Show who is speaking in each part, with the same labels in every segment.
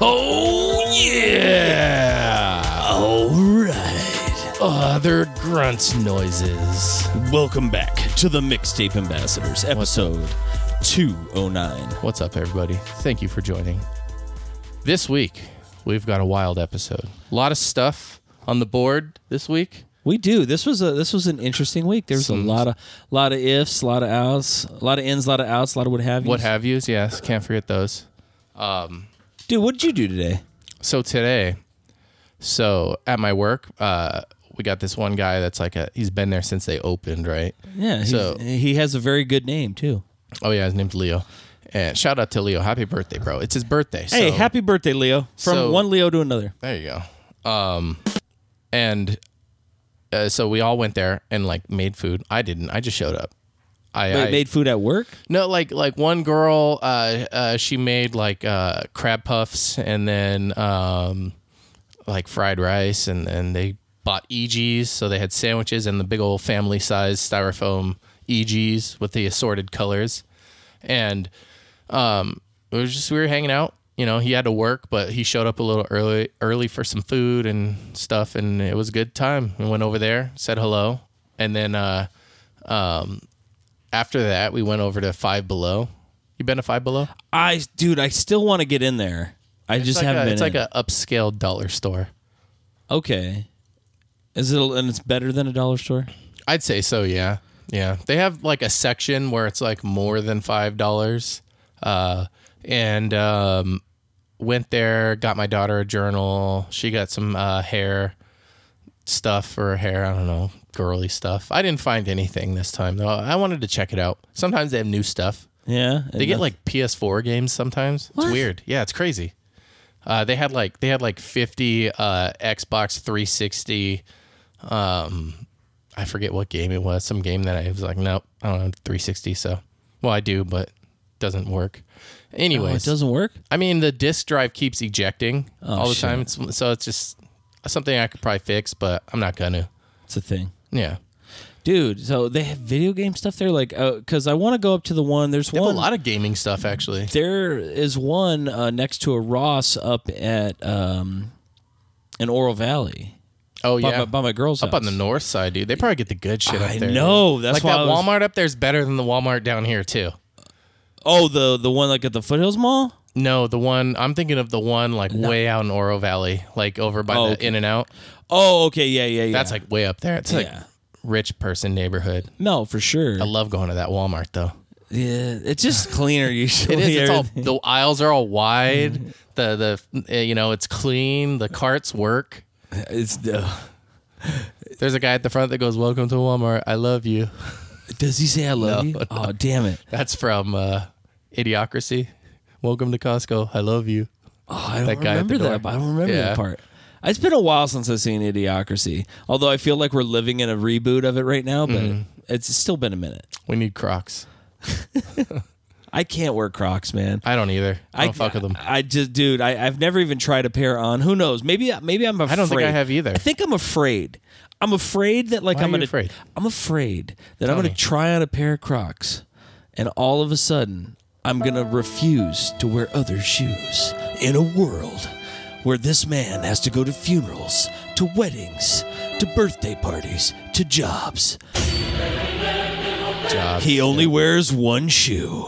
Speaker 1: oh yeah!
Speaker 2: All right.
Speaker 1: Other grunt noises.
Speaker 2: Welcome back to the Mixtape Ambassadors, episode 209.
Speaker 1: What's up, everybody? Thank you for joining. This week we've got a wild episode. A lot of stuff on the board this week.
Speaker 2: We do. This was a this was an interesting week. There was
Speaker 1: Some-
Speaker 2: a lot of lot of ifs, a lot of outs, a lot of ins, a lot of outs, a lot of what have you.
Speaker 1: What have yous? Yes, can't forget those.
Speaker 2: Dude, what did you do today?
Speaker 1: So today, so at my work, uh, we got this one guy that's like a he's been there since they opened, right?
Speaker 2: Yeah, he's-
Speaker 1: So-
Speaker 2: he has a very good name too.
Speaker 1: Oh yeah, his name's Leo. And shout out to Leo. Happy birthday, bro. It's his birthday. So
Speaker 2: hey, happy birthday, Leo! From
Speaker 1: so-
Speaker 2: one Leo to another.
Speaker 1: There you go. Um, and uh, so we all went there and like made food. I didn't. I just showed up. I,
Speaker 2: Wait,
Speaker 1: I-
Speaker 2: made food at work.
Speaker 1: no like like one girl. Uh, uh, she made like uh crab puffs and then um, like fried rice and and they bought EGs. So they had sandwiches and the big old family size styrofoam EGs with the assorted colors. And um, it was just we were hanging out. You know, he had to work, but he showed up a little early, early for some food and stuff, and it was a good time. We went over there, said hello, and then uh, um, after that, we went over to Five Below. You been to Five Below?
Speaker 2: I, dude, I still want to get in there. I just
Speaker 1: it's like
Speaker 2: haven't
Speaker 1: a,
Speaker 2: been.
Speaker 1: It's
Speaker 2: in.
Speaker 1: like a upscale dollar store.
Speaker 2: okay. Is it and it's better than a dollar store?
Speaker 1: I'd say so, yeah. Yeah. They have like a section where it's like more than five dollars. Uh and um went there, got my daughter a journal. She got some uh hair stuff for her hair, I don't know, girly stuff. I didn't find anything this time though. I wanted to check it out. Sometimes they have new stuff.
Speaker 2: Yeah,
Speaker 1: They get like PS4 games sometimes.
Speaker 2: What?
Speaker 1: It's weird. Yeah, it's crazy. Uh, they had like they had like 50 uh, Xbox 360. Um, I forget what game it was. Some game that I was like, nope, I don't know 360. So, well, I do, but doesn't work.
Speaker 2: Oh, it
Speaker 1: Anyways,
Speaker 2: doesn't work.
Speaker 1: I mean the disk drive keeps ejecting all the
Speaker 2: shit.
Speaker 1: time. It's, so it's just something I could probably fix, but I'm not gonna.
Speaker 2: It's a thing.
Speaker 1: Yeah,
Speaker 2: Dude, so they have video game stuff there, like, because I want to go up to the one. There's
Speaker 1: they have
Speaker 2: one.
Speaker 1: a lot of gaming stuff actually.
Speaker 2: there is one uh, next to a Ross up at um, in Oral Valley
Speaker 1: Oh
Speaker 2: by,
Speaker 1: yeah,
Speaker 2: my, by my girl's
Speaker 1: Up
Speaker 2: house.
Speaker 1: on the north side, dude. They probably get the good shit up
Speaker 2: I
Speaker 1: there.
Speaker 2: know, that's
Speaker 1: like
Speaker 2: why
Speaker 1: that
Speaker 2: I was-
Speaker 1: Walmart up there is better than the Walmart down here too.
Speaker 2: oh the the one like at the Foothills Mall.
Speaker 1: No, the one I'm thinking of the one like way out in Oro Valley, like over by
Speaker 2: Oh,
Speaker 1: the
Speaker 2: okay.
Speaker 1: In and Out.
Speaker 2: Oh, okay, yeah, yeah, yeah.
Speaker 1: That's like way up there. It's like
Speaker 2: Yeah.
Speaker 1: rich person neighborhood.
Speaker 2: no, for sure.
Speaker 1: I love going to that Walmart though.
Speaker 2: Yeah, it's just cleaner usually.
Speaker 1: It is. It's all
Speaker 2: Everything-
Speaker 1: the aisles are all
Speaker 2: Mm-hmm.
Speaker 1: wide. The the uh, you know it's clean. The carts work.
Speaker 2: It's, uh,
Speaker 1: There's a guy at the front that goes, "Welcome to Walmart. I love you."
Speaker 2: does he say I love
Speaker 1: No,
Speaker 2: you? Oh, damn it!
Speaker 1: That's from uh, Idiocracy. Welcome to Costco. I love you.
Speaker 2: Oh, I don't
Speaker 1: That guy at the
Speaker 2: remember
Speaker 1: door.
Speaker 2: that. I don't remember
Speaker 1: Yeah.
Speaker 2: that part. It's been a while since I've seen Idiocracy. Although I feel like we're living in a reboot of it right now, but
Speaker 1: Mm-hmm.
Speaker 2: it's still been a minute.
Speaker 1: We need Crocs.
Speaker 2: I can't wear Crocs, man.
Speaker 1: I don't either. I don't fuck with them.
Speaker 2: I just, dude, I, I've never even tried a pair on. Who knows? Maybe, maybe I'm afraid.
Speaker 1: I don't think I have either.
Speaker 2: I think I'm afraid. I'm afraid that like
Speaker 1: Why are
Speaker 2: I'm
Speaker 1: you
Speaker 2: gonna.
Speaker 1: afraid?
Speaker 2: I'm afraid that I'm
Speaker 1: Tell
Speaker 2: gonna
Speaker 1: me.
Speaker 2: try on a pair of Crocs, and all of a sudden I'm gonna refuse to wear other shoes in a world where this man has to go to funerals, to weddings, to birthday parties, to jobs.
Speaker 1: Jobs.
Speaker 2: He only wears one shoe.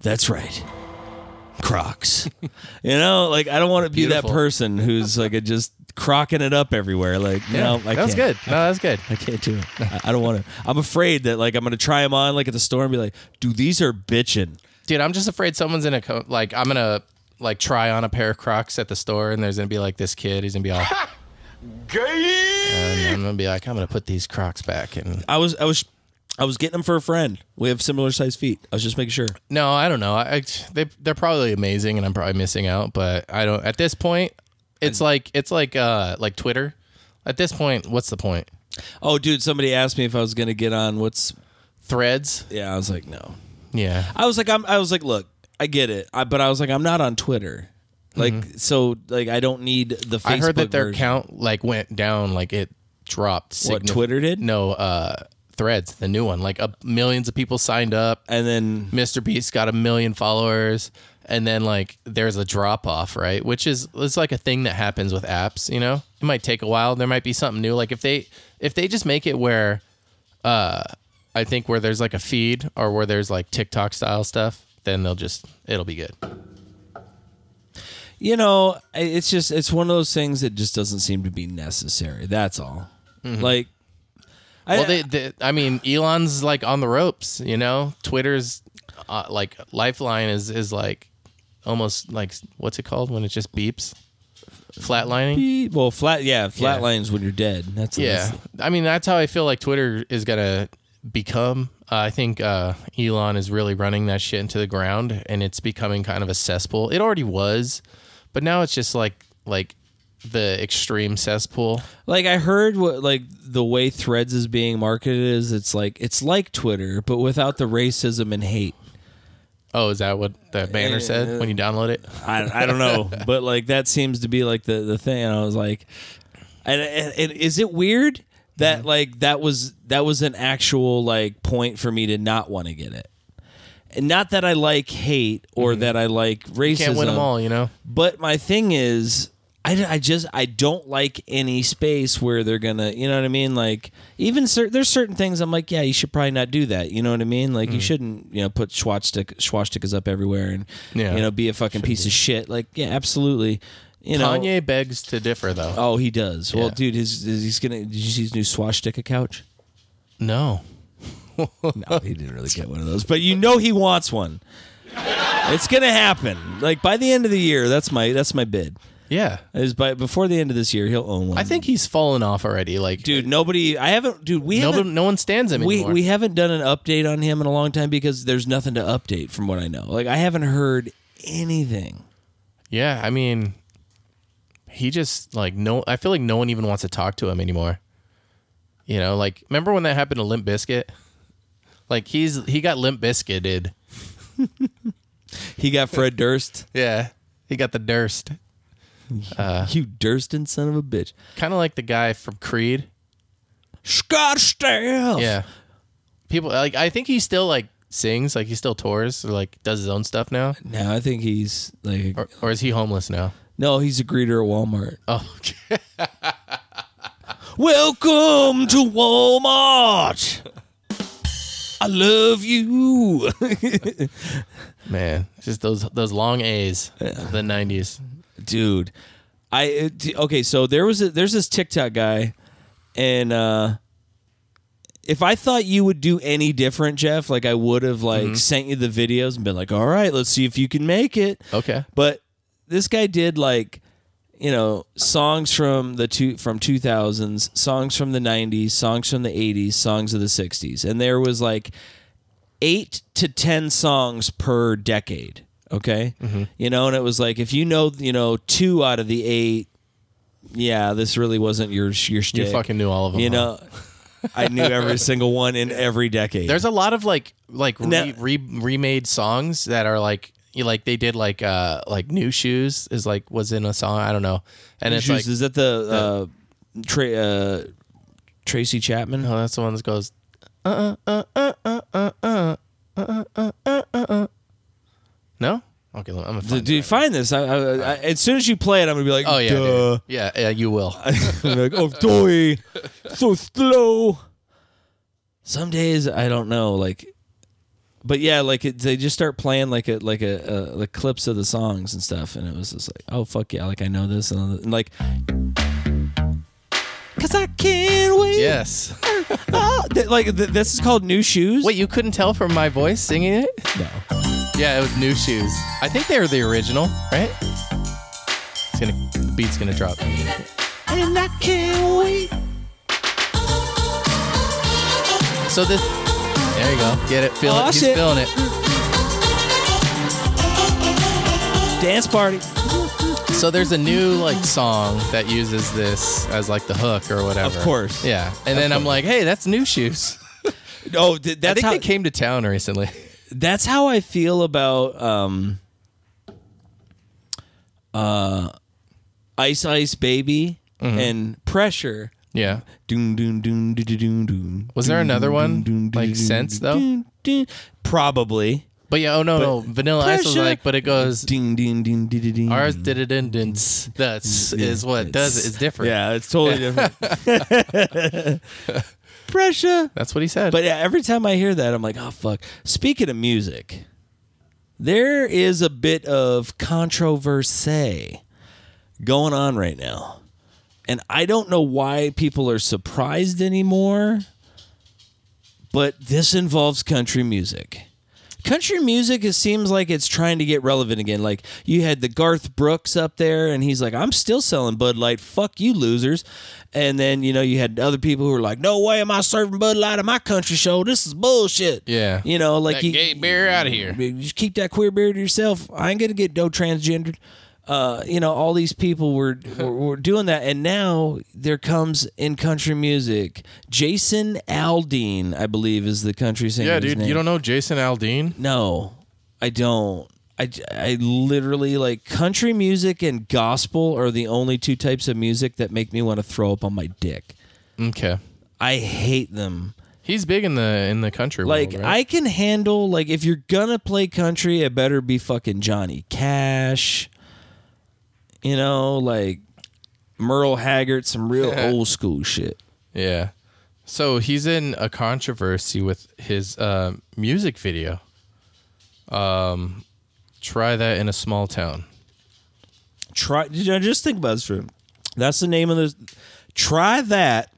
Speaker 2: That's right. Crocs. you know, like I don't want to be that
Speaker 1: Beautiful.
Speaker 2: person who's like a just crocking it up everywhere. Like, no, I
Speaker 1: that
Speaker 2: can't.
Speaker 1: was good. No, that was good.
Speaker 2: I can't do it. I, I don't want to. I'm afraid that like I'm gonna try them on like at the store and be like, dude, these are bitching.
Speaker 1: Dude, I'm just afraid someone's in a co- like I'm gonna like try on a pair of Crocs at the store, and there's gonna be like this kid. He's gonna be all. And I'm gonna be like, I'm gonna put these Crocs back, and
Speaker 2: I was I was I was getting them for a friend. We have similar sized feet. I was just making sure.
Speaker 1: no, I don't know. I, I they they're probably amazing, and I'm probably missing out, but I don't. At this point, it's like it's like uh like Twitter. At this point, what's the point?
Speaker 2: Oh, dude, somebody asked me if I was gonna get on. What's
Speaker 1: Threads.
Speaker 2: yeah? I was like, no.
Speaker 1: Yeah.
Speaker 2: I was like, I'm, I was like, look, I get it, I, but I was like, I'm not on Twitter, like, so like, I don't need the. Facebook
Speaker 1: Mm-hmm. I heard that their
Speaker 2: version.
Speaker 1: count like went down, like it dropped.
Speaker 2: What,
Speaker 1: signif-
Speaker 2: Twitter did?
Speaker 1: No, uh, Threads, the new one. Like uh, millions of people signed up.
Speaker 2: and then
Speaker 1: Mr. Beast got a million followers, and then like there's a drop off, right? Which is it's like a thing that happens with apps, you know? It might take a while. There might be something new. Like if they if they just make it where uh I think where there's like a feed or where there's like TikTok style stuff, then they'll just it'll be good.
Speaker 2: You know, I- it's just it's one of those things that just doesn't seem to be necessary. That's all. Like, I,
Speaker 1: Mm-hmm. Well, they, they, I mean, Elon's like on the ropes, you know. Twitter's uh, like lifeline is is like almost like what's it called when it just beeps, flatlining.
Speaker 2: well, flat yeah, flat lines when you're dead. That's
Speaker 1: Yeah,
Speaker 2: that's-
Speaker 1: I mean that's how I feel like Twitter is gonna become. Uh, I think uh, Elon is really running that shit into the ground, and it's becoming kind of a cesspool. It already was, but now it's just like like the extreme cesspool.
Speaker 2: Like I heard what like the way Threads is being marketed is it's like it's like Twitter but without the racism and hate.
Speaker 1: Oh, is that what the banner said when you download it?
Speaker 2: I, I don't know, but like that seems to be like the the thing. And I was like, and, and, and is it weird that like that was that was an actual like point for me to not want to get it, and not that I like hate or that I like racism.
Speaker 1: Can't win them all, Mm-hmm. you know.
Speaker 2: But my thing is, I, I just I don't like any space where they're gonna, you know what I mean? Like even cer- there's certain things I'm like, yeah, you should probably not do that. You know what I mean? Like you shouldn't, you know, put swastik- swastikas up everywhere and
Speaker 1: Yeah.
Speaker 2: you know be a fucking piece of shit. Like yeah, absolutely. You know,
Speaker 1: Kanye begs to differ, though.
Speaker 2: Oh, he does. Well,
Speaker 1: Yeah.
Speaker 2: dude, his, his- he's gonna. Did you see his new swastika couch?
Speaker 1: No.
Speaker 2: No, he didn't really get one of those. But you know he wants one. It's gonna happen. Like by the end of the year, that's my that's my bid.
Speaker 1: Yeah.
Speaker 2: Is by before the end of this year, he'll own one.
Speaker 1: I think he's fallen off already. Like,
Speaker 2: dude. Nobody. I haven't, dude. We
Speaker 1: no,
Speaker 2: haven't.
Speaker 1: no one stands him
Speaker 2: we
Speaker 1: anymore.
Speaker 2: we haven't done an update on him in a long time because there's nothing to update from what I know. Like I haven't heard anything.
Speaker 1: yeah. I mean, he just, like, no, I feel like no one even wants to talk to him anymore. You know, like, remember when that happened to Limp Biscuit? Like, he's, he got Limp Biscuited.
Speaker 2: He got Fred Durst.
Speaker 1: Yeah. He got the Durst.
Speaker 2: you Durston son of a bitch.
Speaker 1: Kind of like the guy from Creed.
Speaker 2: Scottsdale.
Speaker 1: Yeah. People, like, I think he still, like, sings. Like, he still tours or, like, does his own stuff now.
Speaker 2: No, I think he's like
Speaker 1: Or, or is he homeless now?
Speaker 2: no, he's a greeter at Walmart.
Speaker 1: Oh,
Speaker 2: Welcome to Walmart. I love you.
Speaker 1: Man, it's just those those long A's of the '90s.
Speaker 2: dude. I it- d- okay. So there was a, there's this TikTok guy, and uh, if I thought you would do any different, Jeff, like I would have like sent you the videos and been like, all right, let's see if you can make it.
Speaker 1: Okay.
Speaker 2: But this guy did like, you know, songs from the two from two thousands, songs from the nineties, songs from the eighties, songs of the sixties, and there was like eight to ten songs per decade. Okay, you know, and it was like if you know, you know, two out of the eight, yeah, this really wasn't your your
Speaker 1: You
Speaker 2: shtick.
Speaker 1: fucking knew all of them.
Speaker 2: you
Speaker 1: huh?
Speaker 2: know. I knew every single one in every decade.
Speaker 1: there's a lot of like like re,
Speaker 2: Now-
Speaker 1: re, remade songs that are like you like they did like uh like new shoes is like was in a song I don't know and it's like
Speaker 2: Shoes, is that the uh, Tra- uh, Tracy Chapman?
Speaker 1: oh that's the one that goes uh uh uh uh uh uh uh uh uh uh uh uh no okay look, I'm gonna
Speaker 2: D-
Speaker 1: find it.
Speaker 2: Dude, find this. I, I, I, uh, as soon as you play it, I'm gonna be like,
Speaker 1: oh yeah
Speaker 2: Duh.
Speaker 1: dude. yeah yeah you will
Speaker 2: I'm like, oh, doy, so slow. Some days I don't know, like, but yeah, like it, they just start playing like a like a, a like clips of the songs and stuff, and it was just like, oh fuck yeah, like I know this and, and like, cause I can't wait.
Speaker 1: yes
Speaker 2: Oh, th- like th- this is called new shoes.
Speaker 1: wait you couldn't tell from my voice singing it.
Speaker 2: no.
Speaker 1: Yeah, it was new shoes. I think they were the original, right? It's gonna the beat's gonna drop.
Speaker 2: And I can't wait.
Speaker 1: So this there you go. Get it, feel
Speaker 2: Aw,
Speaker 1: it, he's
Speaker 2: shit.
Speaker 1: feeling it.
Speaker 2: Dance party.
Speaker 1: So there's a new like song that uses this as like the hook or whatever.
Speaker 2: Of course.
Speaker 1: Yeah. And then I'm like, hey, that's new shoes.
Speaker 2: Oh, th- that's
Speaker 1: I think
Speaker 2: how
Speaker 1: they came to town recently.
Speaker 2: that's how I feel about um uh Ice Ice Baby
Speaker 1: Mm-hmm.
Speaker 2: and Pressure.
Speaker 1: yeah.
Speaker 2: Doon, doon, doon, doon, doon, doon, doon,
Speaker 1: Was there another
Speaker 2: doon,
Speaker 1: one,
Speaker 2: doon, doon,
Speaker 1: like,
Speaker 2: doon,
Speaker 1: since,
Speaker 2: doon, doon, doon. Probably.
Speaker 1: But yeah, oh no, no, Vanilla Ice was
Speaker 2: Pressure.
Speaker 1: like, but it goes
Speaker 2: Ding ding ding ding ding. ding.
Speaker 1: ours did it and didn't. That's is what does it. It's different.
Speaker 2: Yeah, it's totally different. Pressure.
Speaker 1: That's what he said.
Speaker 2: But yeah, every time I hear that, I'm like, oh fuck. Speaking of music, there is a bit of controversy going on right now, and I don't know why people are surprised anymore. But this involves country music. Country music, it seems like it's trying to get relevant again. Like you had the Garth Brooks up there, and he's like, "I'm still selling Bud Light. Fuck you, losers." And then you know you had other people who were like, "No way am I serving Bud Light at my country show. This is bullshit."
Speaker 1: Yeah.
Speaker 2: you know, like
Speaker 1: that
Speaker 2: you,
Speaker 1: gay bear out of here.
Speaker 2: you just keep that queer beer to yourself. I ain't gonna get no transgendered. Uh, you know, all these people were, were were doing that, and now there comes in country music. Jason Aldean, I believe, is the country singer.
Speaker 1: Yeah, dude, you don't know Jason Aldean?
Speaker 2: No, I don't. I, I literally like country music and gospel are the only two types of music that make me want to throw up on my dick.
Speaker 1: Okay.
Speaker 2: I hate them.
Speaker 1: He's big in the in the country
Speaker 2: Like
Speaker 1: world,
Speaker 2: I can handle like if you're gonna play country, it better be fucking Johnny Cash. You know, like Merle Haggard, some real old school shit.
Speaker 1: Yeah. So he's in a controversy with his uh, music video. Um, try that in a small town.
Speaker 2: Try you know, just think about this for That's the name of this. Try that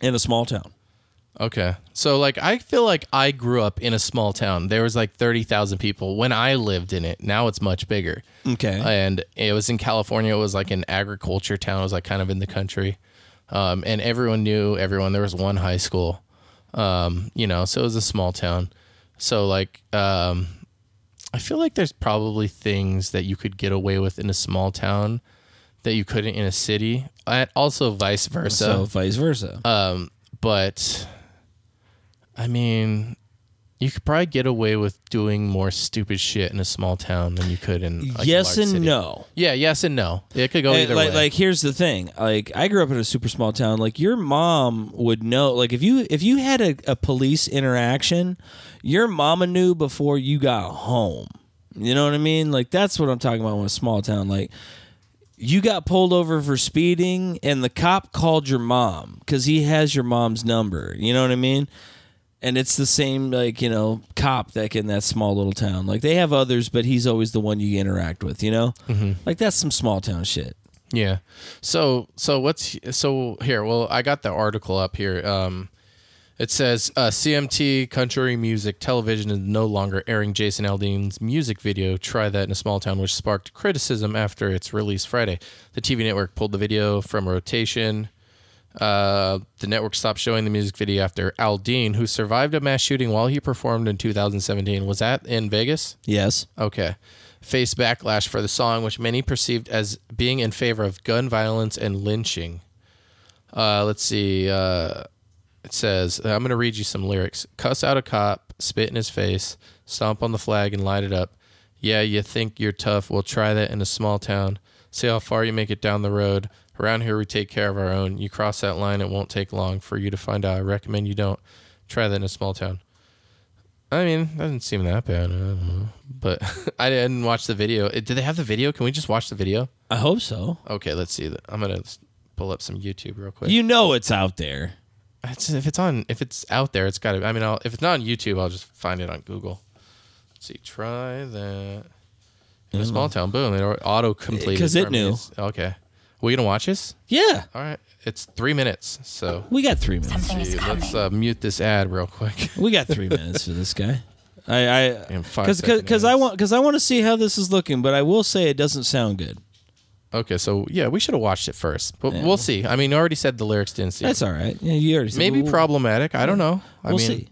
Speaker 2: in a small town.
Speaker 1: Okay. So like I feel like I grew up in a small town. There was like 30,000 people when I lived in it. Now it's much bigger.
Speaker 2: Okay.
Speaker 1: And it was in California. It was like an agriculture town. It was like kind of in the country. Um, and everyone knew everyone. There was one high school. Um, you know, so it was a small town. So like um I feel like there's probably things that you could get away with in a small town that you couldn't in a city. And also vice versa
Speaker 2: so vice versa.
Speaker 1: but I mean, you could probably get away with doing more stupid shit in a small town than you could in like, a
Speaker 2: yes
Speaker 1: large
Speaker 2: and
Speaker 1: city.
Speaker 2: no.
Speaker 1: Yeah, yes and no. It could go
Speaker 2: Hey,
Speaker 1: either
Speaker 2: like,
Speaker 1: way.
Speaker 2: like here's the thing. Like I grew up in a super small town. Like your mom would know. Like if you if you had a, a police interaction, your mama knew before you got home. You know what I mean? Like that's what I'm talking about with a small town. Like you got pulled over for speeding and the cop called your mom because he has your mom's number you know what i mean and it's the same like you know cop that in that small little town like they have others but he's always the one you interact with you know like that's some small town shit
Speaker 1: yeah. So so what's so here? Well, I got the article up here. Um, it says uh, CMT Country Music Television is no longer airing Jason Aldean's music video "Try That in a Small Town," which sparked criticism after its release Friday. The TV network pulled the video from rotation. Uh, the network stopped showing the music video after Aldean, who survived a mass shooting while he performed in 2017, was that in Vegas.
Speaker 2: yes
Speaker 1: Okay. Face backlash for the song, which many perceived as being in favor of gun violence and lynching. Uh, let's see. Uh, it says, I'm going to read you some lyrics Cuss out a cop, spit in his face, stomp on the flag and light it up. Yeah, you think you're tough. We'll try that in a small town. See how far you make it down the road. Around here, we take care of our own. You cross that line, it won't take long for you to find out. I recommend you don't. Try that in a small town. I mean, doesn't seem that bad. I don't know. But I didn't watch the video. It- Did they have the video? Can we just watch the video?
Speaker 2: i hope so
Speaker 1: Okay, let's see. I'm gonna s- pull up some YouTube real quick.
Speaker 2: you know it's out there
Speaker 1: It's- if it's on, if it's out there, it's got to. I mean, I'll, if it's not on YouTube, I'll just find it on Google. Let's see, try that. In a small town, boom, it auto completed
Speaker 2: Mm. Eh, 'Cause it knew.
Speaker 1: Okay, we gonna watch this?
Speaker 2: yeah
Speaker 1: All right, it's three minutes. So
Speaker 2: we got three minutes
Speaker 1: let's, see, let's uh, mute this ad real quick.
Speaker 2: we got three minutes for this guy i i
Speaker 1: And five
Speaker 2: because
Speaker 1: second
Speaker 2: because i
Speaker 1: ads.
Speaker 2: want because i want to see how this is looking but i will say it doesn't sound good
Speaker 1: Okay, so yeah, we should have watched it first, but we'll see. I mean, you already said the lyrics didn't see.
Speaker 2: that's all right yeah you already said-
Speaker 1: Maybe
Speaker 2: we'll-
Speaker 1: problematic. I don't know. I
Speaker 2: we'll
Speaker 1: mean,
Speaker 2: see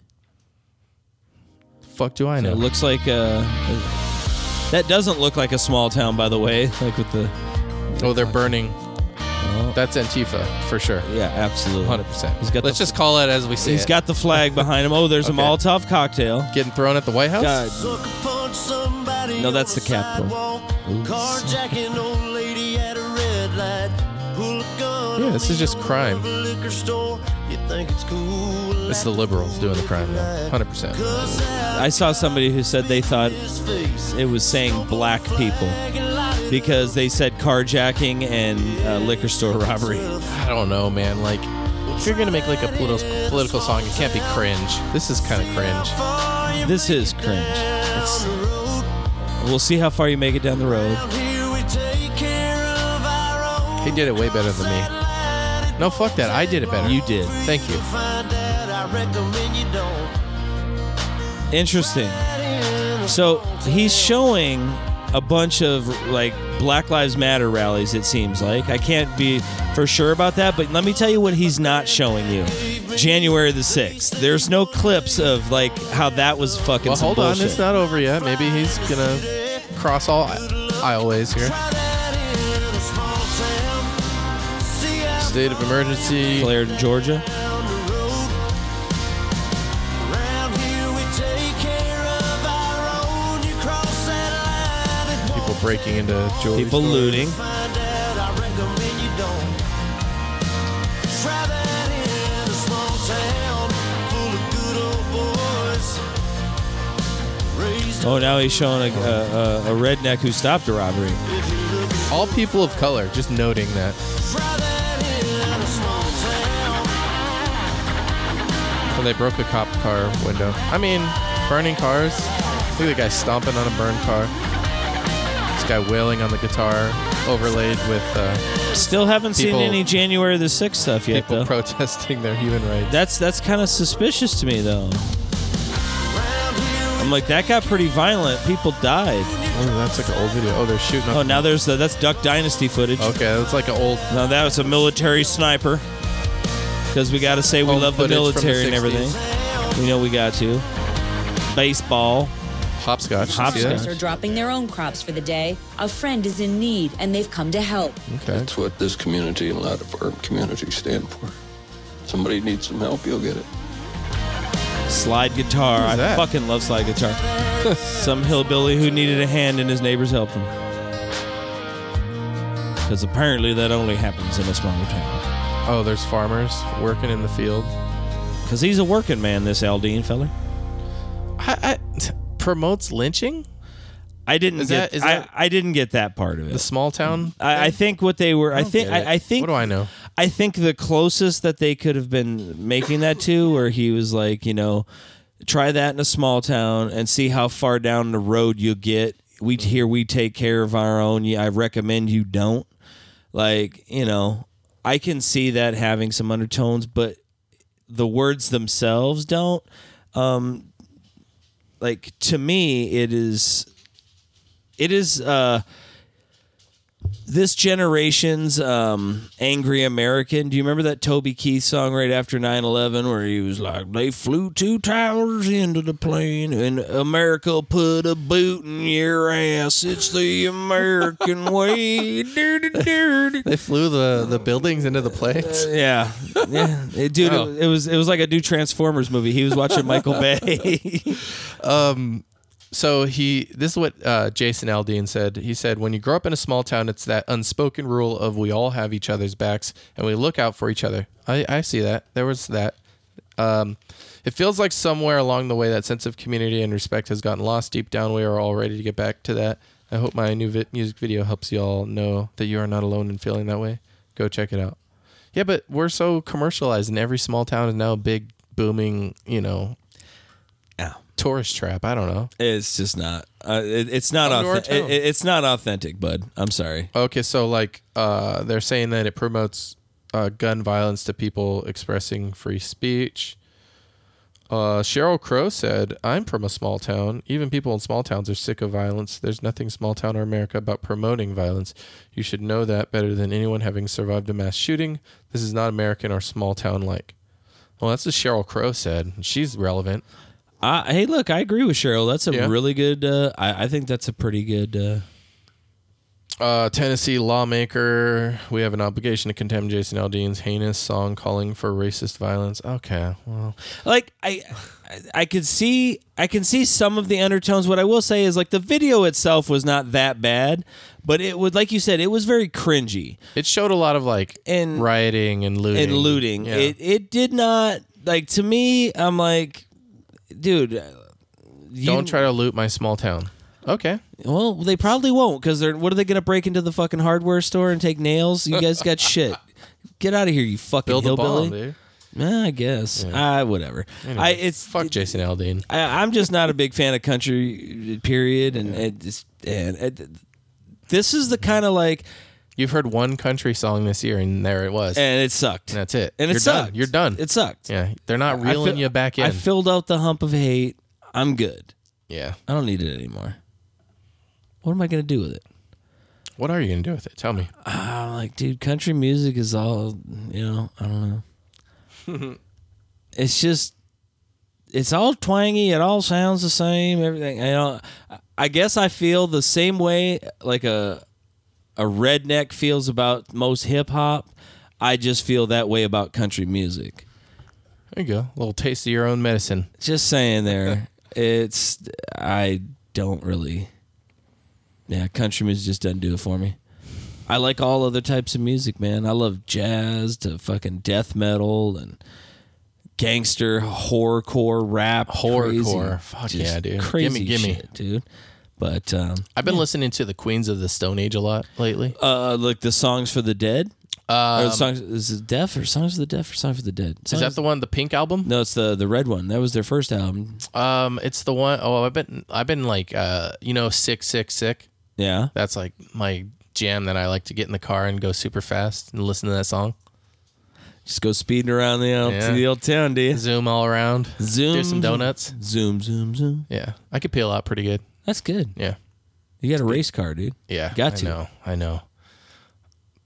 Speaker 1: fuck do I know?
Speaker 2: It looks like uh, that doesn't look like a small town, by the way. Like with the
Speaker 1: oh, they're burning. That's Antifa for sure.
Speaker 2: Oh. yeah, absolutely.
Speaker 1: 100%.
Speaker 2: He's got
Speaker 1: Let's
Speaker 2: the-
Speaker 1: just call it as we see
Speaker 2: He's
Speaker 1: it.
Speaker 2: got the flag behind him. Oh, there's
Speaker 1: Okay.
Speaker 2: a Molotov cocktail.
Speaker 1: Getting thrown at the White House?
Speaker 2: God,
Speaker 3: Sucker punch somebody
Speaker 2: No, that's
Speaker 3: on
Speaker 2: the Capitol.
Speaker 3: sidewalk. Carjacking old lady at a red light. Pull a gun
Speaker 1: Yeah, this is just crime.
Speaker 3: of a liquor store. You think it's cool.
Speaker 1: It's the liberals doing the crime now. 100%.
Speaker 2: I saw somebody who said they thought it was saying black people because they said carjacking and uh, liquor store robbery.
Speaker 1: I don't know, man. Like, if you're going to make like a politi- political song, it can't be cringe. This is kind of cringe.
Speaker 2: This is cringe. It's- we'll see how far you make it down the road.
Speaker 3: Here we take care of our own.
Speaker 1: He did it way better than me. No, fuck that. I did it better.
Speaker 2: You did.
Speaker 1: Thank you.
Speaker 3: Find out, I recommend you don't.
Speaker 2: Interesting. So he's showing a bunch of like Black Lives Matter rallies, it seems like. I can't be for sure about that, but let me tell you what he's not showing you. January the 6th. There's no clips of like how that was fucking
Speaker 1: Well,
Speaker 2: some
Speaker 1: hold on.
Speaker 2: bullshit.
Speaker 1: It's not over yet. Maybe he's going to cross all aisleways here. State of emergency.
Speaker 2: Declared in Georgia.
Speaker 1: People breaking into jewelry
Speaker 2: People
Speaker 1: stores.
Speaker 2: looting. Oh, now he's showing a, a, a, a redneck who stopped a robbery.
Speaker 1: All people of color. Just noting that. Well, they broke a cop car window. I mean, burning cars. Look at the guy stomping on a burned car. This guy wailing on the guitar, overlaid with uh,
Speaker 2: Still haven't
Speaker 1: People-
Speaker 2: seen any January the 6th stuff yet,
Speaker 1: people
Speaker 2: though.
Speaker 1: protesting their human rights.
Speaker 2: That's that's kind of suspicious to me though. I'm like that got pretty violent. People died.
Speaker 1: Oh, that's like an old video. Oh, they're shooting.
Speaker 2: Oh,
Speaker 1: Up.
Speaker 2: now there's the that's Duck Dynasty footage.
Speaker 1: Okay, that's like an old
Speaker 2: Now that was a military sniper. Because we got to say we
Speaker 1: Home
Speaker 2: love the
Speaker 1: footage from the
Speaker 2: military and
Speaker 1: 60s.
Speaker 2: everything. We know we got to. Baseball.
Speaker 1: hopscotch. You see
Speaker 2: Hopscotch.
Speaker 4: Farmers are dropping their own crops for the day. A friend is in need, and they've come to help.
Speaker 1: that? Okay.
Speaker 5: That's what this community and a lot of our communities stand for. Somebody needs some help, you'll get it.
Speaker 2: Slide guitar.
Speaker 1: Who's
Speaker 2: I
Speaker 1: that?
Speaker 2: fucking love slide guitar. Some hillbilly who needed a hand and his neighbors helped him. Because apparently that only happens in a smaller town.
Speaker 1: Oh, there's farmers working in the field.
Speaker 2: Because he's a working man, this Aldine feller.
Speaker 1: I, I t- promotes lynching.
Speaker 2: I didn't
Speaker 1: Is
Speaker 2: get.
Speaker 1: that- is
Speaker 2: I,
Speaker 1: that-
Speaker 2: I didn't get that part of
Speaker 1: The
Speaker 2: it.
Speaker 1: small town.
Speaker 2: I, I think what they were. I, think.
Speaker 1: get it.
Speaker 2: I, I think.
Speaker 1: What do I know?
Speaker 2: I think the closest that they could have been making that to, where he was like, you know, try that in a small town and see how far down the road you get. We here we take care of our own. Yeah, I recommend you don't. Like you know, I can see that having some undertones, but the words themselves don't. Um, like to me, it is it is uh this generation's um, angry American. Do you remember that Toby Keith song right after 9-11 where he was like, they flew two towers into the plane and America put a boot in your ass. It's the American way. Doo-doo-doo-doo.
Speaker 1: They flew the the buildings into the plates.
Speaker 2: Yeah, yeah, It- dude.
Speaker 1: Oh.
Speaker 2: It, it was it was like a new Transformers movie. He was watching Michael Bay.
Speaker 1: So he, this is what uh, Jason Aldean said. He said, "When you grow up in a small town, it's that unspoken rule of we all have each other's backs and we look out for each other." I, I see that. There was that. Um, it feels like somewhere along the way that sense of community and respect has gotten lost. Deep down, we are all ready to get back to that. I hope my new vi- music video helps y'all know that you are not alone in feeling that way. Go check it out. Yeah, but we're so commercialized, and every small town is now a big, booming, you know, tourist trap. I don't know.
Speaker 2: It's just not. Uh, it, it's not.
Speaker 1: Come to our
Speaker 2: Auth-
Speaker 1: town.
Speaker 2: it, it- it's not authentic, bud. I'm sorry.
Speaker 1: Okay, so like uh, they're saying that it promotes uh, gun violence to people expressing free speech. Uh, Cheryl Crow said, "I'm from a small town. Even people in small towns are sick of violence. There's nothing small town or America about promoting violence. You should know that better than anyone having survived a mass shooting. This is not American or small town like." Well, that's what Cheryl Crow said. She's relevant.
Speaker 2: Uh, hey, look, I agree with Cheryl. That's a
Speaker 1: Yeah.
Speaker 2: really good. Uh, I, I think that's a pretty good. Uh,
Speaker 1: Uh, Tennessee lawmaker, we have an obligation to condemn Jason Aldean's heinous song calling for racist violence. Okay, well,
Speaker 2: like I, I could see I can see some of the undertones. What I will say is like the video itself was not that bad, but it would like you said it was very cringy
Speaker 1: it showed a lot of like
Speaker 2: And-
Speaker 1: rioting and looting.
Speaker 2: and looting.
Speaker 1: Yeah.
Speaker 2: It it did not like to me. I'm like, dude, uh, you,
Speaker 1: Don't try to loot my small town. Okay,
Speaker 2: Well, they probably won't because they're what are they going to break into the fucking hardware store and take nails? You guys got shit. Get out of here, you fucking
Speaker 1: build a
Speaker 2: hillbilly.
Speaker 1: bomb, dude.
Speaker 2: Eh, I guess. Ah, whatever. I it's
Speaker 1: Fuck Jason Aldean.
Speaker 2: I, I'm just not a big fan of country. Period. And it just and it, this is the kind of like
Speaker 1: You've heard one country song this year, and there it was.
Speaker 2: and it sucked.
Speaker 1: That's it.
Speaker 2: And it
Speaker 1: You're done.
Speaker 2: sucked.
Speaker 1: You're done.
Speaker 2: It sucked.
Speaker 1: yeah, they're not
Speaker 2: I
Speaker 1: reeling
Speaker 2: fi-
Speaker 1: you back in.
Speaker 2: I filled out the hump of hate. I'm good.
Speaker 1: yeah.
Speaker 2: I don't need it anymore. What am I gonna do with it?
Speaker 1: What are you gonna do with it? Tell me.
Speaker 2: I'm like, dude, country music is all you know. I don't know. it's just, it's all twangy. It all sounds the same. Everything. I don't. I guess I feel the same way like a a redneck feels about most hip hop. I just feel that way about country music.
Speaker 1: There you go. A little taste of your own medicine.
Speaker 2: Just saying, there. it's I don't really. Yeah, country music just doesn't do it for me. I like all other types of music, man. I love jazz to fucking death metal and gangster horrorcore rap, crazy-
Speaker 1: Horrorcore. Fuck
Speaker 2: just
Speaker 1: yeah, dude. Gimme,
Speaker 2: Crazy
Speaker 1: gimme.
Speaker 2: shit, dude. But um,
Speaker 1: I've been listening to the Queens of the Stone Age a lot lately.
Speaker 2: uh, look, the songs for the dead. or the
Speaker 1: Um,
Speaker 2: songs is it deaf or songs for the deaf or songs for the dead?
Speaker 1: is
Speaker 2: Songs,
Speaker 1: that the one, the Pink album?
Speaker 2: no, it's the the red one. That was their first album.
Speaker 1: Um, it's the one oh I've been I've been like uh you know sick sick sick.
Speaker 2: Yeah,
Speaker 1: That's like my jam that I like to get in the car and go super fast and listen to that song.
Speaker 2: Just go speeding around the old,
Speaker 1: Yeah.
Speaker 2: to the old town, do you?
Speaker 1: Zoom all around.
Speaker 2: Zoom,
Speaker 1: Do some
Speaker 2: zoom.
Speaker 1: donuts.
Speaker 2: Zoom, zoom, zoom.
Speaker 1: Yeah, I could peel out pretty good.
Speaker 2: That's good.
Speaker 1: Yeah,
Speaker 2: You got a race car, dude.
Speaker 1: yeah.
Speaker 2: Got
Speaker 1: I
Speaker 2: to.
Speaker 1: know. I know.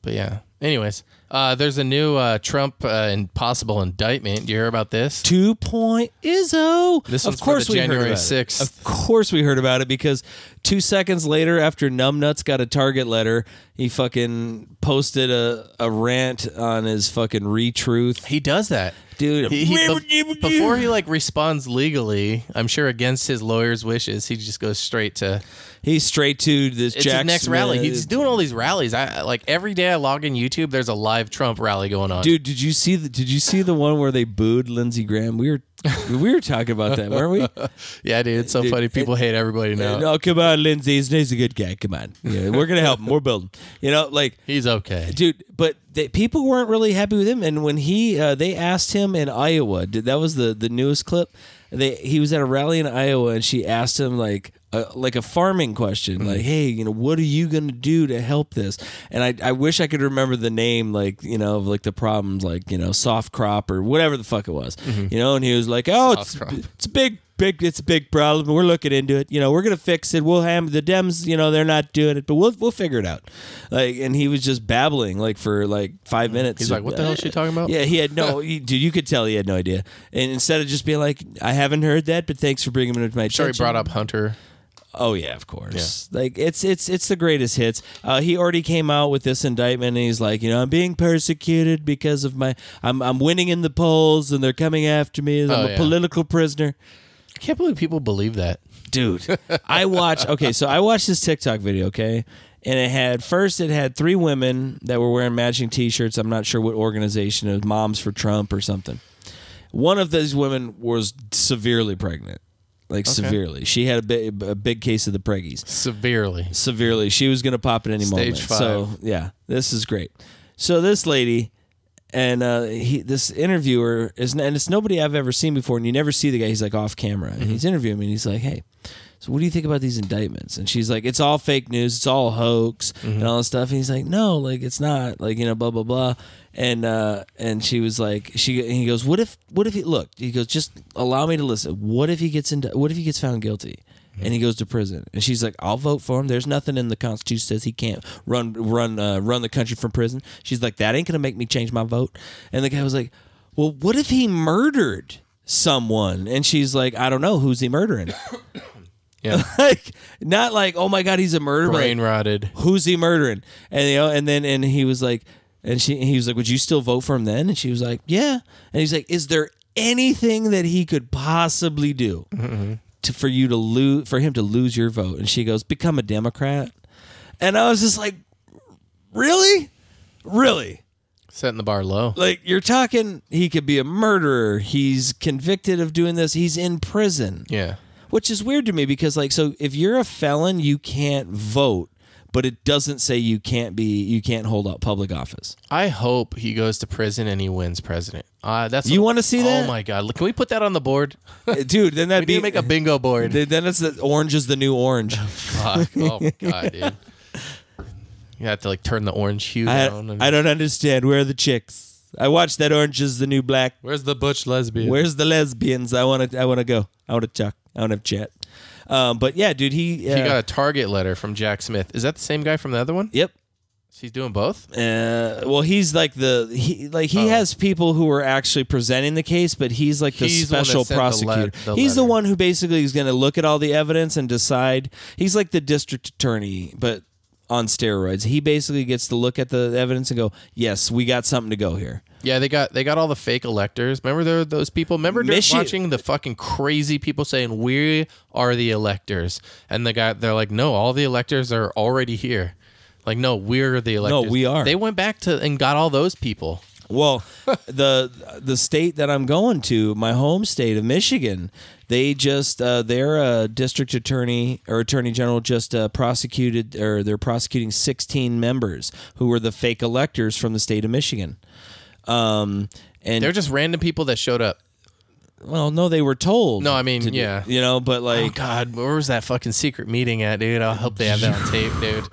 Speaker 1: But yeah. Anyways, uh, there's a new uh, Trump uh, and possible indictment. Do you hear about this?
Speaker 2: Two point Izzo.
Speaker 1: This
Speaker 2: of
Speaker 1: one's for
Speaker 2: course
Speaker 1: the
Speaker 2: we
Speaker 1: January
Speaker 2: heard about it.
Speaker 1: 6th.
Speaker 2: Of course we heard about it because two seconds later, after Numbnuts got a target letter, he fucking posted a, a rant on his fucking retruth,
Speaker 1: He does that,
Speaker 2: dude.
Speaker 1: He- he- be- before he like responds legally, I'm sure against his lawyer's wishes, he just goes straight to
Speaker 2: he's straight to this uh,
Speaker 1: it's
Speaker 2: Jack
Speaker 1: his next
Speaker 2: Smith-
Speaker 1: rally. He's doing all these rallies. I like every day I log in YouTube. There's a live Trump rally going on.
Speaker 2: Dude, did you see the did you see the one where they booed Lindsey Graham? We were we were talking about that, weren't we?
Speaker 1: yeah, dude, it's so
Speaker 2: Dude,
Speaker 1: funny. People hate everybody now.
Speaker 2: No, come on, Lindsay. He's, he's a good guy. Come on. Yeah, we're gonna help him. We're building. You know, like
Speaker 1: He's okay.
Speaker 2: dude. But they, people weren't really happy with him. And when he, uh, they asked him in Iowa. Did, that was the the newest clip. They he was at a rally in Iowa, and she asked him like. Uh, like a farming question, like, hey, you know, what are you gonna do to help this? And I, I wish I could remember the name, like, you know, of like the problems, like, you know, soft crop or whatever the fuck it was, you know. And he was like, oh, it's
Speaker 1: crop.
Speaker 2: it's a big big it's a big problem we're looking into it you know we're gonna fix it we'll have the dems you know they're not doing it but we'll we'll figure it out like and he was just babbling like for like five minutes
Speaker 1: Mm. He's like, what the hell is she talking about?
Speaker 2: yeah he had no he, dude you could tell he had no idea and instead of just being like i haven't heard that but thanks for bringing it to my
Speaker 1: Sure, he
Speaker 2: attention
Speaker 1: brought up Hunter.
Speaker 2: Oh yeah, of course. Like it's it's it's the greatest hits. Uh, he already came out with this indictment, and he's like, you know, I'm being persecuted because of my I'm I'm winning in the polls, and they're coming after me. and I'm
Speaker 1: Oh,
Speaker 2: a
Speaker 1: yeah.
Speaker 2: political prisoner,
Speaker 1: I can't believe people believe that.
Speaker 2: dude. I watch. Okay, so I watched this TikTok video. Okay, and it had first it had three women that were wearing matching T-shirts. I'm not sure what organization it was, Moms for Trump or something. One of those women was severely pregnant, like severely. She had a big a big case of the preggies
Speaker 1: Severely.
Speaker 2: severely. She was going to pop at any moment.
Speaker 1: Stage five.
Speaker 2: So yeah, this is great. So this lady and uh, he, this interviewer is, and it's nobody I've ever seen before, and you never see the guy. He's like off camera,
Speaker 1: Mm-hmm.
Speaker 2: and he's interviewing me, and he's like, "Hey, so what do you think about these indictments?" And she's like, "It's all fake news. It's all hoax
Speaker 1: Mm-hmm.
Speaker 2: and all this stuff." And he's like, "No, like it's not. Like you know, blah blah blah." And uh, and she was like, she and he goes, "What if? What if he look?" He goes, "Just allow me to listen. What if he gets into? What if he gets found guilty?" and he goes to prison. And she's like, "I'll vote for him." There's nothing in the Constitution says he can't run, run, uh, run the country from prison. She's like, "That ain't gonna make me change my vote." And the guy was like, "Well, what if he murdered someone?" And she's like, "I don't know who's he murdering."
Speaker 1: Yeah.
Speaker 2: like not like oh my god he's a murderer. but like,
Speaker 1: Brain rotted.
Speaker 2: who's he murdering? And you know, and then and he was like, and she he was like, would you still vote for him then? And she was like, yeah. And he's like, is there anything that he could possibly do to for you to lose for him to lose your vote? And she goes, become a Democrat. And I was just like, really, really.
Speaker 1: Setting the bar low.
Speaker 2: Like you're talking, he could be a murderer. He's convicted of doing this. He's in prison
Speaker 1: Yeah.
Speaker 2: which is weird to me because like so if you're a felon you can't vote but it doesn't say you can't be you can't hold up public office
Speaker 1: I hope he goes to prison and he wins president. Uh, that's
Speaker 2: You wanna see that?
Speaker 1: Oh my god! Look, can we put that on the board? We
Speaker 2: dude then that'd
Speaker 1: need
Speaker 2: be
Speaker 1: to make a bingo board.
Speaker 2: then then it's the orange is the new orange
Speaker 1: Fuck. Oh my god, dude. You have to like turn the orange hue
Speaker 2: I,
Speaker 1: down. and-
Speaker 2: I don't understand where are the chicks i watched that orange is the new black
Speaker 1: Where's the butch lesbian?
Speaker 2: where's the lesbians i want to i want to go i want to talk i want to chat um, but yeah dude he, uh,
Speaker 1: he got a target letter from Jack Smith. Is that the same guy from the other one?
Speaker 2: yep
Speaker 1: He's doing both.
Speaker 2: uh, well, he's like the he like he
Speaker 1: Oh.
Speaker 2: has people who are actually presenting the case, but he's like the
Speaker 1: He's the one that
Speaker 2: special
Speaker 1: sent the le-
Speaker 2: prosecutor.
Speaker 1: the
Speaker 2: he's the
Speaker 1: letter.
Speaker 2: one who basically is going to look at all the evidence and decide. He's like the district attorney, but on steroids. He basically gets to look at the evidence and go, "Yes, we got something to go here."
Speaker 1: Yeah, they got they got all the fake electors. Remember there were those people. Remember during
Speaker 2: Michi-
Speaker 1: watching the fucking crazy people saying we are the electors, and the guy they're like, no, all the electors are already here. Like, no, we're the electors.
Speaker 2: we are.
Speaker 1: They went back to and got all those people.
Speaker 2: Well, the the state that I'm going to, my home state of Michigan, they just uh, their uh, district attorney or attorney general just uh, prosecuted or they're prosecuting 16 members who were the fake electors from the state of Michigan. Um, and
Speaker 1: They're just random people that showed up.
Speaker 2: well, no, they were told.
Speaker 1: No, I mean,
Speaker 2: to do-
Speaker 1: yeah.
Speaker 2: you know, but
Speaker 1: Oh
Speaker 2: like,
Speaker 1: God, where was that fucking secret meeting at, dude? I hope they have that on tape, dude.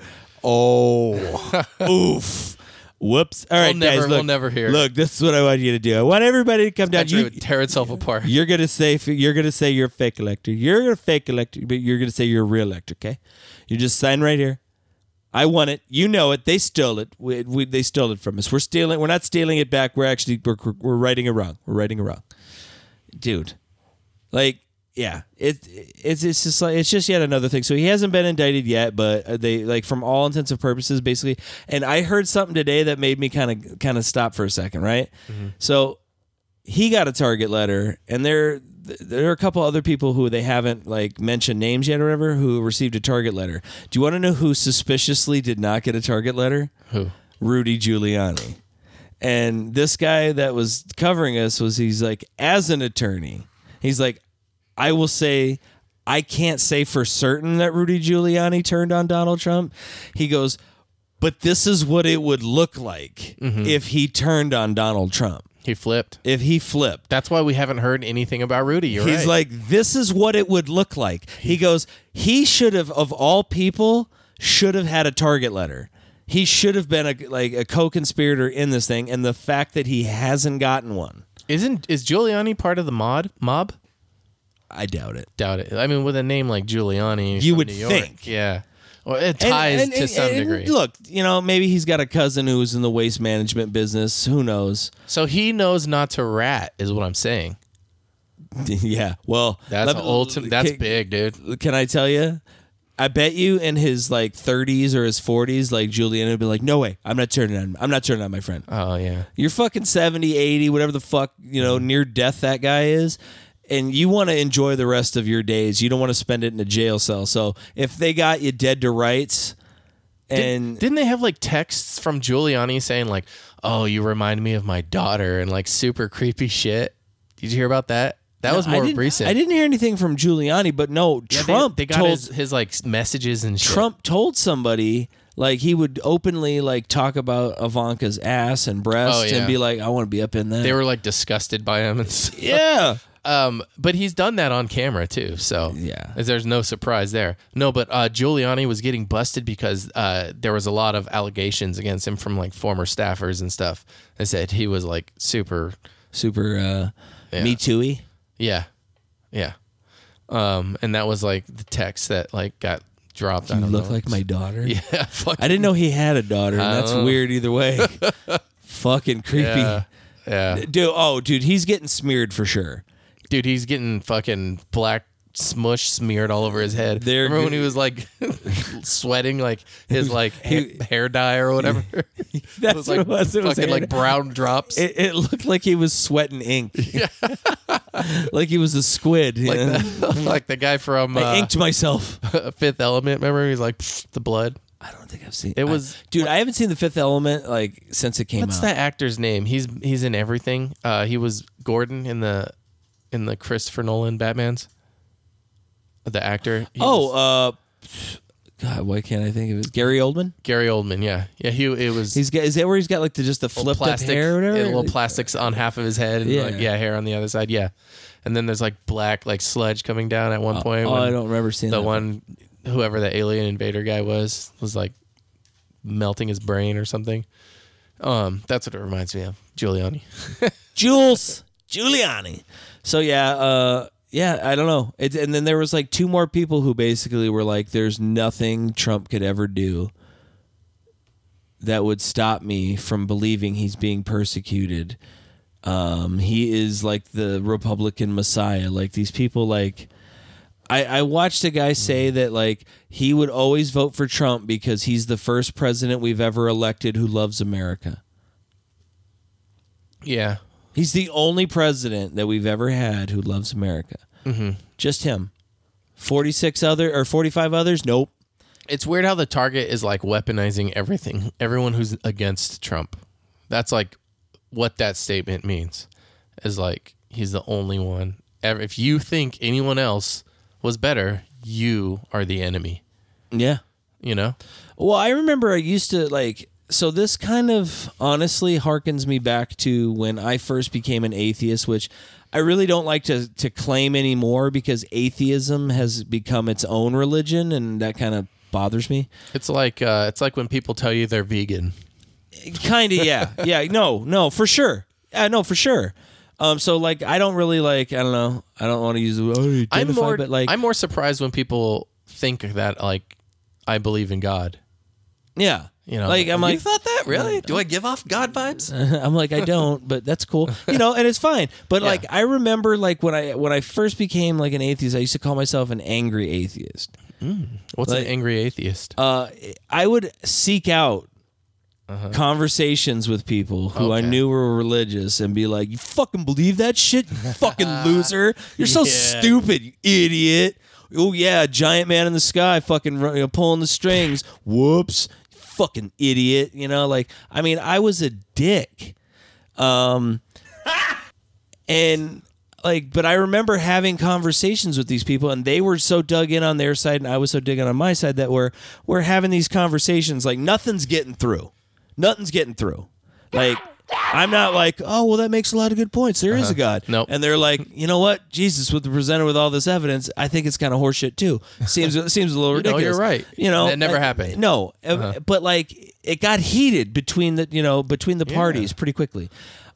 Speaker 2: Oh, oof. Whoops! All right,
Speaker 1: never-
Speaker 2: guys,
Speaker 1: we'll
Speaker 2: look,
Speaker 1: never hear.
Speaker 2: Look, this is what I want you to do. I want everybody to come down.
Speaker 1: That tree
Speaker 2: You,
Speaker 1: would tear itself apart.
Speaker 2: You're gonna say you're gonna say you're a fake elector. You're a fake elector, but you're gonna say you're a real elector. Okay, you just sign right here. I want it. You know it. They stole it. We, we, they stole it from us. We're stealing. We're not stealing it back. We're actually we're, we're righting a wrong. We're righting a wrong, dude. Like yeah, it it's it's just like it's just yet another thing. So he hasn't been indicted yet, but uh, they like from all intents and purposes basically. And I heard something today that made me kind of kind of stop for a second, right? So he got a target letter and there there are a couple other people who they haven't like mentioned names yet or whatever who received a target letter do you want to know who suspiciously did not get a target letter
Speaker 1: Who?
Speaker 2: rudy giuliani and this guy that was covering us was he's like as an attorney he's like i will say i can't say for certain that rudy giuliani turned on donald trump he goes but this is what it would look like if he turned on donald trump
Speaker 1: He flipped.
Speaker 2: if he flipped
Speaker 1: That's why we haven't heard anything about Rudy. You're
Speaker 2: He's
Speaker 1: right.
Speaker 2: like, this is what it would look like. He goes, he should have, of all people, should have had a target letter. He should have been a like a co-conspirator in this thing, and the fact that he hasn't gotten one,
Speaker 1: isn't is Giuliani part of the mod mob?
Speaker 2: I doubt it.
Speaker 1: Doubt it. I mean, with a name like Giuliani,
Speaker 2: You
Speaker 1: from
Speaker 2: would
Speaker 1: New York,
Speaker 2: think.
Speaker 1: yeah. Well, it
Speaker 2: And-
Speaker 1: ties
Speaker 2: and-
Speaker 1: to
Speaker 2: and-
Speaker 1: some
Speaker 2: and
Speaker 1: degree.
Speaker 2: Look, you know, maybe he's got a cousin who's in the waste management business. Who knows?
Speaker 1: so he knows not to rat, is what I'm saying.
Speaker 2: yeah. Well,
Speaker 1: That's
Speaker 2: let
Speaker 1: an
Speaker 2: me-
Speaker 1: ultimate. That's
Speaker 2: can-
Speaker 1: big, dude.
Speaker 2: can I tell you? I bet you in his like 30s or his 40s, like Julian would be like, "No way, I'm not turning on. I'm not turning on my friend.
Speaker 1: Oh yeah.
Speaker 2: You're fucking 70, 80, whatever the fuck you know, near death that guy is." And you want to enjoy the rest of your days. You don't want to spend it in a jail cell. So if they got you dead to rights, and
Speaker 1: Didn't they have like texts from Giuliani saying like, "Oh, you remind me of my daughter," and like super creepy shit? Did you hear about that? That was
Speaker 2: I
Speaker 1: more
Speaker 2: didn't,
Speaker 1: recent.
Speaker 2: I didn't hear anything from Giuliani, but no,
Speaker 1: Yeah, they-
Speaker 2: Trump
Speaker 1: They, got
Speaker 2: told
Speaker 1: his, his like messages and shit.
Speaker 2: Trump told somebody like he would openly like talk about Ivanka's ass and breasts
Speaker 1: Oh, yeah.
Speaker 2: and be like, I want to be up in that.
Speaker 1: They were like disgusted by him and stuff.
Speaker 2: yeah.
Speaker 1: Um, but he's done that on camera too, so
Speaker 2: Yeah.
Speaker 1: there's no surprise there. No, but uh, Giuliani was getting busted because uh, there was a lot of allegations against him from like former staffers and stuff. They said he was like super,
Speaker 2: Super uh
Speaker 1: Yeah.
Speaker 2: me too
Speaker 1: yeah, yeah, um, and that was like the text that like got dropped. I
Speaker 2: You
Speaker 1: don't
Speaker 2: look
Speaker 1: know.
Speaker 2: like my daughter.
Speaker 1: Oh. yeah, fuck
Speaker 2: I didn't know he had a daughter, and that's weird either way. Fucking creepy.
Speaker 1: yeah, yeah,
Speaker 2: Dude, oh dude, he's getting smeared for sure.
Speaker 1: dude, he's getting fucking black smush smeared all over his head.
Speaker 2: They're
Speaker 1: Remember when
Speaker 2: good.
Speaker 1: he was like sweating, like his like
Speaker 2: He-
Speaker 1: ha- hair dye or whatever?
Speaker 2: That's
Speaker 1: it was like
Speaker 2: what it was. It was
Speaker 1: fucking
Speaker 2: hair
Speaker 1: like
Speaker 2: dye.
Speaker 1: brown drops.
Speaker 2: It, it looked like he was sweating ink. like he was a squid. you
Speaker 1: like,
Speaker 2: know?
Speaker 1: the, like the guy from
Speaker 2: I
Speaker 1: uh,
Speaker 2: inked myself.
Speaker 1: Fifth Element. Remember, he's like "Pfft, the blood.
Speaker 2: I don't think I've seen
Speaker 1: It was-
Speaker 2: I, dude. I haven't seen The Fifth Element like since it came
Speaker 1: What's
Speaker 2: out.
Speaker 1: that actor's name? He's he's in everything. Uh, he was Gordon in the in the Christopher Nolan Batman's. The actor. He
Speaker 2: Oh,
Speaker 1: was-
Speaker 2: uh, God, why can't I think of it? Gary Oldman.
Speaker 1: Gary Oldman. Yeah, yeah. He it was
Speaker 2: He's got. Is that where he's got like the just the
Speaker 1: little
Speaker 2: flipped up hair or whatever?
Speaker 1: yeah, little plastics on half of his head, and
Speaker 2: Yeah.
Speaker 1: like yeah, hair on the other side. Yeah, and then there's like black like sludge coming down at one point.
Speaker 2: oh,
Speaker 1: when
Speaker 2: I don't remember seeing
Speaker 1: The
Speaker 2: that.
Speaker 1: one, whoever the alien invader guy was, was like melting his brain or something. Um, that's what it reminds me of. Giuliani.
Speaker 2: Jules Giuliani. So yeah, uh, yeah, I don't know. It, and then there was like two more people who basically were like, "There's nothing Trump could ever do that would stop me from believing he's being persecuted." Um, he is like the Republican Messiah. Like these people, like. I, I watched a guy say that like he would always vote for Trump because he's the first president we've ever elected who loves America.
Speaker 1: Yeah,
Speaker 2: He's the only president that we've ever had who loves America. Mm-hmm. Just him. Forty-six other or forty-five others? Nope.
Speaker 1: it's weird how the target is like weaponizing everything. Everyone who's against Trump. That's like what that statement means. Is like he's the only one. Ever. If you think anyone else was better, you are the enemy.
Speaker 2: Yeah.
Speaker 1: You know.
Speaker 2: Well, I remember I used to like. So this kind of honestly harkens me back to when I first became an atheist, which I really don't like to to claim anymore because atheism has become its own religion, and that kind of bothers me.
Speaker 1: It's like uh, it's like when people tell you they're vegan.
Speaker 2: kind of yeah yeah no no for sure yeah, no for sure um so like i don't really like i don't know i don't want to use the word identify,
Speaker 1: I'm more
Speaker 2: but like
Speaker 1: I'm more surprised when people think that like I believe in God.
Speaker 2: yeah
Speaker 1: You know,
Speaker 2: like i'm like
Speaker 1: that really? Do I give off God vibes?
Speaker 2: i'm like i don't but that's cool you know and it's fine but like i remember like when i when i first became like an atheist i used to call myself an angry atheist
Speaker 1: What's
Speaker 2: Like-
Speaker 1: an angry atheist?
Speaker 2: uh, I would seek out conversations with people who
Speaker 1: Uh-huh.
Speaker 2: I
Speaker 1: Okay.
Speaker 2: knew were religious and be like, "You fucking believe that shit, you fucking loser! You're so
Speaker 1: Yeah.
Speaker 2: stupid, you idiot!" Oh yeah, giant man in the sky, fucking ru- you know, pulling the strings. Whoops, fucking idiot! You know, like I mean, I was a dick. Um, and like, but I remember having conversations with these people, and they were so dug in on their side, and I was so dug in on my side that we're we're having these conversations like nothing's getting through, nothing's getting through. Like, I'm not like, oh well, that makes a lot of good points. There is a God,
Speaker 1: Uh-huh. Nope.
Speaker 2: And they're like, you know what, Jesus, with presented with all this evidence, I think it's kind of horseshit too. Seems it seems a little
Speaker 1: know,
Speaker 2: ridiculous.
Speaker 1: you're right.
Speaker 2: You know,
Speaker 1: That never
Speaker 2: I-
Speaker 1: happened. Uh-huh.
Speaker 2: No, uh, but like it got heated between the you know between the parties pretty quickly.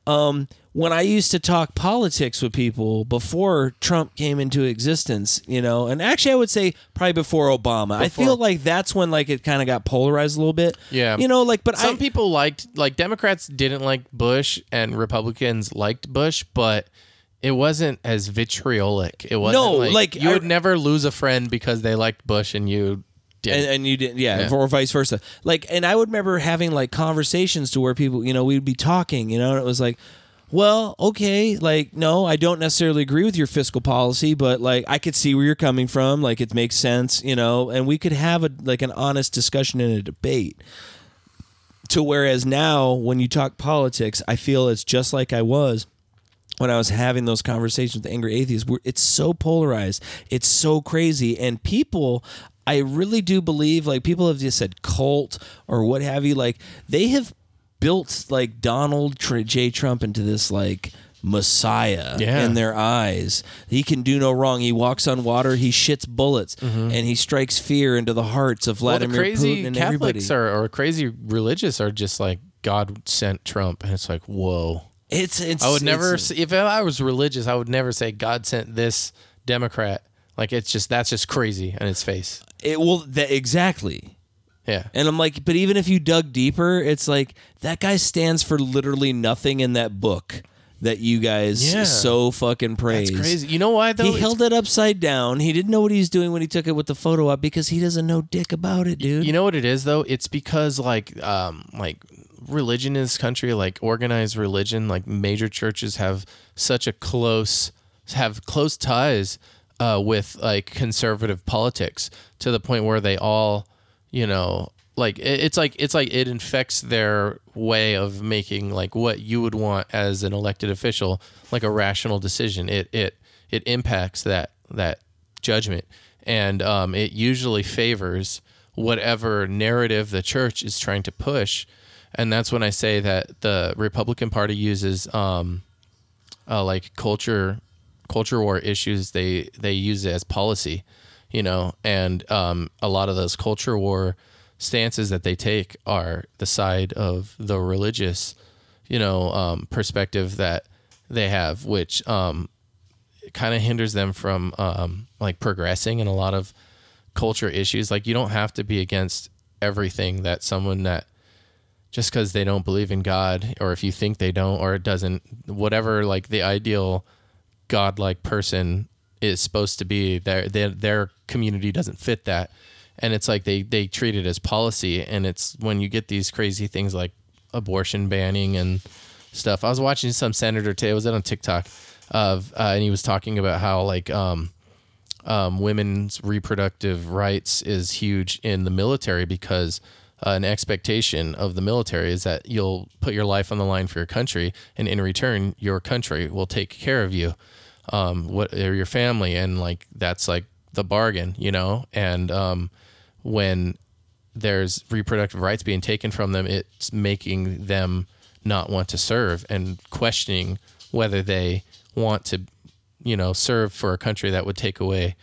Speaker 2: Um, when I used to talk politics with people before Trump came into existence, you know, and actually I would say probably before Obama. I
Speaker 1: Before-
Speaker 2: feel like that's when like it kind of got polarized a little bit.
Speaker 1: Yeah.
Speaker 2: you know, like but
Speaker 1: Some
Speaker 2: I,
Speaker 1: people liked like Democrats didn't like Bush and Republicans liked Bush, but it wasn't as vitriolic. It wasn't
Speaker 2: No,
Speaker 1: like,
Speaker 2: like,
Speaker 1: you
Speaker 2: I-
Speaker 1: would never lose a friend because they liked Bush and you
Speaker 2: and,
Speaker 1: didn't.
Speaker 2: and you didn't yeah, or vice versa like and i would remember having like conversations to where people you know we'd be talking you know and it was like well okay like no i don't necessarily agree with your fiscal policy but like i could see where you're coming from like it makes sense you know and we could have a like an honest discussion and a debate to whereas now when you talk politics i feel it's just like i was when I was having those conversations with angry atheists, where it's so polarized, it's so crazy, and people. I really do believe, like people have just said cult or what have you, like they have built like Donald Tr- J. Trump into this like messiah
Speaker 1: Yeah.
Speaker 2: in their eyes. He can do no wrong. He walks on water. He shits bullets, and he strikes fear into the hearts of
Speaker 1: Mm-hmm. well, the
Speaker 2: Vladimir
Speaker 1: crazy
Speaker 2: Putin and everybody.
Speaker 1: Catholics are, or crazy religious are just like God sent Trump, and it's like whoa.
Speaker 2: it's, it's.
Speaker 1: I would never,
Speaker 2: it's-
Speaker 1: say, if I was religious, I would never say God sent this Democrat. Like it's just that's just crazy in its face.
Speaker 2: It will. That, exactly.
Speaker 1: Yeah,
Speaker 2: And I'm like, but even if you dug deeper, it's like that guy stands for literally nothing in that book. that you guys
Speaker 1: Yeah.
Speaker 2: so fucking praise.
Speaker 1: It's crazy. You know why though?
Speaker 2: He
Speaker 1: It's-
Speaker 2: held it upside down. He didn't know what he was doing when he took it with the photo up because he doesn't know dick about it, dude.
Speaker 1: You know what it is though? It's because like um like religion in this country, like organized religion, like major churches have such a close have close ties uh with like conservative politics to the point where they all, you know, like it- it's like it's like it infects their way of making like what you would want as an elected official, like a rational decision. It it it impacts that that judgment and um, it usually favors whatever narrative the church is trying to push and that's when i say that the republican party uses um, uh, like culture culture war issues they they use it as policy you know and um, a lot of those culture war stances that they take are the side of the religious you know um, perspective that they have which um, kind of hinders them from um, like progressing in a lot of culture issues. Like you don't have to be against everything that someone that just because they don't believe in God, or if you think they don't, or it doesn't, whatever like the ideal godlike person is supposed to be, their their, their community doesn't fit that, and it's like they they treat it as policy, and it's when you get these crazy things like abortion banning and stuff. I was watching some senator today. I was on TikTok of, uh, and he was talking about how like um, um, women's reproductive rights is huge in the military because uh, an expectation of the military is that you'll put your life on the line for your country, and in return, your country will take care of you, um, what or your family, and like that's like the bargain, you know. And um, when there's reproductive rights being taken from them, it's making them not want to serve and questioning whether they want to, you know, serve for a country that would take away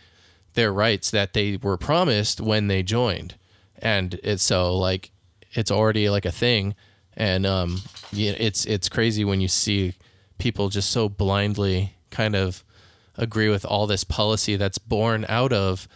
Speaker 1: their rights that they were promised when they joined. And it's so like it's already like a thing. And um yeah, it's it's crazy when you see people just so blindly kind of agree with all this policy that's born out of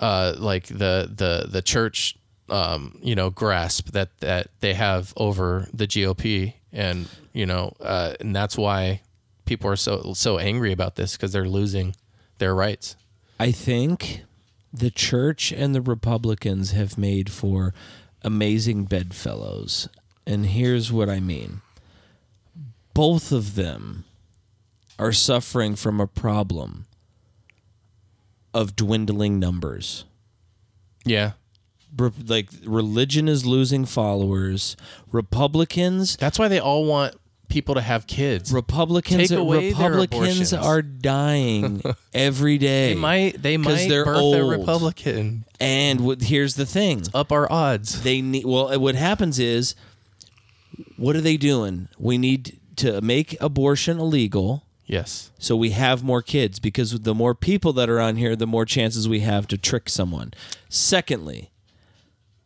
Speaker 1: uh, like the the the church um, you know grasp that that they have over the GOP and you know uh, and that's why people are so so angry about this because they're losing their rights.
Speaker 2: I think the church and the Republicans have made for amazing bedfellows. And here's what I mean both of them are suffering from a problem of dwindling numbers
Speaker 1: Yeah,
Speaker 2: re- like religion is losing followers. Republicans,
Speaker 1: that's why they all want people to have kids.
Speaker 2: Republicans,
Speaker 1: Take away their abortions.
Speaker 2: Republicans are dying every day.
Speaker 1: they might they
Speaker 2: 'Cause
Speaker 1: might
Speaker 2: they're
Speaker 1: birth a
Speaker 2: old.
Speaker 1: Republican
Speaker 2: And what, here's the thing:
Speaker 1: up our odds.
Speaker 2: they need. Well, what happens is, what are they doing? We need to make abortion illegal.
Speaker 1: Yes,
Speaker 2: So we have more kids because the more people that are on here, the more chances we have to trick someone. Secondly,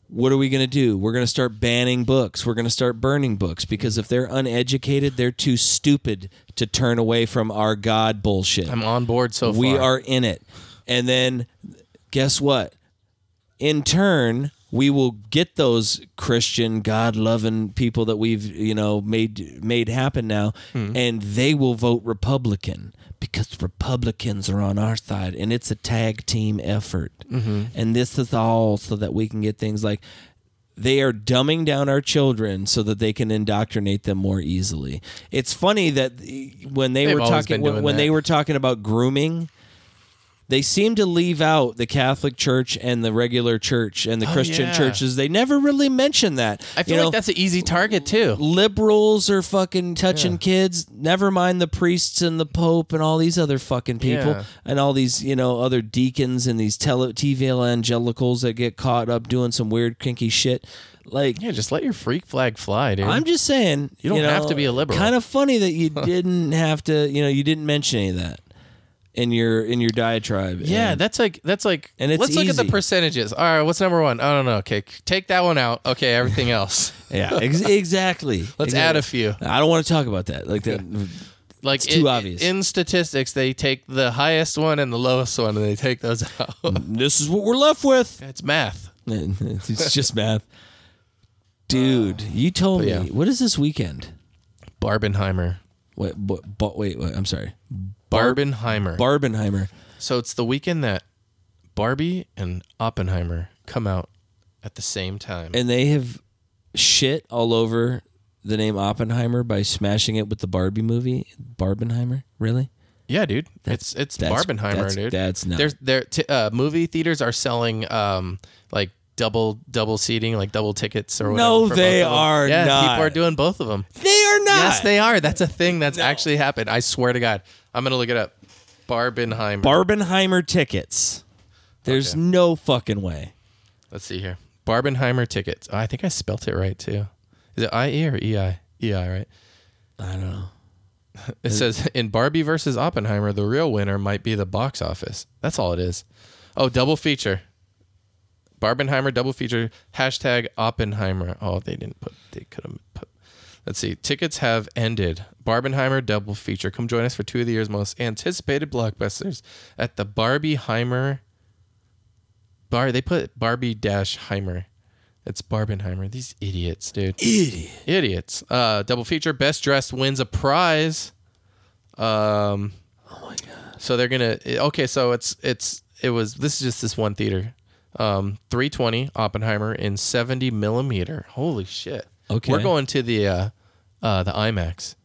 Speaker 2: what are we going to do? We're going to start banning books. We're going to start burning books because if they're uneducated, they're too stupid to turn away from our God bullshit.
Speaker 1: I'm on board so far.
Speaker 2: we are in it. And then guess what? In turn, we will get those Christian God loving people that we've, you know, made made happen now
Speaker 1: Hmm.
Speaker 2: and they will vote Republican because Republicans are on our side and it's a tag team effort.
Speaker 1: Mm-hmm.
Speaker 2: And this is all so that we can get things like they are dumbing down our children so that they can indoctrinate them more easily. It's funny that eh, when they
Speaker 1: They've
Speaker 2: were
Speaker 1: always
Speaker 2: talking
Speaker 1: been
Speaker 2: when,
Speaker 1: doing
Speaker 2: when
Speaker 1: that.
Speaker 2: they were talking about grooming, they seem to leave out the Catholic Church and the regular church and the Christian
Speaker 1: Oh, yeah.
Speaker 2: churches. They never really mention that.
Speaker 1: I feel
Speaker 2: You know,
Speaker 1: like that's an easy target too.
Speaker 2: liberals are fucking touching kids. Never mind the priests and the pope and all these other fucking people
Speaker 1: Yeah.
Speaker 2: and all these you know other deacons and these tele- TV evangelicals that get caught up doing some weird kinky shit. Like
Speaker 1: Yeah, just let your freak flag fly, dude.
Speaker 2: I'm just saying,
Speaker 1: You don't
Speaker 2: know,
Speaker 1: have to be a liberal.
Speaker 2: Kind of funny that you didn't have to, you know, you didn't mention any of that in your in your diatribe.
Speaker 1: Yeah,
Speaker 2: And
Speaker 1: that's like that's like.
Speaker 2: And it's
Speaker 1: let's look at
Speaker 2: easy.
Speaker 1: the percentages. All right, what's number one? I don't know. Okay, c- take that one out. Okay, everything else.
Speaker 2: yeah, ex- exactly.
Speaker 1: Let's
Speaker 2: Exactly.
Speaker 1: add a few.
Speaker 2: I don't want to talk about that. Like that.
Speaker 1: Like
Speaker 2: It's too obvious.
Speaker 1: in statistics, they take the highest one and the lowest one, and they take those out.
Speaker 2: this is what we're left with.
Speaker 1: it's math.
Speaker 2: it's just math. Dude, you told
Speaker 1: Uh, But
Speaker 2: me
Speaker 1: yeah.
Speaker 2: what is this weekend?
Speaker 1: Barbenheimer.
Speaker 2: Wait, but, but wait, wait, I'm sorry.
Speaker 1: Barbenheimer.
Speaker 2: Barbenheimer.
Speaker 1: so it's the weekend that Barbie and Oppenheimer come out at the same time.
Speaker 2: And they have shit all over the name Oppenheimer by smashing it with the Barbie movie. Barbenheimer? Really?
Speaker 1: yeah, dude. It's it's
Speaker 2: that's-
Speaker 1: Barbenheimer,
Speaker 2: that's-
Speaker 1: dude.
Speaker 2: that's not-
Speaker 1: There's there t- uh, movie theaters are selling um like double double seating, like double tickets or whatever.
Speaker 2: No,
Speaker 1: for
Speaker 2: they
Speaker 1: both of them.
Speaker 2: are
Speaker 1: yeah,
Speaker 2: not.
Speaker 1: people are doing both of them.
Speaker 2: They are not.
Speaker 1: Yes, they are. That's a thing that's actually happened. I swear to God. I'm gonna look it up. Barbenheimer.
Speaker 2: Barbenheimer tickets. There's
Speaker 1: Okay.
Speaker 2: no fucking way.
Speaker 1: Let's see here. Barbenheimer tickets. Oh, I think I spelt it right too. Is it I E or E I? E I, right?
Speaker 2: I don't know.
Speaker 1: It says in Barbie versus Oppenheimer, the real winner might be the box office. That's all it is. Oh, double feature. Barbenheimer double feature. Hashtag Oppenheimer. Oh, they didn't put. They could have put. Let's see. Tickets have ended. Barbenheimer double feature. Come join us for two of the year's most anticipated blockbusters at the Barbieheimer. Bar. They put Barbie dash Heimer. It's Barbenheimer. These idiots, dude
Speaker 2: Idiot.
Speaker 1: idiots. Uh, double feature, best dressed wins a prize. Um, oh my god! So they're gonna okay. So it's it's it was this is just this one theater. Um, 320 Oppenheimer in 70 millimeter. Holy shit!
Speaker 2: Okay.
Speaker 1: we're going to the uh, uh, the IMAX.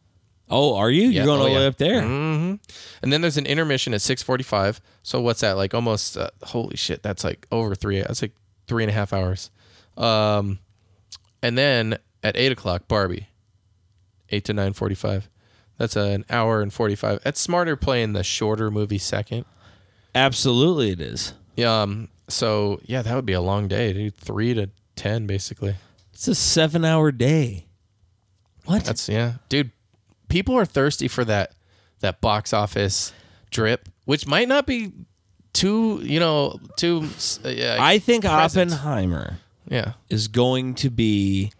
Speaker 2: Oh, are you? You're going
Speaker 1: oh,
Speaker 2: all the way
Speaker 1: yeah.
Speaker 2: up there.
Speaker 1: And then there's an intermission at 6:45. So what's that like? Almost uh, holy shit! That's like over three. That's like three and a half hours. Um, and then at eight o'clock, Barbie, eight to nine forty-five. That's an hour and forty-five. That's smarter playing the shorter movie second.
Speaker 2: Absolutely, it is.
Speaker 1: Yeah. Um, so yeah, that would be a long day, dude. Three to ten, basically.
Speaker 2: It's a seven hour day. What?
Speaker 1: That's yeah, dude. People are thirsty for that that box office drip, which might not be too you know too. s- Uh, yeah,
Speaker 2: I think
Speaker 1: present.
Speaker 2: Oppenheimer
Speaker 1: yeah,
Speaker 2: is going to be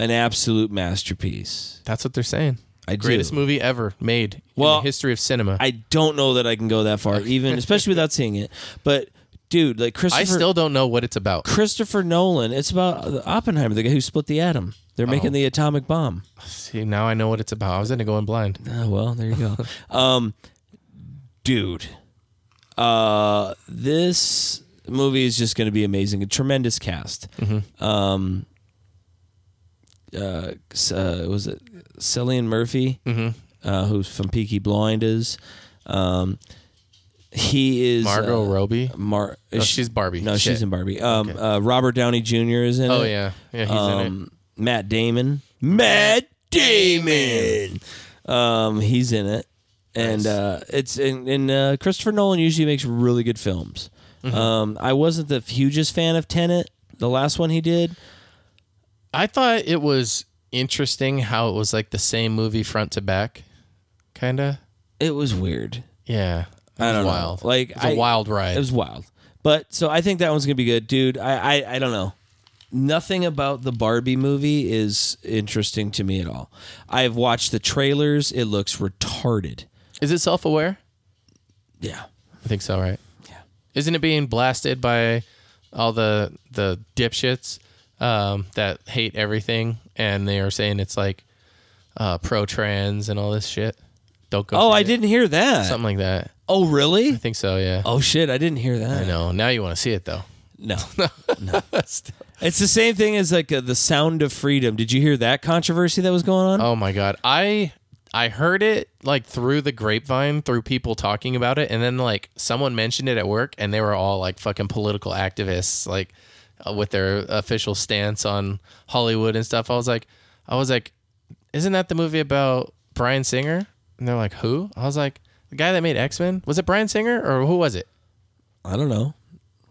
Speaker 2: an absolute masterpiece.
Speaker 1: that's what they're saying.
Speaker 2: I do.
Speaker 1: Greatest movie ever made in
Speaker 2: Well,
Speaker 1: the history of cinema. I,
Speaker 2: I don't know that I can go that far, even especially without seeing it. But dude, like Christopher,
Speaker 1: still don't know what it's about.
Speaker 2: Christopher Nolan. It's about uh, Oppenheimer, the guy who split the atom. They're
Speaker 1: Oh.
Speaker 2: making the atomic bomb.
Speaker 1: See, now I know what it's about. I was into going blind.
Speaker 2: Oh, well, there you go. um, dude, uh, this movie is just going to be amazing. A tremendous cast.
Speaker 1: Mm-hmm.
Speaker 2: Um, uh, s- uh, was it Cillian Murphy,
Speaker 1: Mm-hmm.
Speaker 2: uh, who's from Peaky Blinders? Um, he is
Speaker 1: Margot
Speaker 2: uh,
Speaker 1: Robbie.
Speaker 2: Mar-
Speaker 1: No, she's Barbie.
Speaker 2: No,
Speaker 1: Shit.
Speaker 2: she's in Barbie. Um, uh, Robert Downey Jr. is in it.
Speaker 1: Oh yeah, yeah, he's in it.
Speaker 2: Um, Matt Damon. Matt Damon. Um, he's in it, and uh, it's and, and uh, Christopher Nolan usually makes really good films. Um, I wasn't the hugest fan of Tenet, the last one he did.
Speaker 1: I thought it was interesting how it was like the same movie front to back, kinda.
Speaker 2: It was weird.
Speaker 1: Yeah,
Speaker 2: I
Speaker 1: It was
Speaker 2: don't know.
Speaker 1: wild.
Speaker 2: Like,
Speaker 1: it was a
Speaker 2: I-
Speaker 1: wild ride.
Speaker 2: It was wild, but so I think that one's gonna be good, dude. I I, I don't know. Nothing about the Barbie movie is interesting to me at all. I've watched the trailers. It looks retarded.
Speaker 1: Is it self aware?
Speaker 2: Yeah.
Speaker 1: I think so, right? Yeah. Isn't it being blasted by all the the dipshits um, that hate everything and they are saying it's like uh, pro trans and all this shit? Don't go.
Speaker 2: Oh,
Speaker 1: see
Speaker 2: I
Speaker 1: it.
Speaker 2: didn't hear that.
Speaker 1: Something like that.
Speaker 2: Oh, really?
Speaker 1: I think so. Yeah.
Speaker 2: Oh shit, I didn't hear that.
Speaker 1: I know. Now you want to see it though.
Speaker 2: No. no. It's the same thing as like uh, the Sound of Freedom. Did you hear that controversy that was going on?
Speaker 1: Oh my god. I I heard it like through the grapevine, through people talking about it, and then like someone mentioned it at work, and they were all like fucking political activists, like uh, with their official stance on Hollywood and stuff. I was like, I was like, isn't that the movie about Brian Singer? And they're like, who? I was like, the guy that made X Men. Was it Brian Singer or who was it?
Speaker 2: I don't know.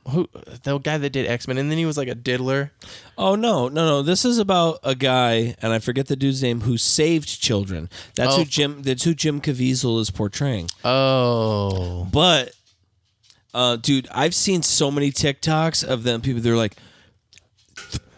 Speaker 1: Who the guy that did X Men? And then he was like a diddler.
Speaker 2: Oh no, no, no. This is about a guy, and I forget the dude's name, who saved children. That's
Speaker 1: Oh.
Speaker 2: who Jim. That's who Jim Caviezel is portraying.
Speaker 1: Oh,
Speaker 2: But, uh, dude, I've seen so many TikToks of them. People, they're like,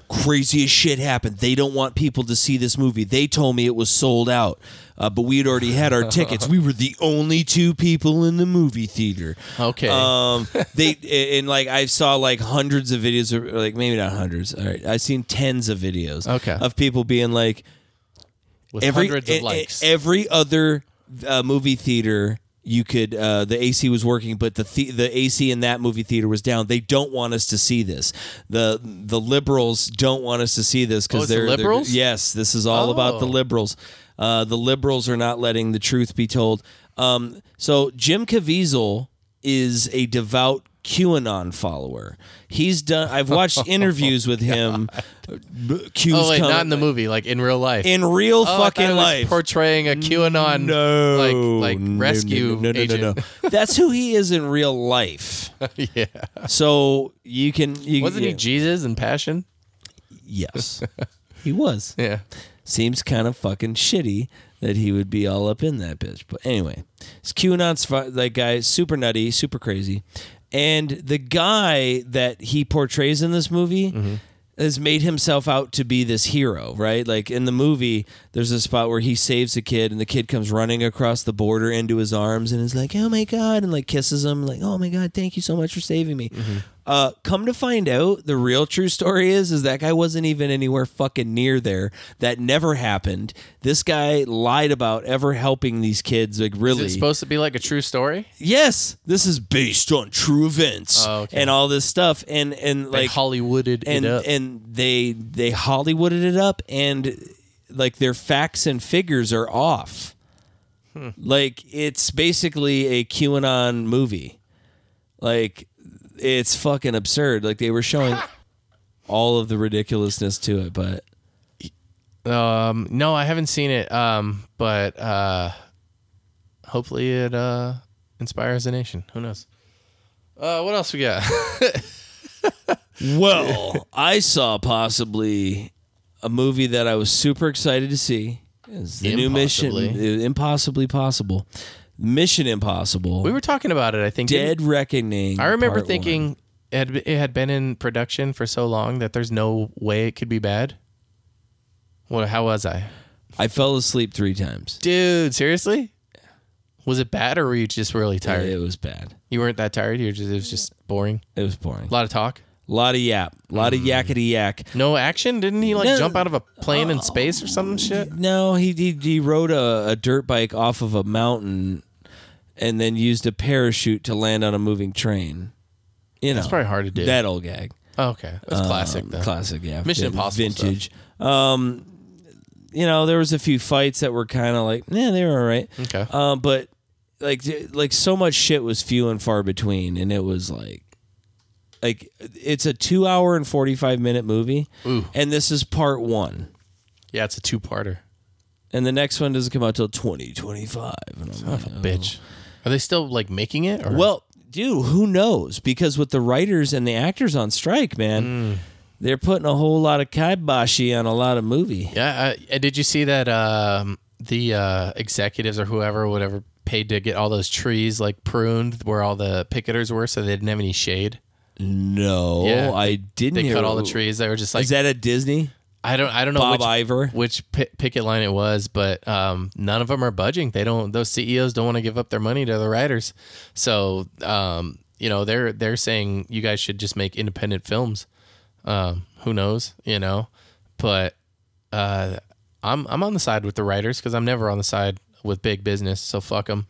Speaker 2: craziest shit happened. They don't want people to see this movie. They told me it was sold out, uh, but we had already had our tickets. We were the only two people in the movie theater.
Speaker 1: okay.
Speaker 2: Um, they and like I saw like hundreds of videos, or like maybe not hundreds. All right, I've seen tens of videos.
Speaker 1: Okay.
Speaker 2: of people being like,
Speaker 1: with
Speaker 2: every
Speaker 1: hundreds
Speaker 2: e-
Speaker 1: of
Speaker 2: e-
Speaker 1: likes.
Speaker 2: Every other uh, movie theater you could uh, the AC was working, but the, the the AC in that movie theater was down. They don't want us to see this. the The liberals don't want us to see this
Speaker 1: Oh,
Speaker 2: because
Speaker 1: it's the
Speaker 2: they're they're-
Speaker 1: liberals?
Speaker 2: yes, this is all about the
Speaker 1: Oh.
Speaker 2: liberals. Uh, the liberals are not letting the truth be told. Um, so Jim Caviezel is a devout QAnon follower. He's done. I've watched interviews with him. B- Q's
Speaker 1: oh, wait,
Speaker 2: come-
Speaker 1: not in the movie, like in real life.
Speaker 2: in real
Speaker 1: Oh, I thought
Speaker 2: fucking
Speaker 1: it was
Speaker 2: life.
Speaker 1: portraying a QAnon
Speaker 2: no,
Speaker 1: like like
Speaker 2: No, no,
Speaker 1: rescue
Speaker 2: no, no, no,
Speaker 1: agent.
Speaker 2: No, no. That's who he is in real life.
Speaker 1: yeah,
Speaker 2: So you can you,
Speaker 1: wasn't he Jesus in Passion?
Speaker 2: Yes, he was.
Speaker 1: Yeah,
Speaker 2: Seems kind of fucking shitty that he would be all up in that bitch. But anyway, it's QAnon's fu- that guy, is super nutty, super crazy, and the guy that he portrays in this movie. Has made himself out to be this hero, right? Like in the movie, there's a spot where he saves a kid, and the kid comes running across the border into his arms and is like, "Oh my god!" and like kisses him, like, "Oh my god, thank you so much for saving me." Uh, come to find out, the real true story is is that guy wasn't even anywhere fucking near there. That never happened. This guy lied about ever helping these kids. Like really,
Speaker 1: is it supposed to be like a true story,
Speaker 2: yes, this is based on true events
Speaker 1: Oh, okay.
Speaker 2: and all this stuff. And and
Speaker 1: like
Speaker 2: like
Speaker 1: Hollywooded
Speaker 2: and
Speaker 1: it up?
Speaker 2: and they they Hollywooded it up, and like their facts and figures are off.
Speaker 1: Hmm.
Speaker 2: Like it's basically a QAnon movie. Like it's fucking absurd. Like they were showing all of the ridiculousness to it, but
Speaker 1: um, no, I haven't seen it. Um, but uh, hopefully it uh inspires a nation. Who knows? Uh, what else we got?
Speaker 2: Well, I saw possibly a movie that I was super excited to see. It's the new mission, uh,
Speaker 1: Impossibly.
Speaker 2: impossibly possible, Mission Impossible.
Speaker 1: we were talking about it. I think didn't
Speaker 2: Dead Reckoning.
Speaker 1: I remember
Speaker 2: Part
Speaker 1: thinking
Speaker 2: One.
Speaker 1: it had, it had been in production for so long that there's no way it could be bad. What? How was I,
Speaker 2: I fell asleep three times.
Speaker 1: dude? Seriously? Was it bad or were you just really tired?
Speaker 2: It was bad.
Speaker 1: You weren't that tired. You were just it was just boring.
Speaker 2: It was boring.
Speaker 1: A lot of talk,
Speaker 2: lot of yap. A lot of
Speaker 1: Mm.
Speaker 2: yakety yak.
Speaker 1: no action. Didn't he like
Speaker 2: No. Oh.
Speaker 1: jump out of a plane in space or some shit?
Speaker 2: No, he he, he rode a, a dirt bike off of a mountain, and then used a parachute to land on a moving train. You know,
Speaker 1: That's probably hard to do.
Speaker 2: That old gag.
Speaker 1: Oh, okay, that's classic
Speaker 2: Um,
Speaker 1: though.
Speaker 2: Classic, yeah.
Speaker 1: Mission
Speaker 2: Yeah,
Speaker 1: Impossible
Speaker 2: Vintage. Um, you know, there was a few fights that were kind of like, yeah, they were all right.
Speaker 1: Okay.
Speaker 2: Um, but like, d- like so much shit was few and far between, and it was like, like it's a two hour and forty five minute movie,
Speaker 1: Ooh.
Speaker 2: and this is part one.
Speaker 1: yeah, it's a two-parter.
Speaker 2: And the next one doesn't come out till twenty twenty five. And I'm like, oh.
Speaker 1: Bitch, are they still like making it? Or?
Speaker 2: Well, dude, who knows? Because with the writers and the actors on strike,
Speaker 1: Mm.
Speaker 2: man, they're putting a whole lot of kiboshi on a lot of movie.
Speaker 1: Yeah. I, and did you see that um, the uh, executives or whoever, whatever, paid to get all those trees like pruned where all the picketers were, so they didn't have any shade.
Speaker 2: No,
Speaker 1: Yeah,
Speaker 2: Oh, I didn't.
Speaker 1: They
Speaker 2: hear
Speaker 1: cut all the trees. They were just like,
Speaker 2: Is that at Disney?
Speaker 1: I don't, I don't know
Speaker 2: Bob
Speaker 1: which,
Speaker 2: Iver?
Speaker 1: which pi- picket line it was, but um, none of them are budging. They don't. Those CEOs don't want to give up their money to the writers, so um, you know they're they're saying you guys should just make independent films. Um, who knows? You know, but uh, I'm I'm on the side with the writers because I'm never on the side with big business. So fuck them.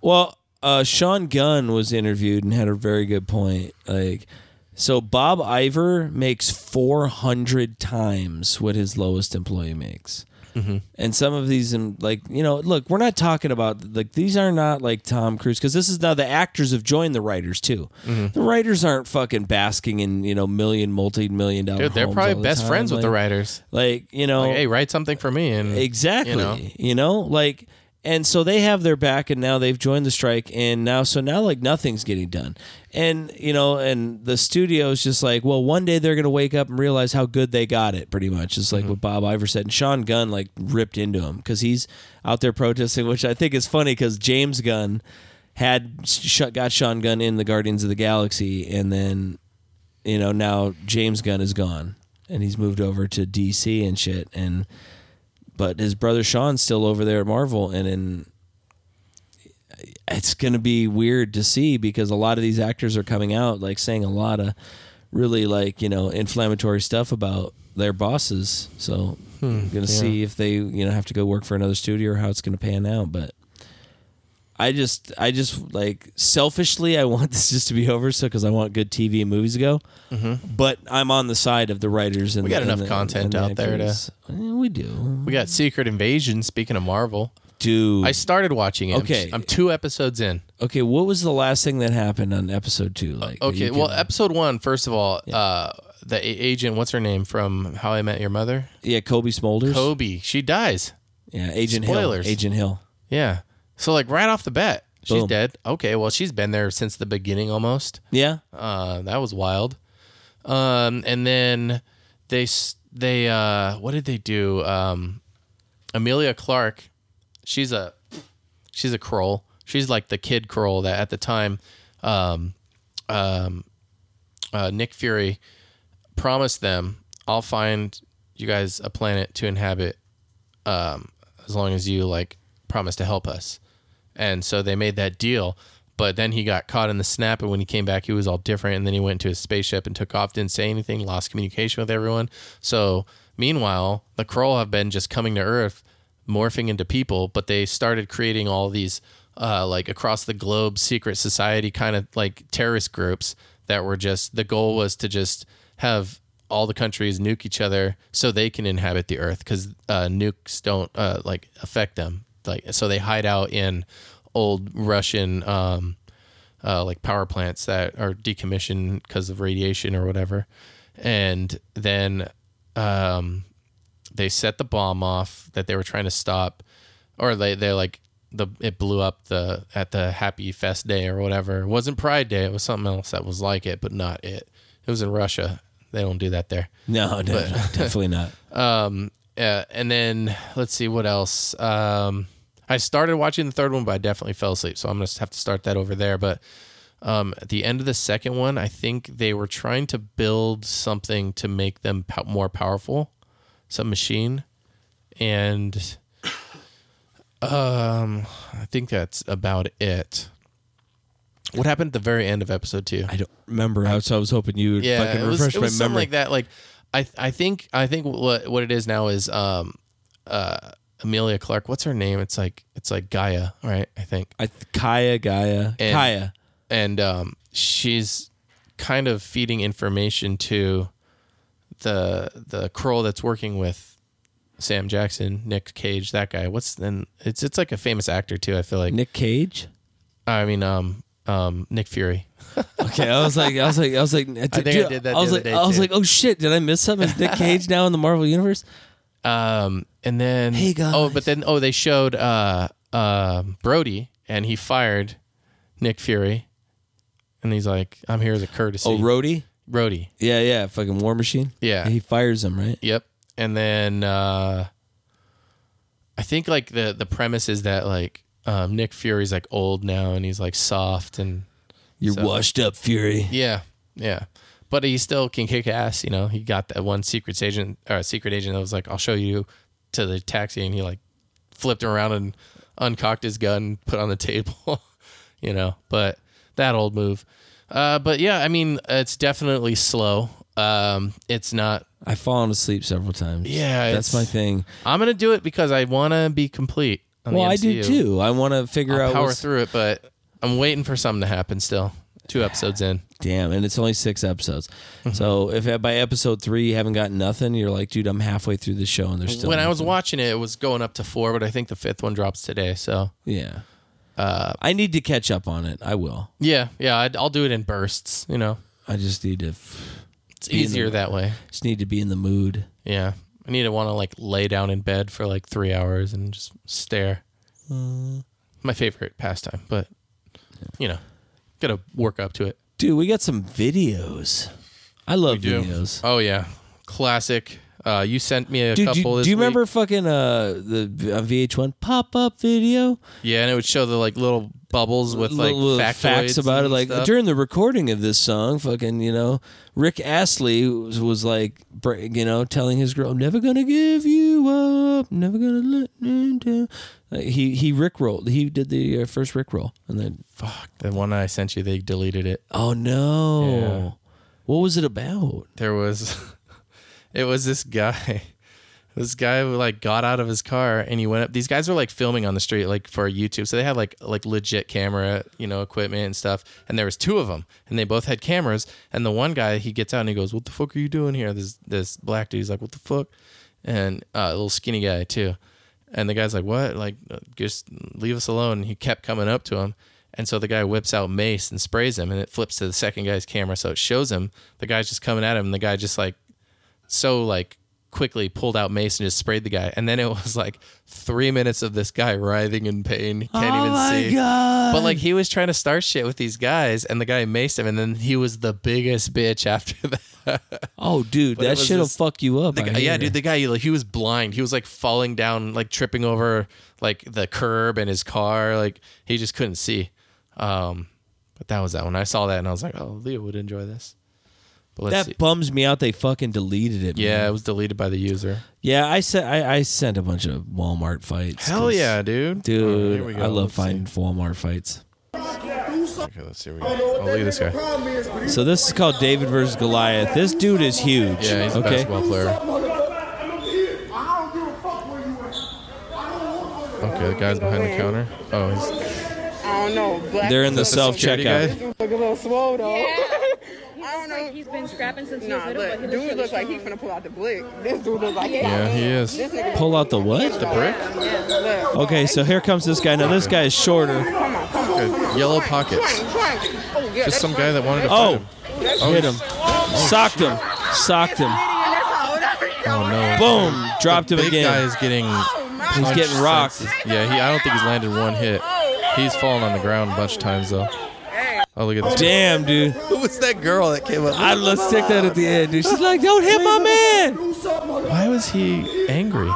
Speaker 2: Well, uh, Sean Gunn was interviewed and had a very good point. Like, so Bob Iver makes four hundred times what his lowest employee makes.
Speaker 1: Mm-hmm.
Speaker 2: And some of these, um, like you know, look, we're not talking about like these are not like Tom Cruise because this is now the actors have joined the writers too.
Speaker 1: Mm-hmm.
Speaker 2: The writers aren't fucking basking in you know million, multi-million dollar.
Speaker 1: Dude, they're
Speaker 2: homes
Speaker 1: probably
Speaker 2: all the
Speaker 1: best
Speaker 2: time.
Speaker 1: friends with the
Speaker 2: Like-
Speaker 1: writers.
Speaker 2: Like you know,
Speaker 1: Like, hey, write something for me and
Speaker 2: Exactly. Mm. You
Speaker 1: you
Speaker 2: know?
Speaker 1: know?
Speaker 2: like, and so they have their back, and now they've joined the strike, and now, so now, like, nothing's getting done. And, you know, and the studio's just like, well, one day they're going to wake up and realize how good they got it, pretty much. It's like what Bob Iver said. And Sean Gunn, like, ripped into him because he's out there protesting, which I think is funny because James Gunn had sh- got Sean Gunn in the Guardians of the Galaxy, and then you know, now James Gunn is gone and he's moved over to DC and shit. And but his brother Sean's still over there at Marvel, and in it's gonna be weird to see because a lot of these actors are coming out like saying a lot of really like you know inflammatory stuff about their bosses. So
Speaker 1: Hmm,
Speaker 2: I'm gonna see if they you know have to go work for another studio or how it's gonna pan out. But I just I just like selfishly I want this just to be over so because I want good TV and movies to go. But I'm on the side of the writers
Speaker 1: Mm-hmm.
Speaker 2: and
Speaker 1: We got
Speaker 2: and
Speaker 1: enough
Speaker 2: the-
Speaker 1: content
Speaker 2: and the
Speaker 1: out there to-
Speaker 2: actors. Eh, we do
Speaker 1: We got Secret Invasion. Speaking of Marvel,
Speaker 2: do.
Speaker 1: I started watching it. I'm-
Speaker 2: Okay.
Speaker 1: I'm two episodes in.
Speaker 2: okay, what was the last thing that happened on episode two? Like that
Speaker 1: Okay,
Speaker 2: you
Speaker 1: well,
Speaker 2: can-
Speaker 1: episode one, first of all, uh, the a- agent, what's her name from How I Met Your Mother?
Speaker 2: yeah, Kobe Smolders.
Speaker 1: Kobe. She dies.
Speaker 2: yeah, Agent
Speaker 1: Spoilers.
Speaker 2: Hill. Agent Hill.
Speaker 1: Yeah. So like right off the bat, she's
Speaker 2: Boom.
Speaker 1: dead. Okay, well she's been there since the beginning almost.
Speaker 2: Yeah,
Speaker 1: Uh, that was wild. Um, and then they s- they uh, what did they do? Um, Amelia Clark, she's a she's a Kroll. She's like the kid Kroll that at the time, um, um, uh, Nick Fury promised them, "I'll find you guys a planet to inhabit, um, as long as you like promise to help us." And so they made that deal. But then he got caught in the snap, and when he came back, he was all different. And then he went to his spaceship and took off, didn't say anything, lost communication with everyone. So meanwhile, the Kroll have been just coming to Earth, morphing into people, but they started creating all these uh, like across the globe secret society kind of like terrorist groups that were just the goal was to just have all the countries nuke each other so they can inhabit the earth because uh, nukes don't uh, like affect them like so they hide out in old russian um, uh, like power plants that are decommissioned because of radiation or whatever and then um, they set the bomb off that they were trying to stop or they they like the it blew up the at the happy fest day or whatever it wasn't pride day it was something else that was like it but not it it was in russia they don't do that there
Speaker 2: no, no, no definitely not.
Speaker 1: uh, and then let's see what else. Um, I started watching the third one, but I definitely fell asleep, so I'm gonna have to start that over there. But um, at the end of the second one, I think they were trying to build something to make them pow- more powerful, some machine, and um, I think that's about it. What happened at the very end of episode two?
Speaker 2: I don't remember. I was, I was hoping you would
Speaker 1: yeah,
Speaker 2: fucking
Speaker 1: it was,
Speaker 2: refresh
Speaker 1: it was
Speaker 2: my
Speaker 1: something
Speaker 2: memory.
Speaker 1: like that. Like, I I think I think what what it is now is um uh Amelia Clark. What's her name? It's like it's like Gaia, right? I think,
Speaker 2: I, Kaya, Gaia,
Speaker 1: And-
Speaker 2: Kaya.
Speaker 1: and um she's kind of feeding information to the the Kroll that's working with Sam Jackson, Nick Cage, that guy. What's then? It's it's like a famous actor too. I feel like
Speaker 2: Nick Cage.
Speaker 1: I mean um um Nick Fury.
Speaker 2: Okay, I was like, I was like, I was like, I,
Speaker 1: think I did that
Speaker 2: I was
Speaker 1: the
Speaker 2: like,
Speaker 1: other day,
Speaker 2: I was
Speaker 1: too.
Speaker 2: like, oh shit, did I miss something? Is Nick Cage now in the Marvel universe?
Speaker 1: Um, and then
Speaker 2: Hey, guys.
Speaker 1: oh, but then oh, they showed uh, uh, Brody, and he fired Nick Fury, and he's like, "I'm here as a courtesy."
Speaker 2: Oh, Rhodey.
Speaker 1: Brody.
Speaker 2: Yeah, yeah, fucking War Machine.
Speaker 1: Yeah.
Speaker 2: he fires him, right?
Speaker 1: Yep. And then uh, I think like the the premise is that like um, Nick Fury's like old now, and he's like soft, and
Speaker 2: You're
Speaker 1: So-
Speaker 2: washed up, Fury.
Speaker 1: yeah, yeah. But he still can kick ass, you know. He got that one secret agent or secret agent that was like, "I'll show you to the taxi," and he like flipped around and uncocked his gun, put on the table, you know. But that old move. Uh, but yeah, I mean, it's definitely slow. Um, it's not.
Speaker 2: I've fallen asleep several times.
Speaker 1: Yeah,
Speaker 2: that's
Speaker 1: it's-
Speaker 2: my thing.
Speaker 1: I'm gonna do it because I want to be complete. on the
Speaker 2: Well, I do
Speaker 1: MCU.
Speaker 2: too. I want to figure
Speaker 1: I'll
Speaker 2: out.
Speaker 1: power
Speaker 2: what's-
Speaker 1: through it, but I'm waiting for something to happen. Still, two episodes in.
Speaker 2: Damn, and it's only six episodes.
Speaker 1: Mm-hmm.
Speaker 2: So if by episode three you haven't got nothing, you're like, dude, I'm halfway through the show and there's still
Speaker 1: when I was
Speaker 2: nothing.
Speaker 1: watching it, it was going up to four, but I think the fifth one drops today. So
Speaker 2: Yeah. Uh, I need to catch up on it. I will.
Speaker 1: yeah, yeah, I'd, I'll do it in bursts. You know,
Speaker 2: I just need to f-
Speaker 1: it's easier that way.
Speaker 2: just need to be in the mood.
Speaker 1: Yeah, I need to want to like lay down in bed for like three hours and just stare.
Speaker 2: Uh.
Speaker 1: My favorite pastime, but you know, gotta work up to it.
Speaker 2: Dude, we got some videos. I love
Speaker 1: do.
Speaker 2: videos.
Speaker 1: Oh yeah, classic. Uh, you sent me a
Speaker 2: Dude, do,
Speaker 1: couple.
Speaker 2: you-
Speaker 1: this
Speaker 2: do you remember
Speaker 1: week.
Speaker 2: fucking uh the uh, VH1 pop up video?
Speaker 1: Yeah, and it would show the like little bubbles with like
Speaker 2: Little
Speaker 1: factoids
Speaker 2: facts about it.
Speaker 1: and
Speaker 2: Like
Speaker 1: stuff.
Speaker 2: during the recording of this song, fucking you know, Rick Astley was, was like, br- you know, telling his girl, "I'm never gonna give you up, never gonna let you down." Like, he he Rick rolled. He did the uh, first Rick roll, and then
Speaker 1: fuck the one I sent you, they deleted it.
Speaker 2: Oh no.
Speaker 1: Yeah.
Speaker 2: What was it about?
Speaker 1: there was It was this guy. This guy who, like got out of his car and he went up. These guys were like filming on the street, like for YouTube. So they had like like legit camera, you know, equipment and stuff. And there was two of them, and they both had cameras. And the one guy, he gets out and he goes, "What the fuck are you doing here?" This this black dude, he's like, "What the fuck?" And uh, a little skinny guy too. And the guy's like, "What? Like, uh, just leave us alone." And he kept coming up to him, and so the guy whips out mace and sprays him, and it flips to the second guy's camera, so it shows him the guy's just coming at him, and the guy just like so like quickly pulled out mace and just sprayed the guy, and then it was like three minutes of this guy writhing in pain, can't even see.
Speaker 2: God.
Speaker 1: But like he was trying to start shit with these guys, and the guy maced him, and then he was the biggest bitch after that.
Speaker 2: Oh, dude,
Speaker 1: it
Speaker 2: that
Speaker 1: was
Speaker 2: shit'll
Speaker 1: this-
Speaker 2: fuck you up.
Speaker 1: The
Speaker 2: I
Speaker 1: guy, yeah,
Speaker 2: hear.
Speaker 1: dude, the guy like, he was blind. He was like falling down, like tripping over like the curb in his car. Like he just couldn't see. Um, but that was that one. I saw that and I was like, oh, Leo would enjoy this. But let's
Speaker 2: that
Speaker 1: see.
Speaker 2: bums me out. They fucking deleted it. man.
Speaker 1: Yeah, it was deleted by the user.
Speaker 2: yeah. I sent I, I sent a bunch of Walmart fights. 'cause-
Speaker 1: dude! Oh,
Speaker 2: dude.
Speaker 1: here we go.
Speaker 2: I
Speaker 1: Let's
Speaker 2: love
Speaker 1: see.
Speaker 2: finding Walmart fights.
Speaker 1: Okay, let's see. Here we go. Oh, look at this guy.
Speaker 2: So this is called David versus Goliath. This dude is huge.
Speaker 1: Yeah, he's a
Speaker 2: okay.
Speaker 1: basketball player. Okay, the guy's behind the counter. Oh, he's
Speaker 6: I don't know. Black
Speaker 2: They're in the
Speaker 1: that's the
Speaker 2: self
Speaker 1: security
Speaker 2: checkout.
Speaker 1: guy.
Speaker 6: look a little swole though. I don't know.
Speaker 7: He's been scrapping since he was
Speaker 6: nah,
Speaker 7: little, but
Speaker 6: look,
Speaker 7: he
Speaker 6: dude
Speaker 7: looks
Speaker 6: looks like he's gonna pull out the blick. This dude looks like
Speaker 1: Yeah, he is.
Speaker 6: This nigga
Speaker 2: Pull out the what?
Speaker 1: The brick?
Speaker 6: Look.
Speaker 2: Okay, so here comes this guy. Now this guy is shorter.
Speaker 6: Come on, come on,
Speaker 1: Good.
Speaker 6: come on.
Speaker 1: Yellow
Speaker 6: Twang,
Speaker 1: pockets.
Speaker 6: twang, twang. Oh, yeah,
Speaker 1: just
Speaker 6: that's
Speaker 1: some guy that wanted to fight
Speaker 2: Oh,
Speaker 1: him.
Speaker 2: hit him. Socked him. Socked him.
Speaker 1: Oh no!
Speaker 2: Boom. Dropped him
Speaker 1: Big guy
Speaker 2: again.
Speaker 1: is getting.
Speaker 2: He's
Speaker 1: punched
Speaker 2: getting rocked.
Speaker 1: since- Yeah, he. I don't think he's landed one hit. He's fallen on the ground a bunch of times though. Oh look at this.
Speaker 2: Damn, dude.
Speaker 1: Who was that girl that came up?
Speaker 2: I let's take that at the end, dude. She's like, "Don't hit my man."
Speaker 1: Why was he angry?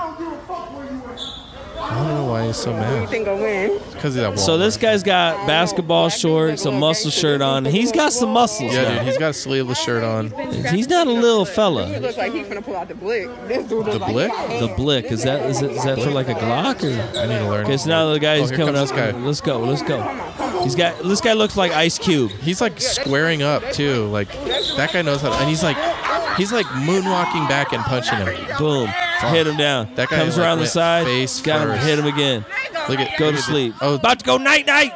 Speaker 1: I don't know why he's so mad.
Speaker 6: Think I win.
Speaker 1: Because he's that.
Speaker 2: So this
Speaker 1: Walmart.
Speaker 2: guy's got basketball shorts, a muscle shirt on. He's got some muscles
Speaker 1: Yeah, dude,
Speaker 2: now.
Speaker 1: he's got a sleeveless shirt on.
Speaker 2: He's not a little fella.
Speaker 6: Looks like he's gonna pull out the blick. This dude looks
Speaker 1: The
Speaker 6: like
Speaker 1: blick?
Speaker 6: he got
Speaker 2: The
Speaker 6: hands.
Speaker 2: blick is that is, it, is that for like a Glock or?
Speaker 1: I need to learn.
Speaker 2: Because now the guy
Speaker 1: Oh,
Speaker 2: is
Speaker 1: here
Speaker 2: coming up.
Speaker 1: comes this guy.
Speaker 2: Let's go. Let's go. He's got. This guy looks like Ice Cube.
Speaker 1: He's like squaring up too. Like that guy knows how. To, and he's like, he's like moonwalking back and punching him.
Speaker 2: Boom. Hit him down.
Speaker 1: That guy,
Speaker 2: comes
Speaker 1: like,
Speaker 2: around the
Speaker 1: went
Speaker 2: side.
Speaker 1: face
Speaker 2: got him.
Speaker 1: first.
Speaker 2: Hit him again.
Speaker 1: Look at look
Speaker 2: Go to
Speaker 1: at the-
Speaker 2: sleep.
Speaker 1: Oh,
Speaker 2: about to go night night.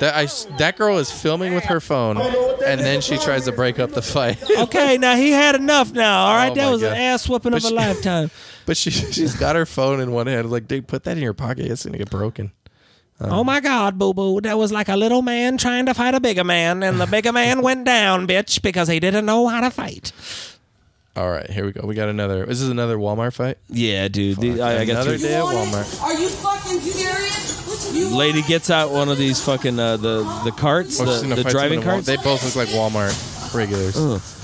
Speaker 1: that I s- that girl is filming with her phone, and then she tries to break up the fight.
Speaker 2: Okay, now he had enough. Now, all right,
Speaker 1: Oh
Speaker 2: that
Speaker 1: my
Speaker 2: was
Speaker 1: God.
Speaker 2: an ass whooping
Speaker 1: But
Speaker 2: of a
Speaker 1: she-
Speaker 2: lifetime.
Speaker 1: But she she's got her phone in one hand. Like, dude, put that in your pocket. It's gonna get broken.
Speaker 2: oh my God, boo boo, that was like a little man trying to fight a bigger man, and the bigger man went down, bitch, because he didn't know how to fight.
Speaker 1: All right, here we go. We got another. This is another Walmart fight.
Speaker 2: Yeah, dude. the- I, I got
Speaker 1: another
Speaker 2: three-
Speaker 1: day at Walmart.
Speaker 8: Are you fucking serious? What you
Speaker 2: Lady gets out one of these fucking uh, the the carts,
Speaker 1: Oh, she's
Speaker 2: the,
Speaker 1: gonna
Speaker 2: the
Speaker 1: fight someone
Speaker 2: driving
Speaker 1: in Wal-
Speaker 2: carts.
Speaker 1: They both look like Walmart regulars.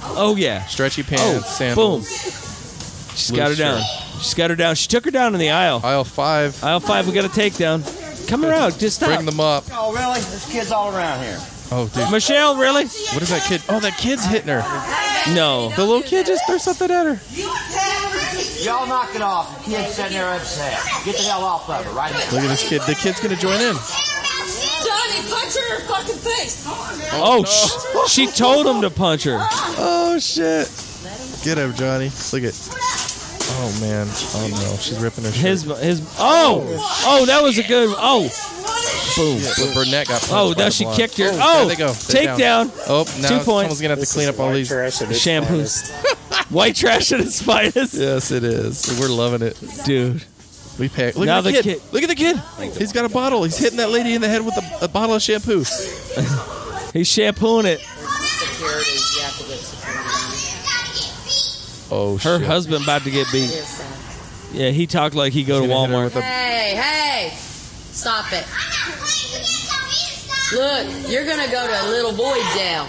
Speaker 2: oh yeah.
Speaker 1: Stretchy
Speaker 2: Oh,
Speaker 1: pants,
Speaker 2: boom.
Speaker 1: sandals.
Speaker 2: She's got her
Speaker 1: Loose
Speaker 2: down. She's got her down. She took her down in the aisle.
Speaker 1: Aisle five.
Speaker 2: Aisle five, we got a takedown. Come around, just stop.
Speaker 1: Bring them up.
Speaker 3: Oh, really? There's kids all around here.
Speaker 1: Oh, dude.
Speaker 2: Michelle, really?
Speaker 1: What is that kid? Oh, that kid's hitting her.
Speaker 2: No.
Speaker 1: The little kid just threw something at her.
Speaker 3: Y'all knock it off. The kid's sitting there upset. Get the hell off of it right now.
Speaker 1: Look at this kid. The kid's gonna join in.
Speaker 8: Johnny, punch her in her fucking face.
Speaker 2: Oh, sh- she told him to punch her.
Speaker 1: Oh shit! Get him, Johnny. Look at. Oh man. Oh no. She's ripping her.
Speaker 2: His
Speaker 1: shirt.
Speaker 2: his. Oh, oh, that was a good. Oh,
Speaker 1: boom. Yeah, but Burnett got. punched
Speaker 2: oh,
Speaker 1: by
Speaker 2: now
Speaker 1: the
Speaker 2: she
Speaker 1: blonde.
Speaker 2: kicked her.
Speaker 1: there
Speaker 2: Oh,
Speaker 1: they go. They're
Speaker 2: takedown.
Speaker 1: Oh, now
Speaker 2: Two
Speaker 1: Two
Speaker 2: points.
Speaker 1: someone's gonna have to clean up all these.
Speaker 2: Shampoos. White trash at its finest,
Speaker 1: Yes, it is. We're loving it.
Speaker 2: dude.
Speaker 1: We pay. Look
Speaker 2: Now
Speaker 1: at the,
Speaker 2: the
Speaker 1: kid.
Speaker 2: kid-
Speaker 1: Look at the kid. He's got a bottle. He's hitting that lady in the head with a, a bottle of shampoo.
Speaker 2: He's shampooing it.
Speaker 1: Oh,
Speaker 2: Her
Speaker 1: shit.
Speaker 2: husband about to get beat. Yeah, he talked like he go to
Speaker 1: Gonna hit her
Speaker 2: Walmart.
Speaker 1: with a-
Speaker 8: Hey, hey, stop it. Look, you're gonna go to little boy jail.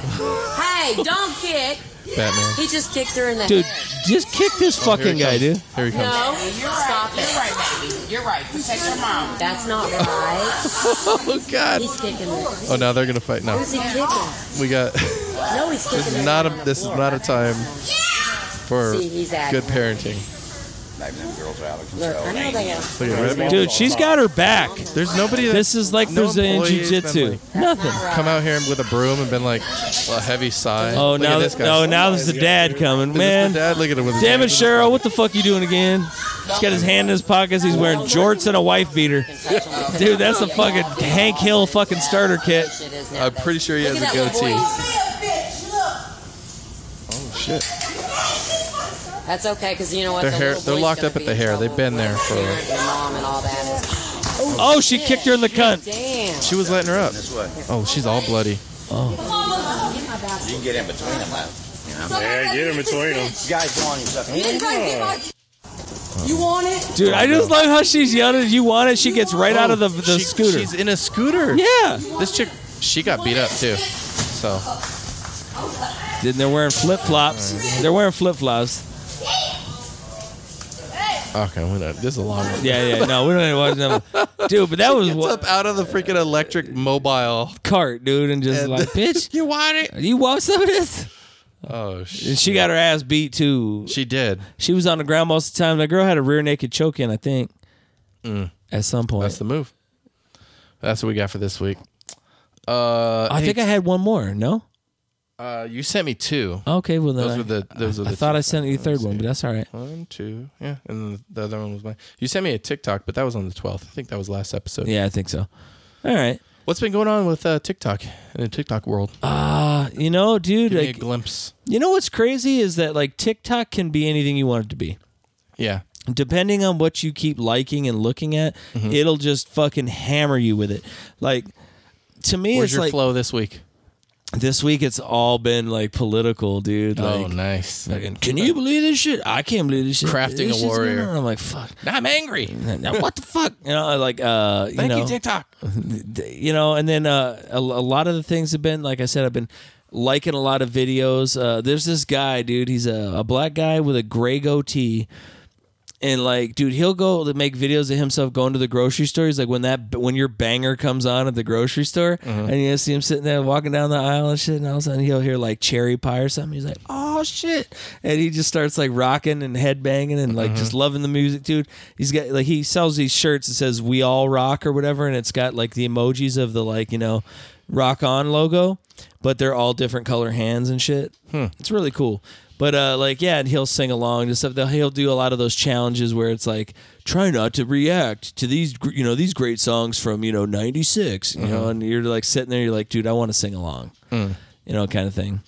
Speaker 8: hey, don't kick.
Speaker 1: Batman.
Speaker 8: He just kicked her in the
Speaker 2: Dude,
Speaker 8: head.
Speaker 2: just kick this
Speaker 1: Oh, Here
Speaker 2: fucking
Speaker 1: he
Speaker 2: guy,
Speaker 1: comes.
Speaker 2: dude.
Speaker 1: Here he comes.
Speaker 8: No, stop it.
Speaker 6: You're right. Protect your mom.
Speaker 8: That's not right.
Speaker 1: Oh God.
Speaker 8: He's kicking her.
Speaker 1: Oh, now they're gonna fight. Now
Speaker 8: Who's he kicking?
Speaker 1: we got.
Speaker 8: No, he's kicking
Speaker 1: This
Speaker 8: her
Speaker 1: is not a.
Speaker 8: down on the
Speaker 1: This is
Speaker 8: floor.
Speaker 1: not a time for
Speaker 8: See, he's acting
Speaker 1: good parenting.
Speaker 3: Maybe them girls are out of
Speaker 8: Look,
Speaker 3: control.
Speaker 8: I know they are.
Speaker 2: Dude, she's got her back.
Speaker 1: There's nobody that
Speaker 2: This is like
Speaker 1: No
Speaker 2: Brazilian
Speaker 1: employee has been
Speaker 2: jiu-jitsu.
Speaker 1: like-
Speaker 2: Nothing.
Speaker 1: come out here with a broom and been like a heavy sigh.
Speaker 2: Oh,
Speaker 1: Look at
Speaker 2: now
Speaker 1: this
Speaker 2: that,
Speaker 1: guy.
Speaker 2: no, now there's the dad coming,
Speaker 1: Is this the
Speaker 2: man.
Speaker 1: dad, look at him with his
Speaker 2: Damn it,
Speaker 1: hands in
Speaker 2: Cheryl! What the fuck you doing again? He's got his hand in his pockets. He's wearing jorts and a wife beater. Dude, that's the fucking Hank Hill fucking starter kit.
Speaker 1: his- I'm pretty sure he has a goatee. Oh shit!
Speaker 8: That's okay, because you know what?
Speaker 1: Their
Speaker 8: the
Speaker 1: hair-
Speaker 8: little
Speaker 1: they're
Speaker 8: boy's
Speaker 1: locked
Speaker 8: gonna
Speaker 1: up at
Speaker 8: be
Speaker 1: the
Speaker 8: in
Speaker 1: hair.
Speaker 8: trouble
Speaker 1: They've been
Speaker 8: with
Speaker 1: there
Speaker 8: his
Speaker 1: for-
Speaker 8: parent and mom and all that. It's-
Speaker 2: Oh, she kicked her in the cunt.
Speaker 8: Damn.
Speaker 1: She was letting her up. Oh, she's all bloody.
Speaker 3: You can get in between them, man.
Speaker 7: Yeah, get in between them.
Speaker 3: You guys go on yourself.
Speaker 8: You want it?
Speaker 2: Dude, I just love how she's yelling. You want it? She gets right out of the, the
Speaker 1: She-
Speaker 2: scooter.
Speaker 1: She's in a scooter.
Speaker 2: Yeah.
Speaker 1: This chick, she got beat up too. So
Speaker 2: Then they're wearing flip flops. They're wearing flip flops.
Speaker 1: okay, we're not, this is a long one.
Speaker 2: Yeah, yeah. No, we don't even watch them. Dude, but that was
Speaker 1: Gets
Speaker 2: what
Speaker 1: up out of the freaking electric mobile.
Speaker 2: cart, dude, and just
Speaker 1: And-
Speaker 2: like, bitch,
Speaker 1: You want it?
Speaker 2: you want some of this?
Speaker 1: Oh
Speaker 2: And
Speaker 1: shit!
Speaker 2: she got her ass beat too.
Speaker 1: She did.
Speaker 2: She was on the ground most of the time. That girl had a rear naked choke in, I think. At some point.
Speaker 1: Mm. That's the move. That's what we got for this week. Uh,
Speaker 2: I think I had one more. No?
Speaker 1: uh, you sent me two.
Speaker 2: Okay, well then.
Speaker 1: Those
Speaker 2: I,
Speaker 1: were the- those were
Speaker 2: I
Speaker 1: the
Speaker 2: thought
Speaker 1: two
Speaker 2: I sent you the
Speaker 1: I
Speaker 2: third
Speaker 1: see.
Speaker 2: one, but that's all right.
Speaker 1: One, two, yeah, and the other one was mine. You sent me a TikTok, but that was on the twelfth. I think that was last episode.
Speaker 2: Yeah, I think so. All right.
Speaker 1: What's been going on with uh, TikTok in the TikTok world?
Speaker 2: Uh, you know, dude,
Speaker 1: Give me a
Speaker 2: like,
Speaker 1: glimpse.
Speaker 2: you know what's crazy is that like TikTok can be anything you want it to be.
Speaker 1: Yeah,
Speaker 2: depending on what you keep liking and looking at,
Speaker 1: Mm-hmm.
Speaker 2: it'll just fucking hammer you with it. Like to me,
Speaker 1: where's
Speaker 2: it's
Speaker 1: your
Speaker 2: like
Speaker 1: flow this week?
Speaker 2: this week it's all been like political, dude.
Speaker 1: oh,
Speaker 2: Like,
Speaker 1: nice.
Speaker 2: fucking, can you believe this shit? I can't believe this shit.
Speaker 1: Crafting a
Speaker 2: This shit's going
Speaker 1: warrior.
Speaker 2: on." I'm like, fuck.
Speaker 1: I'm angry.
Speaker 2: Now, what the fuck? You know, like, uh, you
Speaker 1: Thank you,
Speaker 2: know,
Speaker 1: TikTok.
Speaker 2: you know, and then uh, a, a lot of the things have been, like I said, I've been liking a lot of videos. Uh, there's this guy, dude. He's a, a black guy with a gray goatee. And like, dude, he'll go to make videos of himself going to the grocery store. He's like, when that when your banger comes on at the grocery store, and you see him sitting there walking down the aisle and shit, and all of a sudden he'll hear like cherry pie or something. He's like, oh shit, and he just starts like rocking and headbanging and like just loving the music, dude. He's got like he sells these shirts that says "We all rock" or whatever, and it's got like the emojis of the like you know, rock on logo, but they're all different color hands and shit. It's really cool. But uh, like yeah, and he'll sing along and stuff. They'll- He'll do a lot of those challenges where it's like try not to react to these gr- you know these great songs from you know '96, you
Speaker 1: Mm-hmm.
Speaker 2: know, and you're like sitting there, you're like, dude, I want to sing along,
Speaker 1: Mm.
Speaker 2: you know, kind of thing.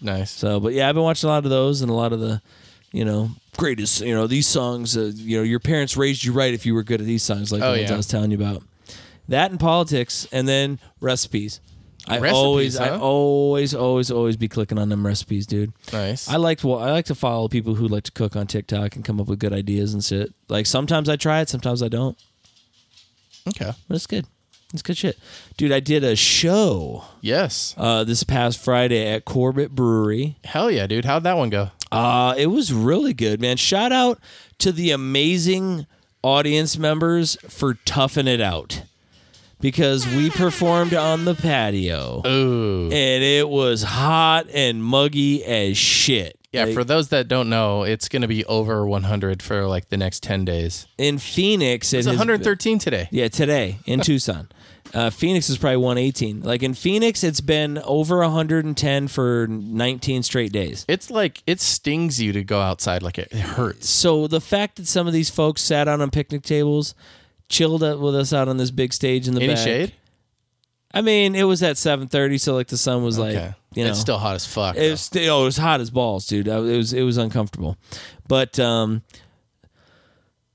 Speaker 1: Nice.
Speaker 2: So, but yeah, I've been watching a lot of those and a lot of the, you know, greatest, you know, these songs. Uh, you know, your parents raised you right if you were good at these songs, like
Speaker 1: Oh,
Speaker 2: the ones
Speaker 1: yeah.
Speaker 2: I was telling you about. That and politics, and then recipes. I
Speaker 1: Recipes,
Speaker 2: always, I
Speaker 1: huh?
Speaker 2: always, always, always be clicking on them recipes, dude.
Speaker 1: Nice.
Speaker 2: I like to, well, I like to follow people who like to cook on TikTok and come up with good ideas and shit. Like sometimes I try it, sometimes I don't.
Speaker 1: okay.
Speaker 2: But it's good. It's good shit, dude. I did a show
Speaker 1: Yes.
Speaker 2: uh, this past Friday at Corbett Brewery.
Speaker 1: Hell yeah, dude. How'd that one go?
Speaker 2: Uh, it was really good, man. Shout out to the amazing audience members for toughing it out because we performed on the patio
Speaker 1: Oh. Ooh.
Speaker 2: and it was hot and muggy as shit.
Speaker 1: Yeah,
Speaker 2: Like,
Speaker 1: for those that don't know, it's going to be over 100 for like the next 10 days.
Speaker 2: in Phoenix,
Speaker 1: It's 113 today.
Speaker 2: Yeah, today in Tucson. Uh, Phoenix is probably 118. Like in Phoenix, it's been over 110 for 19 straight days.
Speaker 1: It's like it stings you to go outside like it, it hurts.
Speaker 2: so the fact that some of these folks sat out on picnic tables, chilled up with us out on this big stage in the
Speaker 1: Any
Speaker 2: back.
Speaker 1: shade?
Speaker 2: I mean, it was at seven thirty, so like the sun was like you know
Speaker 1: it's still hot as fuck.
Speaker 2: it was still it was hot as balls, dude. I- It was it was uncomfortable, but um,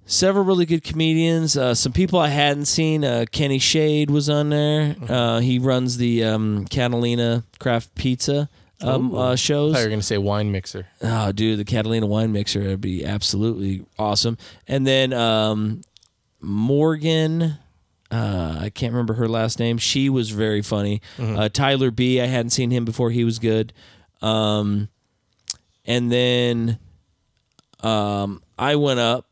Speaker 2: several really good comedians. Uh, some people I hadn't seen. Uh, Kenny Shade was on there. Uh, he runs the um, Catalina Craft Pizza. Um, uh,
Speaker 1: though. I
Speaker 2: shows.
Speaker 1: thought you were gonna say wine mixer.
Speaker 2: Oh, dude, the Catalina wine mixer would be absolutely awesome. And then um, Morgan, uh, I can't remember her last name. She was very funny. Uh, Tyler B, I hadn't seen him before. He was good. Um, and then um, I went up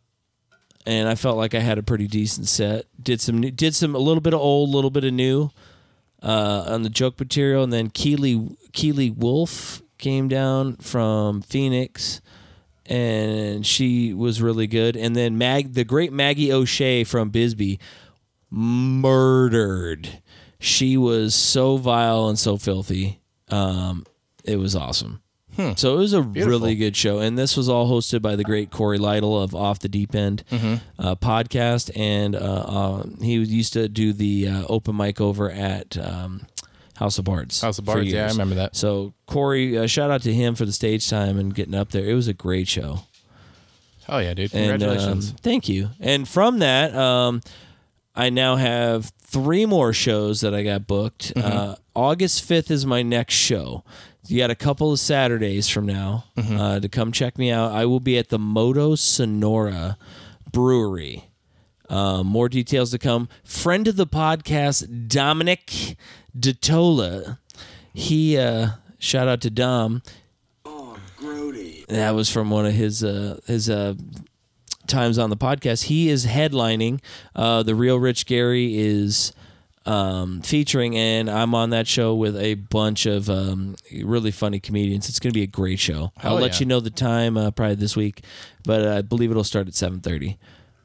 Speaker 2: and I felt like I had a pretty decent set. Did some new, did some a little bit of old, a little bit of new uh, on the joke material, and then Keely Keely Wolf came down from Phoenix and she was really good. And then Mag, the great Maggie O'Shea from Bisbee, murdered. She was so vile and so filthy. Um, it was awesome.
Speaker 1: Hmm.
Speaker 2: So it was a really good show, and this was all hosted by the great Corey Lytle of Off the Deep End
Speaker 1: Mm-hmm.
Speaker 2: uh, podcast, and uh, uh, he was- used to do the uh, open mic over at um, House of Bards.
Speaker 1: House of
Speaker 2: for
Speaker 1: Bards, yeah, I
Speaker 2: years.
Speaker 1: remember that.
Speaker 2: So Corey, uh, shout out to him for the stage time and getting up there. It was a great show.
Speaker 1: Oh yeah, dude!
Speaker 2: And,
Speaker 1: Congratulations.
Speaker 2: um, thank you. And from that, um, I now have three more shows that I got booked. Uh, August 5th is my next show. You got a couple of Saturdays from now uh, to come check me out. I will be at the Moto Sonora Brewery. Uh, more details to come. Friend of the podcast, Dominic Detola. He, uh, shout out to Dom. That was from one of his uh, his uh, times on the podcast. He is headlining. Uh, the Real Rich Gary is um, featuring, and I'm on that show with a bunch of um, really funny comedians. It's going to be a great show. I'll
Speaker 1: Hell
Speaker 2: let
Speaker 1: yeah.
Speaker 2: you know the time uh, probably this week, but uh, I believe it'll start at 7:30.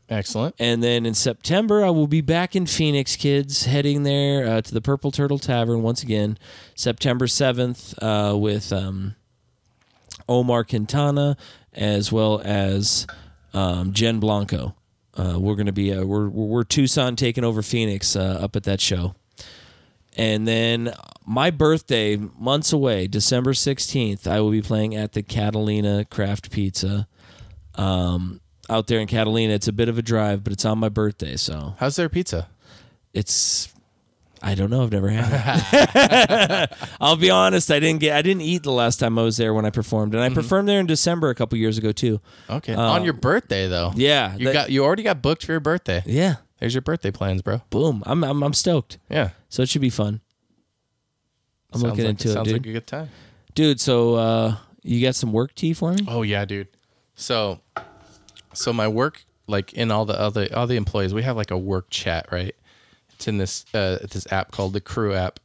Speaker 1: Excellent.
Speaker 2: And then in September, I will be back in Phoenix, kids, heading there uh, to the Purple Turtle Tavern once again, September 7th, uh, with um, Omar Quintana as well as um, Jen Blanco. Uh, we're going to be, uh, we're, we're we're Tucson taking over Phoenix uh, up at that show. And then my birthday, months away, December 16th, I will be playing at the Catalina Craft Pizza out there in Catalina. It's a bit of a drive, but it's on my birthday, so
Speaker 1: How's their pizza?
Speaker 2: it's I don't know. I've never had it. I'll be honest. I didn't get. I didn't eat the last time I was there when I performed,
Speaker 1: Mm-hmm.
Speaker 2: and I performed there in December a couple years ago too.
Speaker 1: Okay. On your birthday though.
Speaker 2: Um, yeah,
Speaker 1: You
Speaker 2: that-
Speaker 1: got you already got booked for your birthday.
Speaker 2: Yeah.
Speaker 1: There's your birthday plans, bro.
Speaker 2: Boom. I'm I'm, I'm stoked.
Speaker 1: Yeah.
Speaker 2: So it should be fun. I'm
Speaker 1: Sounds
Speaker 2: looking
Speaker 1: like-
Speaker 2: into it,
Speaker 1: Sounds
Speaker 2: dude.
Speaker 1: like a good time.
Speaker 2: dude. So uh, you got some work tea for me?
Speaker 1: Oh yeah, dude. So, so my work, like in all the other all the employees, we have like a work chat, right? It's in this uh, this app called the Crew app.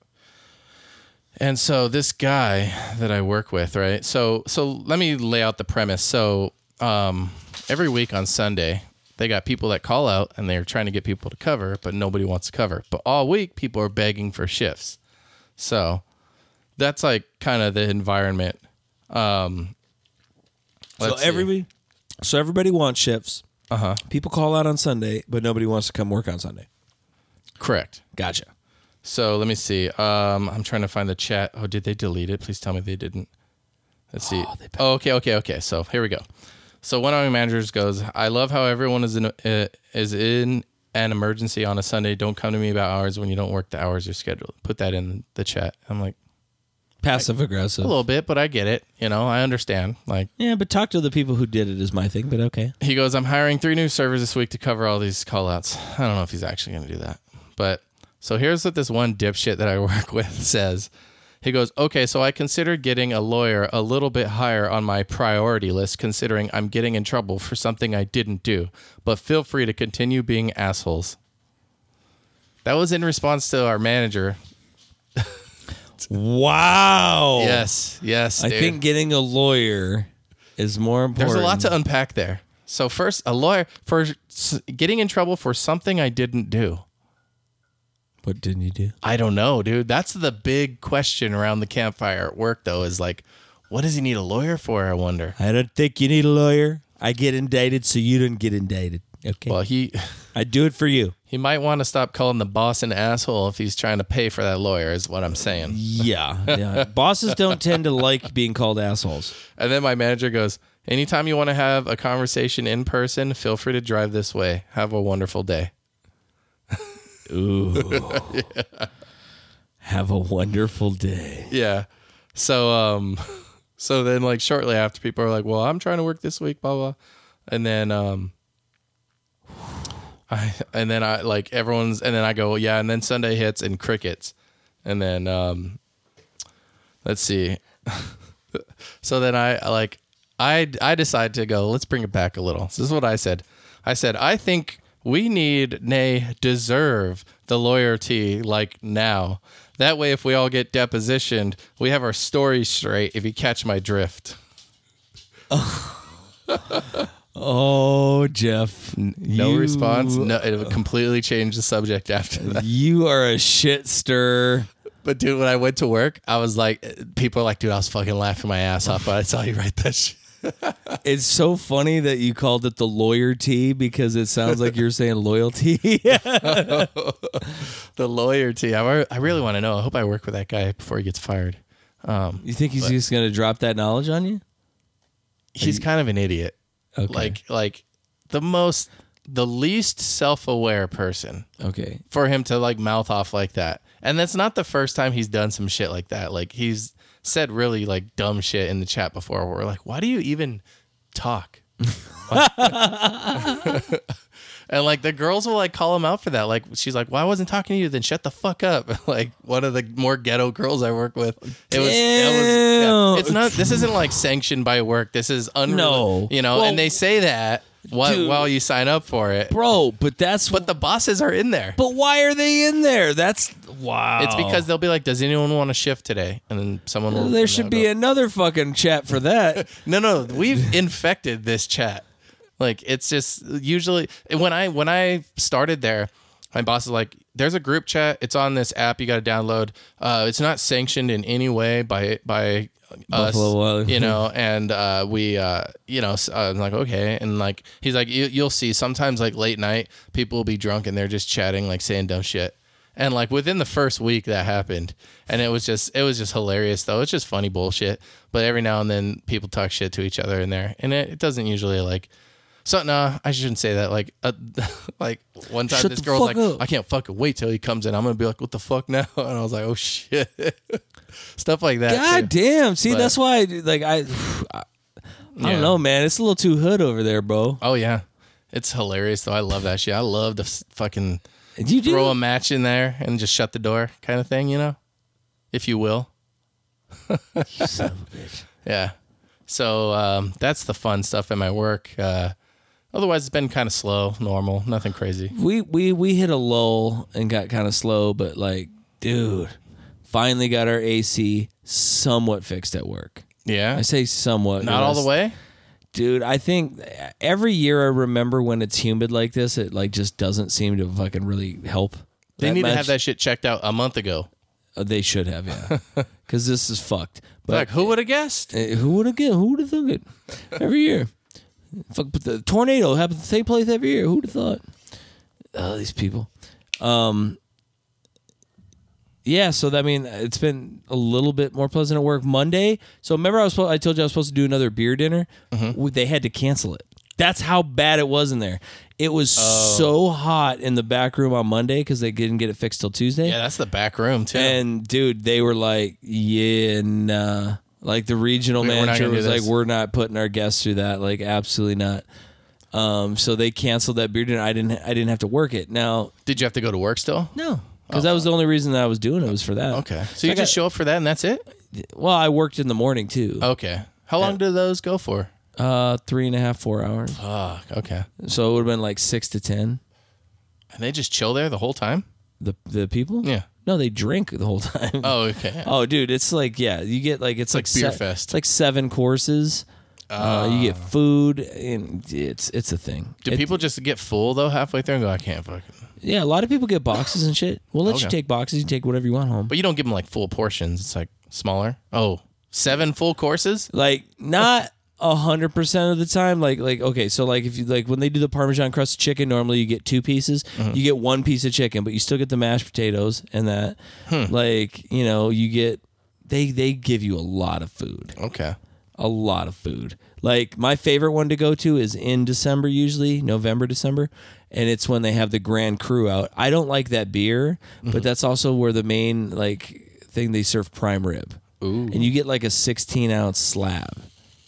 Speaker 1: And so this guy that I work with, right? So so let me lay out the premise. So um, every week on Sunday, they got people that call out and they're trying to get people to cover, but nobody wants to cover. But all week, people are begging for shifts. So that's like kind of the environment. Um, let's see. Uh-huh.
Speaker 2: so everybody, so everybody wants shifts. Uh huh. People call out on Sunday, but nobody wants to come work on Sunday.
Speaker 1: Correct.
Speaker 2: Gotcha.
Speaker 1: So let me see. Um, I'm trying to find the chat. Oh, did they delete it? Please tell me they didn't. Let's see. Oh, okay, okay, okay. So here we go. So one of my managers goes, "I love how everyone is in uh, is in an emergency on a Sunday. Don't come to me about hours when you don't work the hours you're scheduled." Put that in the chat. I'm like
Speaker 2: Passive aggressive.
Speaker 1: a little bit, but I get it. You know, I understand. Like
Speaker 2: Yeah, but talk to the people who did it is my thing, but okay.
Speaker 1: he goes, I'm hiring three new servers this week to cover all these call outs. I don't know if he's actually going to do that. But so here's what this one dipshit that I work with says. He goes, Okay, so I considered getting a lawyer a little bit higher on my priority list, considering I'm getting in trouble for something I didn't do. But feel free to continue being assholes. That was in response to our manager.
Speaker 2: Wow.
Speaker 1: Yes, yes.
Speaker 2: Oh. I
Speaker 1: dude.
Speaker 2: think getting a lawyer is more important.
Speaker 1: There's a lot to unpack there. So first, a lawyer for s- getting in trouble for something I didn't do.
Speaker 2: What didn't you do?
Speaker 1: I don't know, dude. That's the big question around the campfire at work, though, is like, what does he need a lawyer for? I wonder.
Speaker 2: I don't think you need a lawyer. I get indicted so you don't get indicted. Okay.
Speaker 1: Well, he
Speaker 2: I do it for you.
Speaker 1: he might want to stop calling the boss an asshole if he's trying to pay for that lawyer, is what I'm saying.
Speaker 2: Yeah. yeah. Bosses don't tend to like being called assholes.
Speaker 1: And then my manager goes, "Anytime you want to have a conversation in person, feel free to drive this way. Have a wonderful day."
Speaker 2: Have a wonderful day.
Speaker 1: Yeah. So um so then like shortly after people are like, Well, I'm trying to work this week, blah blah. And then um I and then I like everyone's and then I go, Yeah, and then Sunday hits and crickets. And then um let's see. so then I I, like I I decide to go, let's bring it back a little. This is what I said. I said, I think we need, nay, deserve the loyalty like now. That way if we all get depositioned, we have our story straight if you catch my drift.
Speaker 2: Oh, Jeff.
Speaker 1: No
Speaker 2: you-
Speaker 1: response. No, it completely changed the subject after that.
Speaker 2: You are a shit stir.
Speaker 1: But dude, when I went to work, I was like, people are like, dude, I was fucking laughing my ass off, but I saw you write that shit.
Speaker 2: It's so funny that you called it the lawyer tea because it sounds like you're saying loyalty.
Speaker 1: The lawyer too. I, I really want to know. I hope I work with that guy before he gets fired.
Speaker 2: you think he's just going to drop that knowledge on you?
Speaker 1: He's kind of an idiot.
Speaker 2: Okay.
Speaker 1: Like, like the most, the least self-aware person.
Speaker 2: Okay.
Speaker 1: for him to like mouth off like that. And that's not the first time he's done some shit like that. Like he's said really like dumb shit in the chat before. Where we're like, why do you even talk? and like the girls will like call him out for that. Like she's like, "Why I wasn't talking to you? Then shut the fuck up." Like one of the more ghetto girls I work with. It was. It was yeah.
Speaker 2: Damn.
Speaker 1: It's not. This isn't like sanctioned by work. This is unreal.
Speaker 2: No.
Speaker 1: You know.
Speaker 2: Well,
Speaker 1: and they say that while,
Speaker 2: dude.
Speaker 1: while you sign up for it.
Speaker 2: Bro, but that's what.
Speaker 1: But the bosses are in there.
Speaker 2: But why are they in there? That's wow.
Speaker 1: It's because they'll be like, "Does anyone want to shift today?" And then someone will.
Speaker 2: there should be
Speaker 1: a
Speaker 2: another fucking chat for that.
Speaker 1: no, no. We've infected this chat. Like it's just usually when I when I started there, my boss is like, "There's a group chat. It's on this app. You got to download. Uh, it's not sanctioned in any way by by us.
Speaker 2: Buffalo Wild Wings.
Speaker 1: You know, and uh, we, uh, you know, s- uh, I'm like, okay, and like he's like, you, you'll see. Sometimes like late night, people will be drunk and they're just chatting, like saying dumb shit. And like within the first week, that happened, and it was just it was just hilarious though. It's just funny bullshit. But every now and then, people talk shit to each other in there, and it, it doesn't usually like. So nah, I shouldn't say that. Like, uh, like one time
Speaker 2: Shut
Speaker 1: this
Speaker 2: the
Speaker 1: girl's
Speaker 2: fuck
Speaker 1: like,
Speaker 2: up.
Speaker 1: I can't fucking wait till he comes in. I'm gonna be like, what the fuck now? And I was like, oh shit, stuff like that.
Speaker 2: God
Speaker 1: too.
Speaker 2: damn. See,
Speaker 1: But-
Speaker 2: that's why, like, I, I
Speaker 1: Yeah.
Speaker 2: don't know, man. It's a little too hood over there, bro.
Speaker 1: Oh yeah, it's hilarious though. I love that shit. I love the s- fucking
Speaker 2: You do.
Speaker 1: throw a match in there and just shut the door kind of thing, you know, if you will. Yeah. So um, that's the fun stuff in my work. Uh, otherwise, it's been kind of slow, normal, nothing crazy.
Speaker 2: we we we hit a lull and got kind of slow, but like, dude, finally got our AC somewhat fixed at work.
Speaker 1: Yeah.
Speaker 2: I say somewhat,
Speaker 1: Not all
Speaker 2: yes.
Speaker 1: the way.
Speaker 2: dude. I think every year I remember when it's humid like this, it like just doesn't seem to fucking really help.
Speaker 1: They
Speaker 2: that
Speaker 1: need to
Speaker 2: much.
Speaker 1: have that shit checked out a month ago.
Speaker 2: Uh, They should have, yeah, because this is fucked. But
Speaker 1: Like, who would have guessed?
Speaker 2: Uh, who would have guessed? Who would have thunk it? Every year. Fuck, but the tornado happens to take place every year. Who would have thought? Oh, these people. Um, yeah, so that, I mean, it's been a little bit more pleasant at work Monday. So remember, I was supposed, I told you I was supposed to do another beer dinner. W- They had to cancel it. That's how bad it was in there. It was so hot in the back room on Monday because they didn't get it fixed till Tuesday.
Speaker 1: Yeah, that's the back room too.
Speaker 2: And dude, they were like, yeah, nah. Like the regional
Speaker 1: We- we're not
Speaker 2: manager
Speaker 1: gonna do
Speaker 2: was like,
Speaker 1: this.
Speaker 2: we're not putting our guests through that. Like, absolutely not. Um, so they canceled that beer dinner. I didn't. I didn't have to work it. Now,
Speaker 1: Did you have to go to work still?
Speaker 2: no, because that was the only reason that I was doing it was for that.
Speaker 1: Oh. Okay. So you just Oh. show up for that and that's it?
Speaker 2: Well, I worked in the morning too.
Speaker 1: Okay. How long do those go for?
Speaker 2: Uh, three and a half, four hours.
Speaker 1: Fuck. Okay.
Speaker 2: So it would have been like six to ten.
Speaker 1: And they just chill there the whole time?
Speaker 2: The the people.
Speaker 1: Yeah.
Speaker 2: No, they drink the whole time.
Speaker 1: Oh, okay.
Speaker 2: Oh, dude, it's like yeah, you get like it's like,
Speaker 1: beer
Speaker 2: se-
Speaker 1: fest. Ah.
Speaker 2: It's like seven courses. Uh, you get food, and it's it's a thing.
Speaker 1: Do
Speaker 2: It-
Speaker 1: people just get full though halfway through and go, I can't fucking.
Speaker 2: Yeah, a lot of people get boxes and shit. We'll let you
Speaker 1: Okay.
Speaker 2: take boxes. You can take whatever you want home.
Speaker 1: But you don't give them like full portions. It's like smaller. Oh, seven full courses?
Speaker 2: like not a hundred percent of the time. Like like okay, so like if you like when they do the Parmesan crust chicken, normally you get two pieces.
Speaker 1: Mm-hmm.
Speaker 2: You get one piece of chicken, but you still get the mashed potatoes and that.
Speaker 1: Hmm.
Speaker 2: Like you know, you get they they give you a lot of food.
Speaker 1: Okay.
Speaker 2: a lot of food. Like my favorite one to go to is in December usually, November, December, and it's when they have the grand crew out. I don't like that beer, but that's also where the main like thing they serve prime rib. Ooh. And you get like a 16 ounce slab,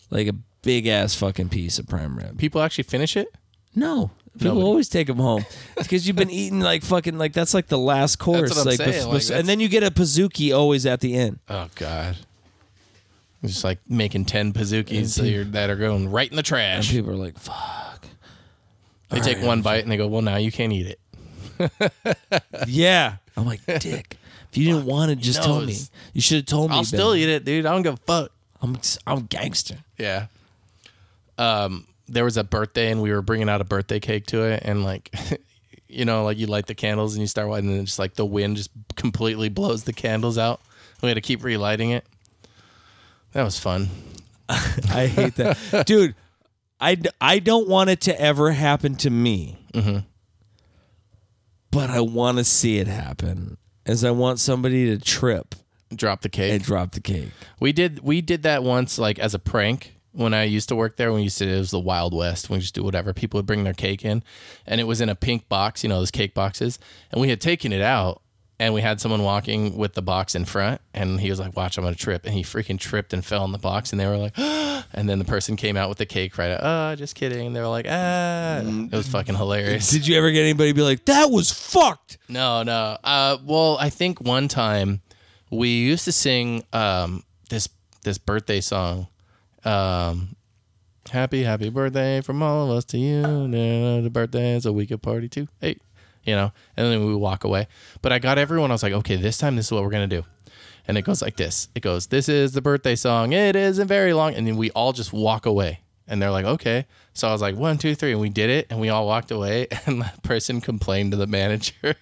Speaker 2: like a big ass fucking piece of prime rib.
Speaker 1: People actually finish it?
Speaker 2: No. People always take them home because you've been eating like fucking like that's like the last course,
Speaker 1: what I'm
Speaker 2: like,
Speaker 1: saying, like, that's-
Speaker 2: and then you get a pizookie always at the end.
Speaker 1: Oh, God. It's Just like making 10 pazookies that, you're, that are going right in the trash.
Speaker 2: People are like, "Fuck,
Speaker 1: They take one bite and they go, well, now you can't eat it.
Speaker 2: Yeah. I'm like, Dick, if you didn't want it, just tell me.
Speaker 1: knows.
Speaker 2: You should have told me.
Speaker 1: I'll still
Speaker 2: better.
Speaker 1: eat it, dude. I don't give a fuck.
Speaker 2: I'm, I'm gangster.
Speaker 1: Yeah. um, there was a birthday and we were bringing out a birthday cake to it, and like, you know, like you light the candles and you start lighting, and just like the wind just completely blows the candles out. We had to keep relighting it. That was fun.
Speaker 2: I hate that, dude. I, d- I don't want it to ever happen to me, but I want to see it happen. As I want somebody to trip
Speaker 1: Drop the cake.
Speaker 2: and drop the cake.
Speaker 1: We did we did that once like as a prank when I used to work there. When we used to it was the Wild West. We just do whatever. People would bring their cake in, and it was in a pink box. You know those cake boxes, and we had taken it out. And we had someone walking with the box in front, and he was like, "Watch, I'm gonna trip," and he freaking tripped and fell in the box, and they were like, and then the person came out with the cake right out. Oh, just kidding. And they were like, ah, it was fucking hilarious.
Speaker 2: Did you ever get anybody be like, "That was fucked"?
Speaker 1: No, no. Uh, well, I think one time we used to sing um, this this birthday song. Um, happy, happy birthday from all of us to you. Na- The birthday is a weekend party too. Hey, you know. And then we walk away. But I got everyone. I was like, okay, this time this is what we're gonna do. And it goes like this. It goes, this is the birthday song. It isn't very long. And then we all just walk away. And they're like, okay. So I was like, one, two, three. And we did it. And we all walked away. And the person complained to the manager.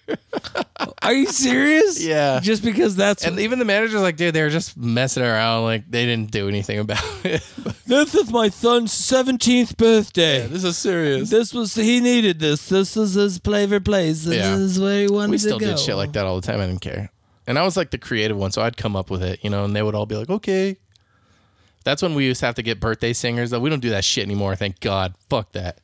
Speaker 2: Are you serious?
Speaker 1: Yeah.
Speaker 2: Just because that's
Speaker 1: And even the manager's like, dude, they were just messing around. Like, they didn't do anything about it.
Speaker 2: this is my son's seventeenth birthday.
Speaker 1: this is serious.
Speaker 2: This was he needed this. This was his flavor place. This
Speaker 1: Yeah.
Speaker 2: is where he wanted
Speaker 1: We
Speaker 2: to go.
Speaker 1: still did shit like that all the time. I didn't care. And I was like the creative one, so I'd come up with it, you know, and they would all be like, okay. That's when we used to have to get birthday singers. Though we don't do that shit anymore. Thank God. Fuck that.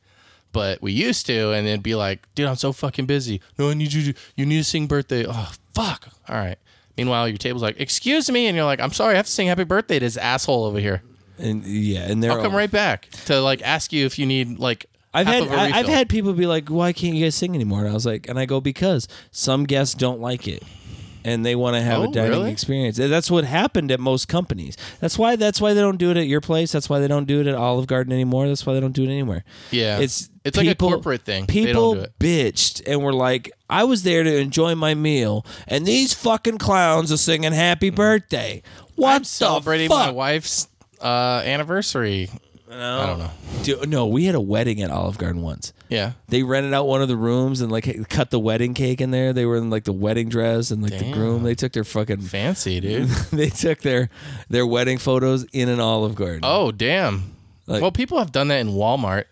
Speaker 1: But we used to, and it'd be like, dude, I'm so fucking busy. No, I need you to, you need to sing birthday. Oh, fuck. All right. Meanwhile, your table's like, excuse me. And you're like, I'm sorry, I have to sing happy birthday to this asshole over here.
Speaker 2: And yeah, and they're
Speaker 1: I'll come
Speaker 2: all-
Speaker 1: right back to like ask you if you need like.
Speaker 2: I've
Speaker 1: half
Speaker 2: had
Speaker 1: of a
Speaker 2: I, I've
Speaker 1: refill.
Speaker 2: had people be like, "Why can't you guys sing anymore?" And I was like, and I go because some guests don't like it, and they want to have a
Speaker 1: Oh,
Speaker 2: dining
Speaker 1: really?
Speaker 2: experience. And That's what happened at most companies. That's why that's why they don't do it at your place. That's why they don't do it at Olive Garden anymore. That's why they don't do it anywhere.
Speaker 1: Yeah.
Speaker 2: it's
Speaker 1: It's like a
Speaker 2: people-
Speaker 1: corporate thing. They
Speaker 2: People
Speaker 1: don't do it.
Speaker 2: bitched and were like, "I was there to enjoy my meal, and these fucking clowns are singing Happy Birthday." What
Speaker 1: Mm. I'm celebrating
Speaker 2: the fuck?
Speaker 1: my wife's uh, anniversary. I don't know.
Speaker 2: Dude, no, we had a wedding at Olive Garden once.
Speaker 1: Yeah.
Speaker 2: they rented out one of the rooms and like cut the wedding cake in there. They were in like the wedding dress and like the groom. They took their fucking
Speaker 1: Fancy, dude.
Speaker 2: they took their their wedding photos in an Olive Garden.
Speaker 1: oh, damn.
Speaker 2: Like-
Speaker 1: well, people have done that in Walmart.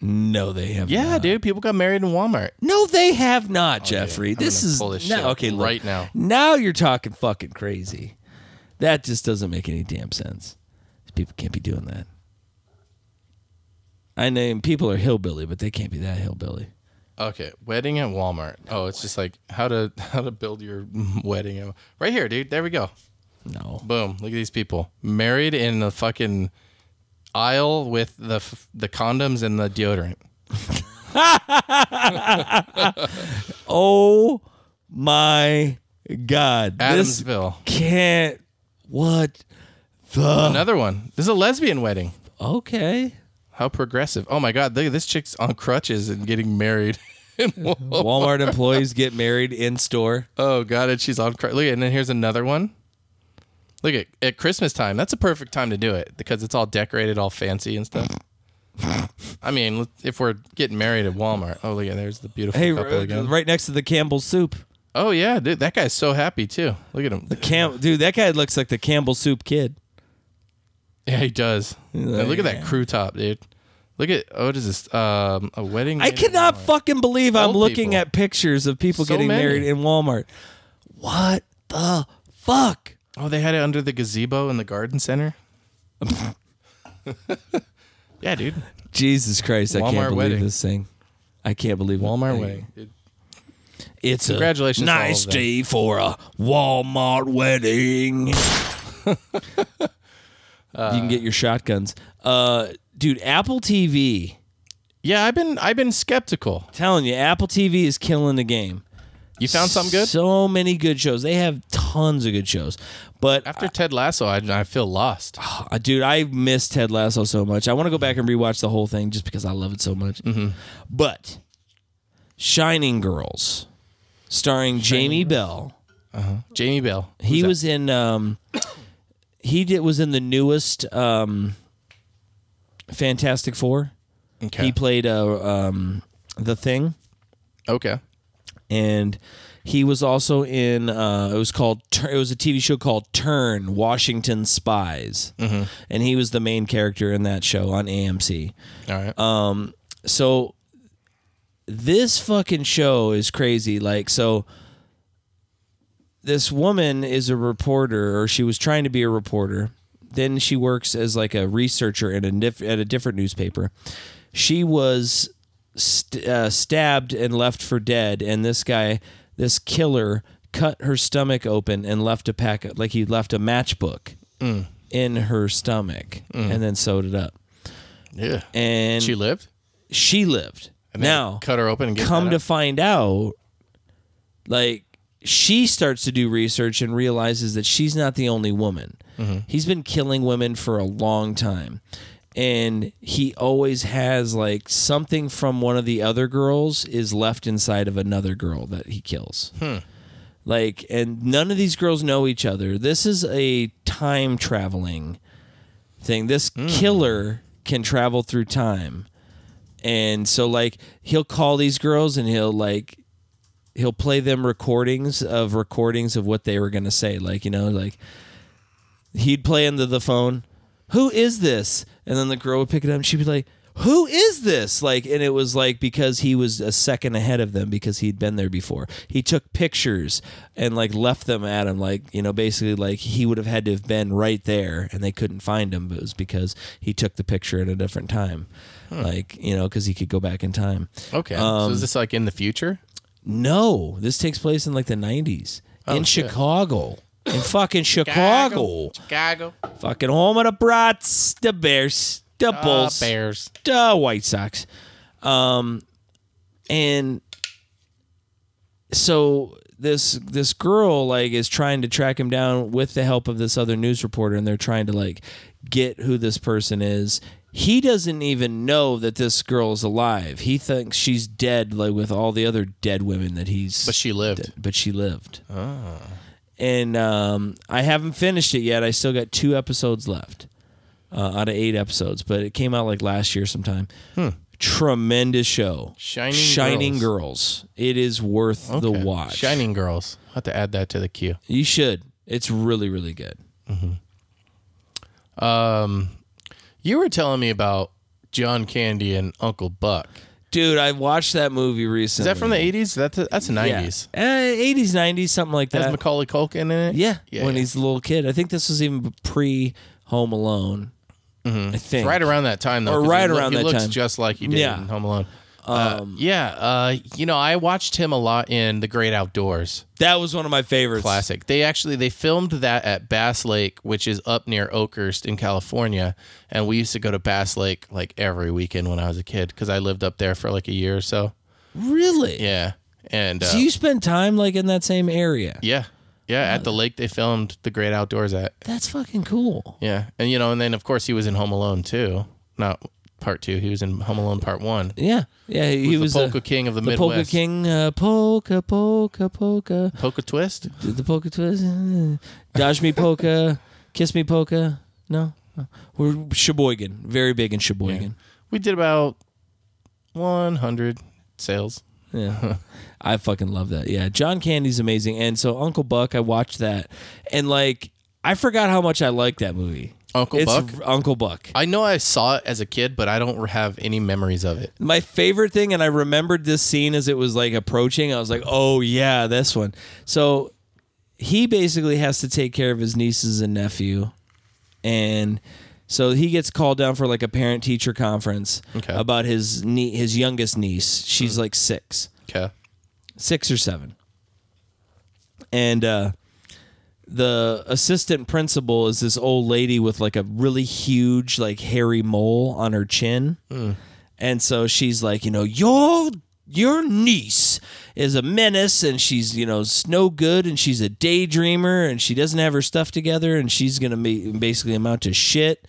Speaker 2: no, they have
Speaker 1: Yeah,
Speaker 2: not.
Speaker 1: dude. People got married in Walmart.
Speaker 2: No, they have not, Jeffrey. this
Speaker 1: gonna
Speaker 2: is
Speaker 1: pull this
Speaker 2: no-
Speaker 1: shit up
Speaker 2: okay. look.
Speaker 1: right now.
Speaker 2: now you're talking fucking crazy. That just doesn't make any damn sense. People can't be doing that. I name people are hillbilly, but they can't be that hillbilly.
Speaker 1: Okay, wedding at Walmart. Oh, it's just like how to how to build your wedding. at- Right here, dude. There we go.
Speaker 2: No,
Speaker 1: Boom. Look at these people married in the fucking aisle with the f- the condoms and the deodorant.
Speaker 2: Oh my God. This
Speaker 1: Adamsville.
Speaker 2: can't. What the?
Speaker 1: Another one. This is a lesbian wedding.
Speaker 2: Okay.
Speaker 1: How progressive. Oh my God, look, this chick's on crutches and getting married.
Speaker 2: Walmart employees get married in store.
Speaker 1: oh God, and she's on crutches. Look, at- and then here's another one. Look at at Christmas time. That's a perfect time to do it because it's all decorated, all fancy and stuff. I mean, let- if we're getting married at Walmart. Oh, look at there's the beautiful
Speaker 2: Hey,
Speaker 1: couple
Speaker 2: r-
Speaker 1: again.
Speaker 2: right next to the Campbell soup.
Speaker 1: Oh yeah, dude, that guy's so happy too. Look at him.
Speaker 2: Cam- Dude, that guy looks like the Campbell soup kid.
Speaker 1: Yeah, he does. And look at that crew top, dude. Look at oh, what is this? Um, a wedding.
Speaker 2: I
Speaker 1: made at
Speaker 2: cannot
Speaker 1: Walmart.
Speaker 2: fucking believe I'm
Speaker 1: Old
Speaker 2: looking
Speaker 1: people.
Speaker 2: at pictures of people
Speaker 1: So
Speaker 2: getting
Speaker 1: many.
Speaker 2: married in Walmart. What the fuck?
Speaker 1: Oh, they had it under the gazebo in the garden center. yeah, dude.
Speaker 2: Jesus Christ, I
Speaker 1: Walmart
Speaker 2: can't believe
Speaker 1: wedding.
Speaker 2: this thing. I can't believe it.
Speaker 1: Walmart
Speaker 2: I-
Speaker 1: wedding.
Speaker 2: It's
Speaker 1: Congratulations
Speaker 2: a
Speaker 1: to all
Speaker 2: nice
Speaker 1: of them.
Speaker 2: day for a Walmart wedding. you can get your shotguns, uh, dude. Apple TV,
Speaker 1: Yeah, I've been I've been skeptical.
Speaker 2: telling you, Apple TV is killing the game.
Speaker 1: You found something good
Speaker 2: So many good shows. They have tons of good shows, but
Speaker 1: after Ted Lasso. I, I feel lost.
Speaker 2: Uh, dude, I miss Ted Lasso so much. I want to go back and rewatch the whole thing just because I love it so much.
Speaker 1: Mm-hmm.
Speaker 2: But Shining Girls, starring Jamie Bell.
Speaker 1: Jamie Bell. Who's
Speaker 2: He
Speaker 1: that?
Speaker 2: was in. Um, he did was in the newest. Um, Fantastic Four.
Speaker 1: Okay.
Speaker 2: He played uh, um, the Thing,
Speaker 1: okay.
Speaker 2: and he was also in. Uh, it was called. Tur- It was a TV show called Turn Washington Spies, mm-hmm. and he was the main character in that show on AMC.
Speaker 1: All right.
Speaker 2: Um, so this fucking show is crazy like so this woman is a reporter or she was trying to be a reporter then she works as like a researcher in a diff- at a different newspaper she was st- uh, stabbed and left for dead and this guy this killer cut her stomach open and left a pack like he left a matchbook in her stomach and then sewed it up
Speaker 1: yeah.
Speaker 2: and
Speaker 1: she lived.
Speaker 2: she lived.
Speaker 1: they
Speaker 2: now,
Speaker 1: cut her open and get
Speaker 2: come
Speaker 1: that
Speaker 2: to
Speaker 1: out?
Speaker 2: find out, like she starts to do research and realizes that she's not the only woman.
Speaker 1: Mm-hmm.
Speaker 2: He's been killing women for a long time, and he always has like something from one of the other girls is left inside of another girl that he kills.
Speaker 1: Hmm.
Speaker 2: Like, and none of these girls know each other. This is a time traveling thing. This
Speaker 1: Hmm.
Speaker 2: killer can travel through time. And so like he'll call these girls and he'll like he'll play them recordings of recordings of what they were going to say like you know like he'd play into the phone, "Who is this?" And then the girl would pick it up and she'd be like, "Who is this?" Like and it was like because he was a second ahead of them because he'd been there before. He took pictures and like left them at him like, you know, basically like he would have had to have been right there and they couldn't find him, but it was because he took the picture at a different time. Like, you know, cuz he could go back in time.
Speaker 1: Okay. so
Speaker 2: um,
Speaker 1: is this like in the future?
Speaker 2: No, this takes place in like the 90s in
Speaker 1: Oh, shit.
Speaker 2: Chicago. In fucking Chicago.
Speaker 1: Chicago.
Speaker 2: Fucking home of the brats, the Bears, the Bulls,
Speaker 1: Bears.
Speaker 2: the White Sox. Um, and so this this girl like is trying to track him down with the help of this other news reporter, and they're trying to like get who this person is. He doesn't even know that this girl is alive. He thinks she's dead, like with all the other dead women that he's.
Speaker 1: But she lived.
Speaker 2: But she lived.
Speaker 1: Ah.
Speaker 2: And um, I haven't finished it yet. I still got two episodes left uh, out of eight episodes, but it came out like last year sometime. Tremendous show.
Speaker 1: Hmm. Shining
Speaker 2: Shining Girls. It is worth the
Speaker 1: Okay.
Speaker 2: watch.
Speaker 1: Shining Girls. I'll have to add that to the queue.
Speaker 2: You should. It's really, really good.
Speaker 1: You were telling me about John Candy and Uncle Buck.
Speaker 2: Dude, I watched that movie recently. Uh,
Speaker 1: Is that from the 80s? That's that's 90s.
Speaker 2: Eighties, nineties, something like
Speaker 1: Has
Speaker 2: that.
Speaker 1: Macaulay Culkin in it?
Speaker 2: yeah,
Speaker 1: yeah
Speaker 2: when
Speaker 1: yeah.
Speaker 2: he's a little kid. I think this was even pre Home Alone. I think
Speaker 1: Mm-hmm. right around that time though
Speaker 2: Or
Speaker 1: 'cause
Speaker 2: right
Speaker 1: he loo-
Speaker 2: around
Speaker 1: he
Speaker 2: that
Speaker 1: looks
Speaker 2: time.
Speaker 1: just like he did
Speaker 2: Yeah. Um,
Speaker 1: in home alone Uh, yeah uh, you know i watched him a lot in the great outdoors
Speaker 2: That was one of my favorites.
Speaker 1: classic they actually they filmed that at bass lake which is up near oakhurst in california and we used to go to bass lake like every weekend when i was a kid because i lived up there for like a year or so
Speaker 2: Really?
Speaker 1: yeah and uh,
Speaker 2: So you spend time like in that same area.
Speaker 1: yeah yeah at the lake they filmed the great outdoors at
Speaker 2: That's fucking cool.
Speaker 1: yeah and you know and then of course he was in home alone too not part two he was in home alone part one
Speaker 2: Yeah, yeah. He
Speaker 1: the
Speaker 2: was
Speaker 1: polka
Speaker 2: the,
Speaker 1: king of the,
Speaker 2: the
Speaker 1: midwest
Speaker 2: polka king. Uh, polka, polka, polka.
Speaker 1: Polka twist?
Speaker 2: Did the polka twist? uh, Dodge me polka, kiss me polka. No, No. we're Sheboygan, very big in Sheboygan.
Speaker 1: We did about 100 sales.
Speaker 2: Yeah. I fucking love that. Yeah, John Candy's amazing, and so Uncle Buck, I watched that, and like I forgot how much I liked that movie.
Speaker 1: Uncle
Speaker 2: It's
Speaker 1: Buck?
Speaker 2: Uncle Buck.
Speaker 1: I know I saw it as a kid, but I don't have any memories of it.
Speaker 2: my favorite thing, and I remembered this scene as it was like approaching. I was like, oh yeah, this one. So he basically has to take care of his nieces and nephew, and so he gets called down for like a parent teacher conference
Speaker 1: Okay.
Speaker 2: about his nie- his youngest niece. She's like six
Speaker 1: Okay.
Speaker 2: six or seven. And uh, the assistant principal is this old lady with like a really huge, like hairy mole on her chin. And so she's like, you know, your your niece is a menace and she's you know s- no good and she's a daydreamer and she doesn't have her stuff together and she's gonna be basically amount to shit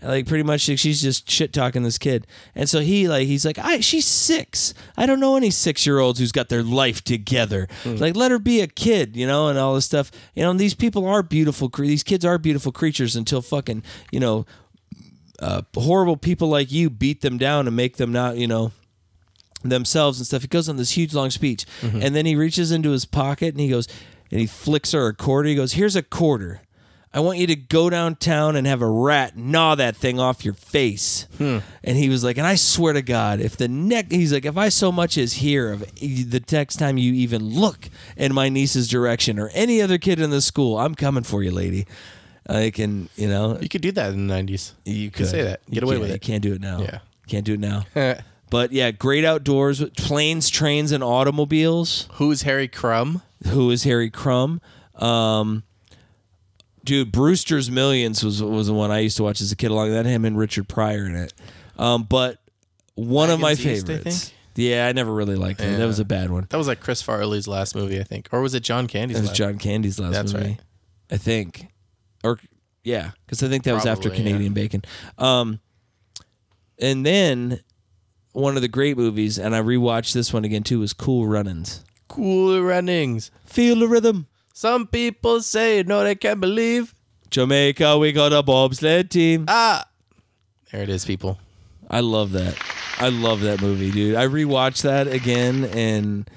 Speaker 2: like pretty much like, she's just shit talking this kid and so he like he's like i she's six i don't know any six year olds who's got their life together like let her be a kid you know and all this stuff you know and these people are beautiful cre- these kids are beautiful creatures until fucking you know uh, horrible people like you beat them down and make them not, you know, themselves and stuff. He goes on this huge long speech, and then he reaches into his pocket and he goes and he flicks her a quarter. He goes, "Here's a quarter. I want you to go downtown and have a rat gnaw that thing off your face." And he was like, "And I swear to God, if the neck," he's like, "If I so much as hear of e- the next time you even look in my niece's direction or any other kid in the school, I'm coming for you, lady." I can, you know,
Speaker 1: You could do that in the 90s.
Speaker 2: you
Speaker 1: could say that. Get
Speaker 2: You
Speaker 1: away
Speaker 2: can't-
Speaker 1: with
Speaker 2: You
Speaker 1: it.
Speaker 2: can't do it now.
Speaker 1: Yeah.
Speaker 2: Can't do it now. But yeah, great outdoors, with planes, trains, and automobiles.
Speaker 1: Who's Harry Crumb?
Speaker 2: Who is Harry Crumb? Um, dude, Brewster's Millions was was the one I used to watch as a kid. Along with that, him and Richard Pryor in it. Um, but one of my
Speaker 1: Back in the East, I
Speaker 2: favorites.
Speaker 1: think?
Speaker 2: Yeah, I never really liked it. That was a bad one.
Speaker 1: That was like Chris Farley's last movie, I think. Or was it John Candy's
Speaker 2: That was
Speaker 1: last?
Speaker 2: John Candy's last
Speaker 1: That's
Speaker 2: movie.
Speaker 1: right.
Speaker 2: I think. Or yeah, because I think that was after
Speaker 1: Probably,
Speaker 2: Canadian Bacon. Um, and then one of the great movies, and I rewatched this one again too, was Cool Runnings.
Speaker 1: Cool Runnings.
Speaker 2: Feel the rhythm,
Speaker 1: Some people say no, they can't believe.
Speaker 2: Jamaica. We got a bobsled team.
Speaker 1: Ah, there it is, people.
Speaker 2: I love that. I love that movie, dude. I rewatched that again, and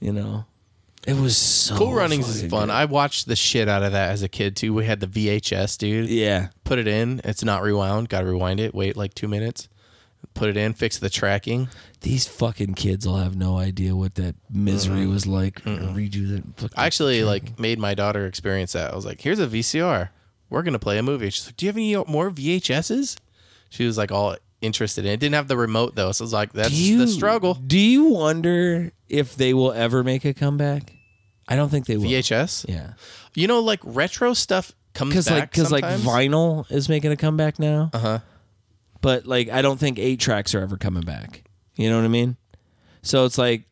Speaker 2: you know, it was so
Speaker 1: Cool Runnings is
Speaker 2: Oh, fucking
Speaker 1: fun.
Speaker 2: good.
Speaker 1: I watched the shit out of that as a kid too. We had the VHS, dude.
Speaker 2: yeah,
Speaker 1: Put it in. It's not rewound. Got to rewind it. Wait like two minutes. Put it in. Fix the tracking.
Speaker 2: These fucking kids will have no idea what that misery
Speaker 1: Mm-hmm.
Speaker 2: was like. Redo that. fucking-
Speaker 1: I actually like made my daughter experience that. I was like, "Here's a VCR. We're gonna play a movie." She's like, "Do you have any more VHSs?" She was like all interested in. It didn't have the remote though, so I was like, "That's
Speaker 2: Do you-
Speaker 1: the struggle."
Speaker 2: Do you wonder if they will ever make a comeback? I don't think they will.
Speaker 1: VHS.
Speaker 2: Yeah,
Speaker 1: You know, like retro stuff comes
Speaker 2: because
Speaker 1: back
Speaker 2: like because like
Speaker 1: sometimes. Uh-huh.
Speaker 2: vinyl is making a comeback now. Uh huh. But like, I don't think eight tracks are ever coming back. You know what I mean? So it's like,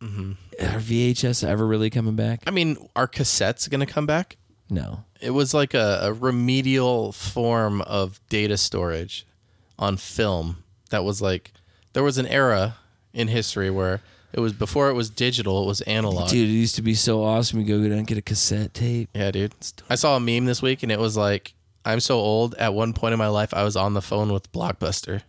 Speaker 1: Mm-hmm.
Speaker 2: are VHS ever really coming back?
Speaker 1: I mean, are cassettes gonna come back?
Speaker 2: No.
Speaker 1: It was like a, a remedial form of data storage on film. That was like there was an era in history where it was before it was digital, it was analog.
Speaker 2: Dude, it used to be so awesome. You go go down and get a cassette tape.
Speaker 1: Yeah, dude. I saw a meme this week and it was like, I'm so old. At one point in my life, I was on the phone with Blockbuster.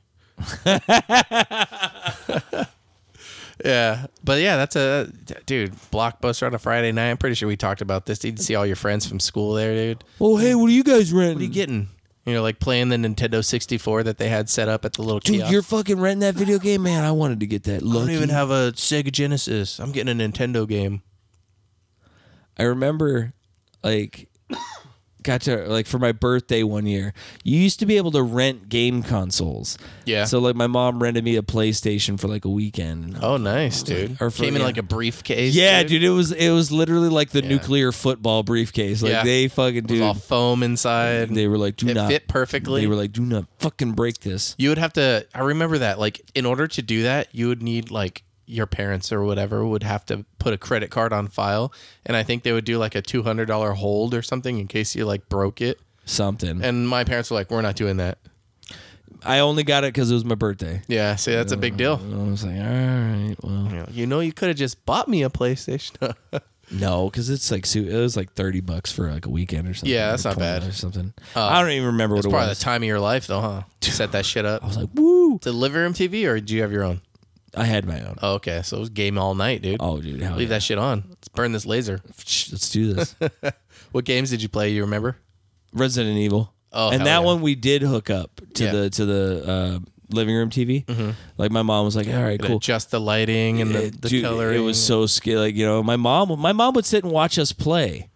Speaker 1: yeah. But yeah, that's a dude, Blockbuster on a Friday night. I'm pretty sure we talked about this. You'd see all your friends from school there, dude.
Speaker 2: Oh hey, what are you guys renting?
Speaker 1: What are you getting? You know, like playing the Nintendo 64 that they had set up at the little
Speaker 2: Dude,
Speaker 1: kiosk.
Speaker 2: you're fucking renting that video game, man. I wanted to get that.
Speaker 1: I
Speaker 2: Lucky.
Speaker 1: don't even have a Sega Genesis. I'm getting a Nintendo game.
Speaker 2: I remember like got to like for my birthday one year. You used to be able to rent game consoles.
Speaker 1: Yeah.
Speaker 2: So like my mom rented me a PlayStation for like a weekend. And
Speaker 1: Oh, nice, dude.
Speaker 2: Or for-
Speaker 1: Came in
Speaker 2: yeah.
Speaker 1: like a briefcase.
Speaker 2: yeah, dude. it was it was literally like the
Speaker 1: Yeah.
Speaker 2: nuclear football briefcase. Like
Speaker 1: Yeah.
Speaker 2: they fucking
Speaker 1: It was
Speaker 2: dude.
Speaker 1: all foam inside.
Speaker 2: They were like, do
Speaker 1: it
Speaker 2: not
Speaker 1: fit perfectly.
Speaker 2: They were like, do not fucking break this.
Speaker 1: you would have to. I remember that. Like, in order to do that, you would need like your parents or whatever would have to put a credit card on file, and I think they would do like a two hundred dollar hold or something in case you like broke it.
Speaker 2: Something.
Speaker 1: And my parents were like, "We're not doing that."
Speaker 2: I only got it because it was my birthday.
Speaker 1: Yeah, see, that's a big deal.
Speaker 2: And I was like, all right, well,
Speaker 1: Uh, You know, you could have just bought me a PlayStation.
Speaker 2: No, because it's like su- it was like thirty bucks for like a weekend or something.
Speaker 1: Yeah, that's
Speaker 2: or
Speaker 1: not
Speaker 2: 20
Speaker 1: bad.
Speaker 2: or something. I don't even remember what
Speaker 1: it's
Speaker 2: it
Speaker 1: probably
Speaker 2: was.
Speaker 1: the time of your life, though, huh? Set that shit up.
Speaker 2: I was like, woo!
Speaker 1: The living room TV, or do you have your own?
Speaker 2: I had my own.
Speaker 1: Oh, okay, so it was game all night, dude.
Speaker 2: Oh, dude, hell
Speaker 1: Leave
Speaker 2: yeah.
Speaker 1: that shit on. Let's burn this laser.
Speaker 2: Shh, Let's do this.
Speaker 1: What games did you play? You remember?
Speaker 2: Resident Evil.
Speaker 1: Oh,
Speaker 2: and
Speaker 1: hell
Speaker 2: that
Speaker 1: yeah.
Speaker 2: one we did hook up to
Speaker 1: Yeah.
Speaker 2: the to the uh, living room TV. Like my mom was like, all right,
Speaker 1: Could
Speaker 2: cool.
Speaker 1: Adjust the lighting and the,
Speaker 2: It-
Speaker 1: the
Speaker 2: dude,
Speaker 1: coloring.
Speaker 2: It was so scary. Like you know, my mom, my mom would sit and watch us play.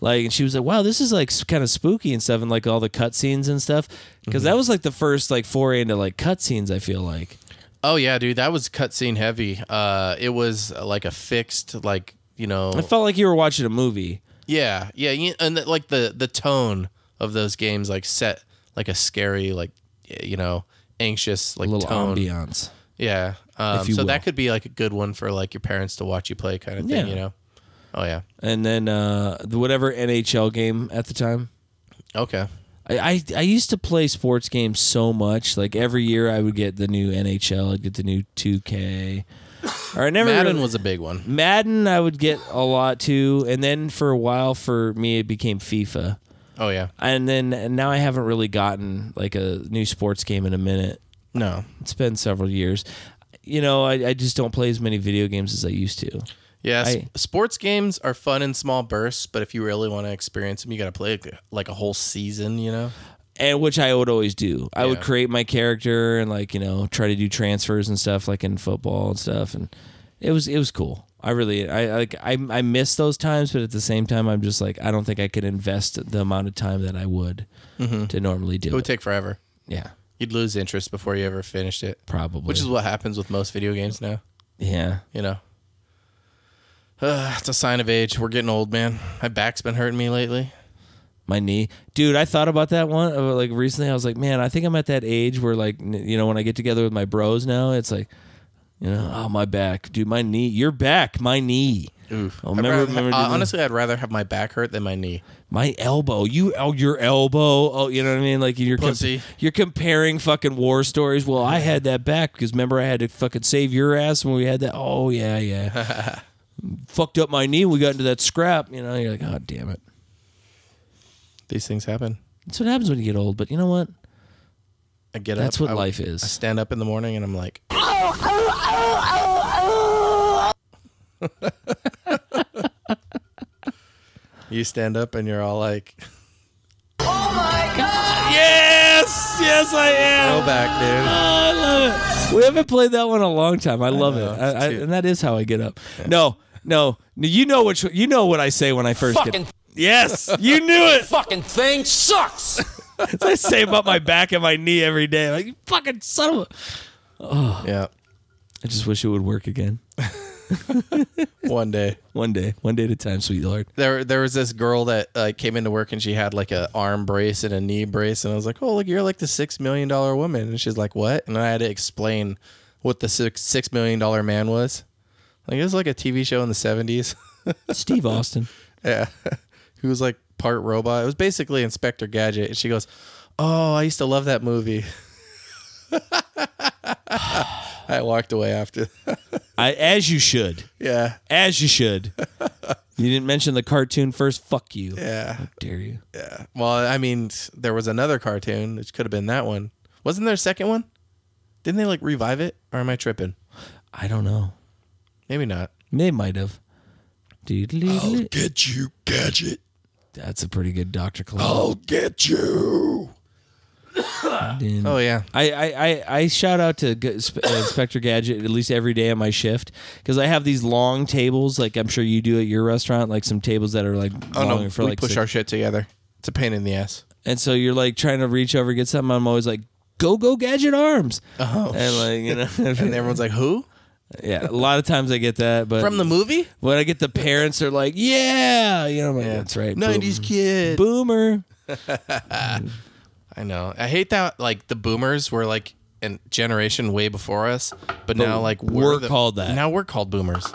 Speaker 2: Like and she was like, "Wow, this is like kind of spooky and stuff," and like all the cutscenes and stuff. Because
Speaker 1: Mm-hmm.
Speaker 2: that was like the first like foray into like cutscenes. I feel like.
Speaker 1: Oh yeah, dude, that was cutscene heavy. Uh, it was uh, like a fixed, like you know,
Speaker 2: It felt like you were watching a movie.
Speaker 1: yeah, yeah, you- and the, like the the tone of those games, like set like a scary, like y- you know, anxious, like
Speaker 2: A little
Speaker 1: tone.
Speaker 2: ambiance.
Speaker 1: Yeah, um,
Speaker 2: If you
Speaker 1: so
Speaker 2: will.
Speaker 1: that could be like a good one for like your parents to watch you play, kind of
Speaker 2: Yeah.
Speaker 1: thing, you know. Oh yeah,
Speaker 2: And then uh, the- whatever NHL game at the time.
Speaker 1: okay.
Speaker 2: I, I I used to play sports games so much. Like every year, I would get the new NHL. I'd get the new 2K. Or I never
Speaker 1: Madden
Speaker 2: really-
Speaker 1: was a big one.
Speaker 2: Madden I would get a lot too, and then for a while for me it became FIFA.
Speaker 1: Oh yeah.
Speaker 2: And then and now I haven't really gotten like a new sports game in a minute.
Speaker 1: No.
Speaker 2: It's been several years. You know, I, I just don't play as many video games as I used to.
Speaker 1: Yeah, s-
Speaker 2: I-
Speaker 1: sports games are fun in small bursts, but if you really want to experience them, you got to play like, like a whole season. You know.
Speaker 2: and which I would always do. I would
Speaker 1: Yeah.
Speaker 2: create my character and like you know try to do transfers and stuff like in football and stuff, and it was it was cool. I really I like I I miss those times, but at the same time I'm just like I don't think I could invest the amount of time that I would to normally do.
Speaker 1: Mm-hmm. It would
Speaker 2: it.
Speaker 1: take forever.
Speaker 2: yeah,
Speaker 1: You'd lose interest before you ever finished it,
Speaker 2: probably.
Speaker 1: which is what happens with most video games now.
Speaker 2: yeah.
Speaker 1: You know. Uh, it's a sign of age. We're getting old, man. My back's been hurting me lately.
Speaker 2: my knee dude i thought about that one uh, like recently i was like man i think i'm at that age where like n- you know when i get together with my bros now it's like you know oh my back dude my knee your back my knee I
Speaker 1: I'd
Speaker 2: remember,
Speaker 1: rather-
Speaker 2: remember
Speaker 1: uh,
Speaker 2: doing-
Speaker 1: honestly, I'd rather have my back hurt than my knee.
Speaker 2: my elbow you oh your elbow oh you know what i mean like you're com-
Speaker 1: Pussy.
Speaker 2: you're comparing fucking war stories well i had that back because remember i had to fucking save your ass when we had that oh yeah yeah fucked up my knee we got into that scrap you know you're like oh damn it
Speaker 1: These things happen.
Speaker 2: that's what happens when you get old but you know what
Speaker 1: I get
Speaker 2: That's
Speaker 1: up.
Speaker 2: what
Speaker 1: I-
Speaker 2: life
Speaker 1: I
Speaker 2: is.
Speaker 1: stand up in the morning and I'm like, you stand up and you're all like,
Speaker 2: Yes, yes, I am.
Speaker 1: go back, dude.
Speaker 2: I love it. We haven't played that one in a long time. I love it, I, I,
Speaker 1: cute.
Speaker 2: and that is how I get up. No, no, no, you know what you know what I say when I first get. Yes, you knew it.
Speaker 8: fucking thing sucks.
Speaker 2: That's what I say about my back and my knee every day. Like you fucking son of a.
Speaker 1: Yeah,
Speaker 2: I just wish it would work again.
Speaker 1: one day.
Speaker 2: One day, one day at a time, sweet lord.
Speaker 1: There, there was this girl that uh, came into work and she had like a arm brace and a knee brace, and I was like, "Oh, look, you're like the six million dollar woman," and she's like, "What?" And I had to explain what the six six million dollar man was. Like it was like a TV show in the seventies.
Speaker 2: Steve Austin.
Speaker 1: who was like part robot. It was basically Inspector Gadget. And she goes, Oh, I used to love that movie. I walked away after.
Speaker 2: I, as you should,
Speaker 1: yeah.
Speaker 2: as you should. You didn't mention the cartoon first. Fuck you.
Speaker 1: Yeah.
Speaker 2: Dare you?
Speaker 1: Well, I mean, there was another cartoon. It could have been that one. Wasn't there a second one? Didn't they like revive it? Or am I tripping?
Speaker 2: I don't know.
Speaker 1: Maybe not.
Speaker 2: They might have. Doodle-doodle.
Speaker 1: Oh.
Speaker 5: Get you, gadget.
Speaker 2: That's a pretty good Dr. Clown.
Speaker 5: I'll get you.
Speaker 2: Hmm.
Speaker 1: Oh, yeah.
Speaker 2: I, I, I, I shout out to G- Sp- uh, Inspector Gadget at least every day on my shift because I have these long tables, like I'm sure you do at your restaurant, like some tables that are like
Speaker 1: Oh,
Speaker 2: long
Speaker 1: no.
Speaker 2: for
Speaker 1: we
Speaker 2: like
Speaker 1: push
Speaker 2: six-
Speaker 1: our shit together. It's a pain in the ass.
Speaker 2: and so you're like trying to reach over get something. I'm always like, go go Gadget arms,
Speaker 1: Oh.
Speaker 2: and like you know,
Speaker 1: And everyone's like, Who?
Speaker 2: yeah. A lot of times I get that, but
Speaker 1: From the movie?
Speaker 2: when I get the parents, they're like, yeah, you know, I'm like, that's right, boom-
Speaker 1: 90s kid.
Speaker 2: boomer.
Speaker 1: I know. I hate that. Like the boomers were like a generation way before us, but, now like we're,
Speaker 2: we're
Speaker 1: the-
Speaker 2: called that.
Speaker 1: Now we're called boomers.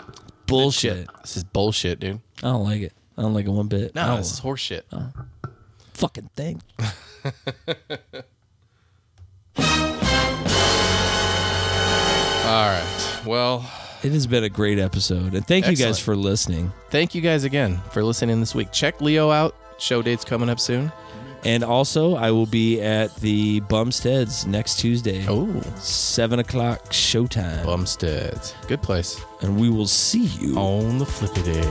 Speaker 2: Bullshit.
Speaker 1: This is bullshit, dude.
Speaker 2: I don't like it. I don't like it one bit.
Speaker 1: No, Oh.
Speaker 2: I don't
Speaker 1: this is horseshit.
Speaker 2: fucking thing.
Speaker 1: All right. Well,
Speaker 2: It has been a great episode, and thank you guys
Speaker 1: Excellent.
Speaker 2: for listening.
Speaker 1: thank you guys again for listening this week. Check Leo out. Show dates coming up soon.
Speaker 2: And also, I will be at the Bumsteads next Tuesday,
Speaker 1: Oh,
Speaker 2: seven o'clock showtime,
Speaker 1: Bumsteads. Good place.
Speaker 2: and we will see you.
Speaker 1: On the flippity.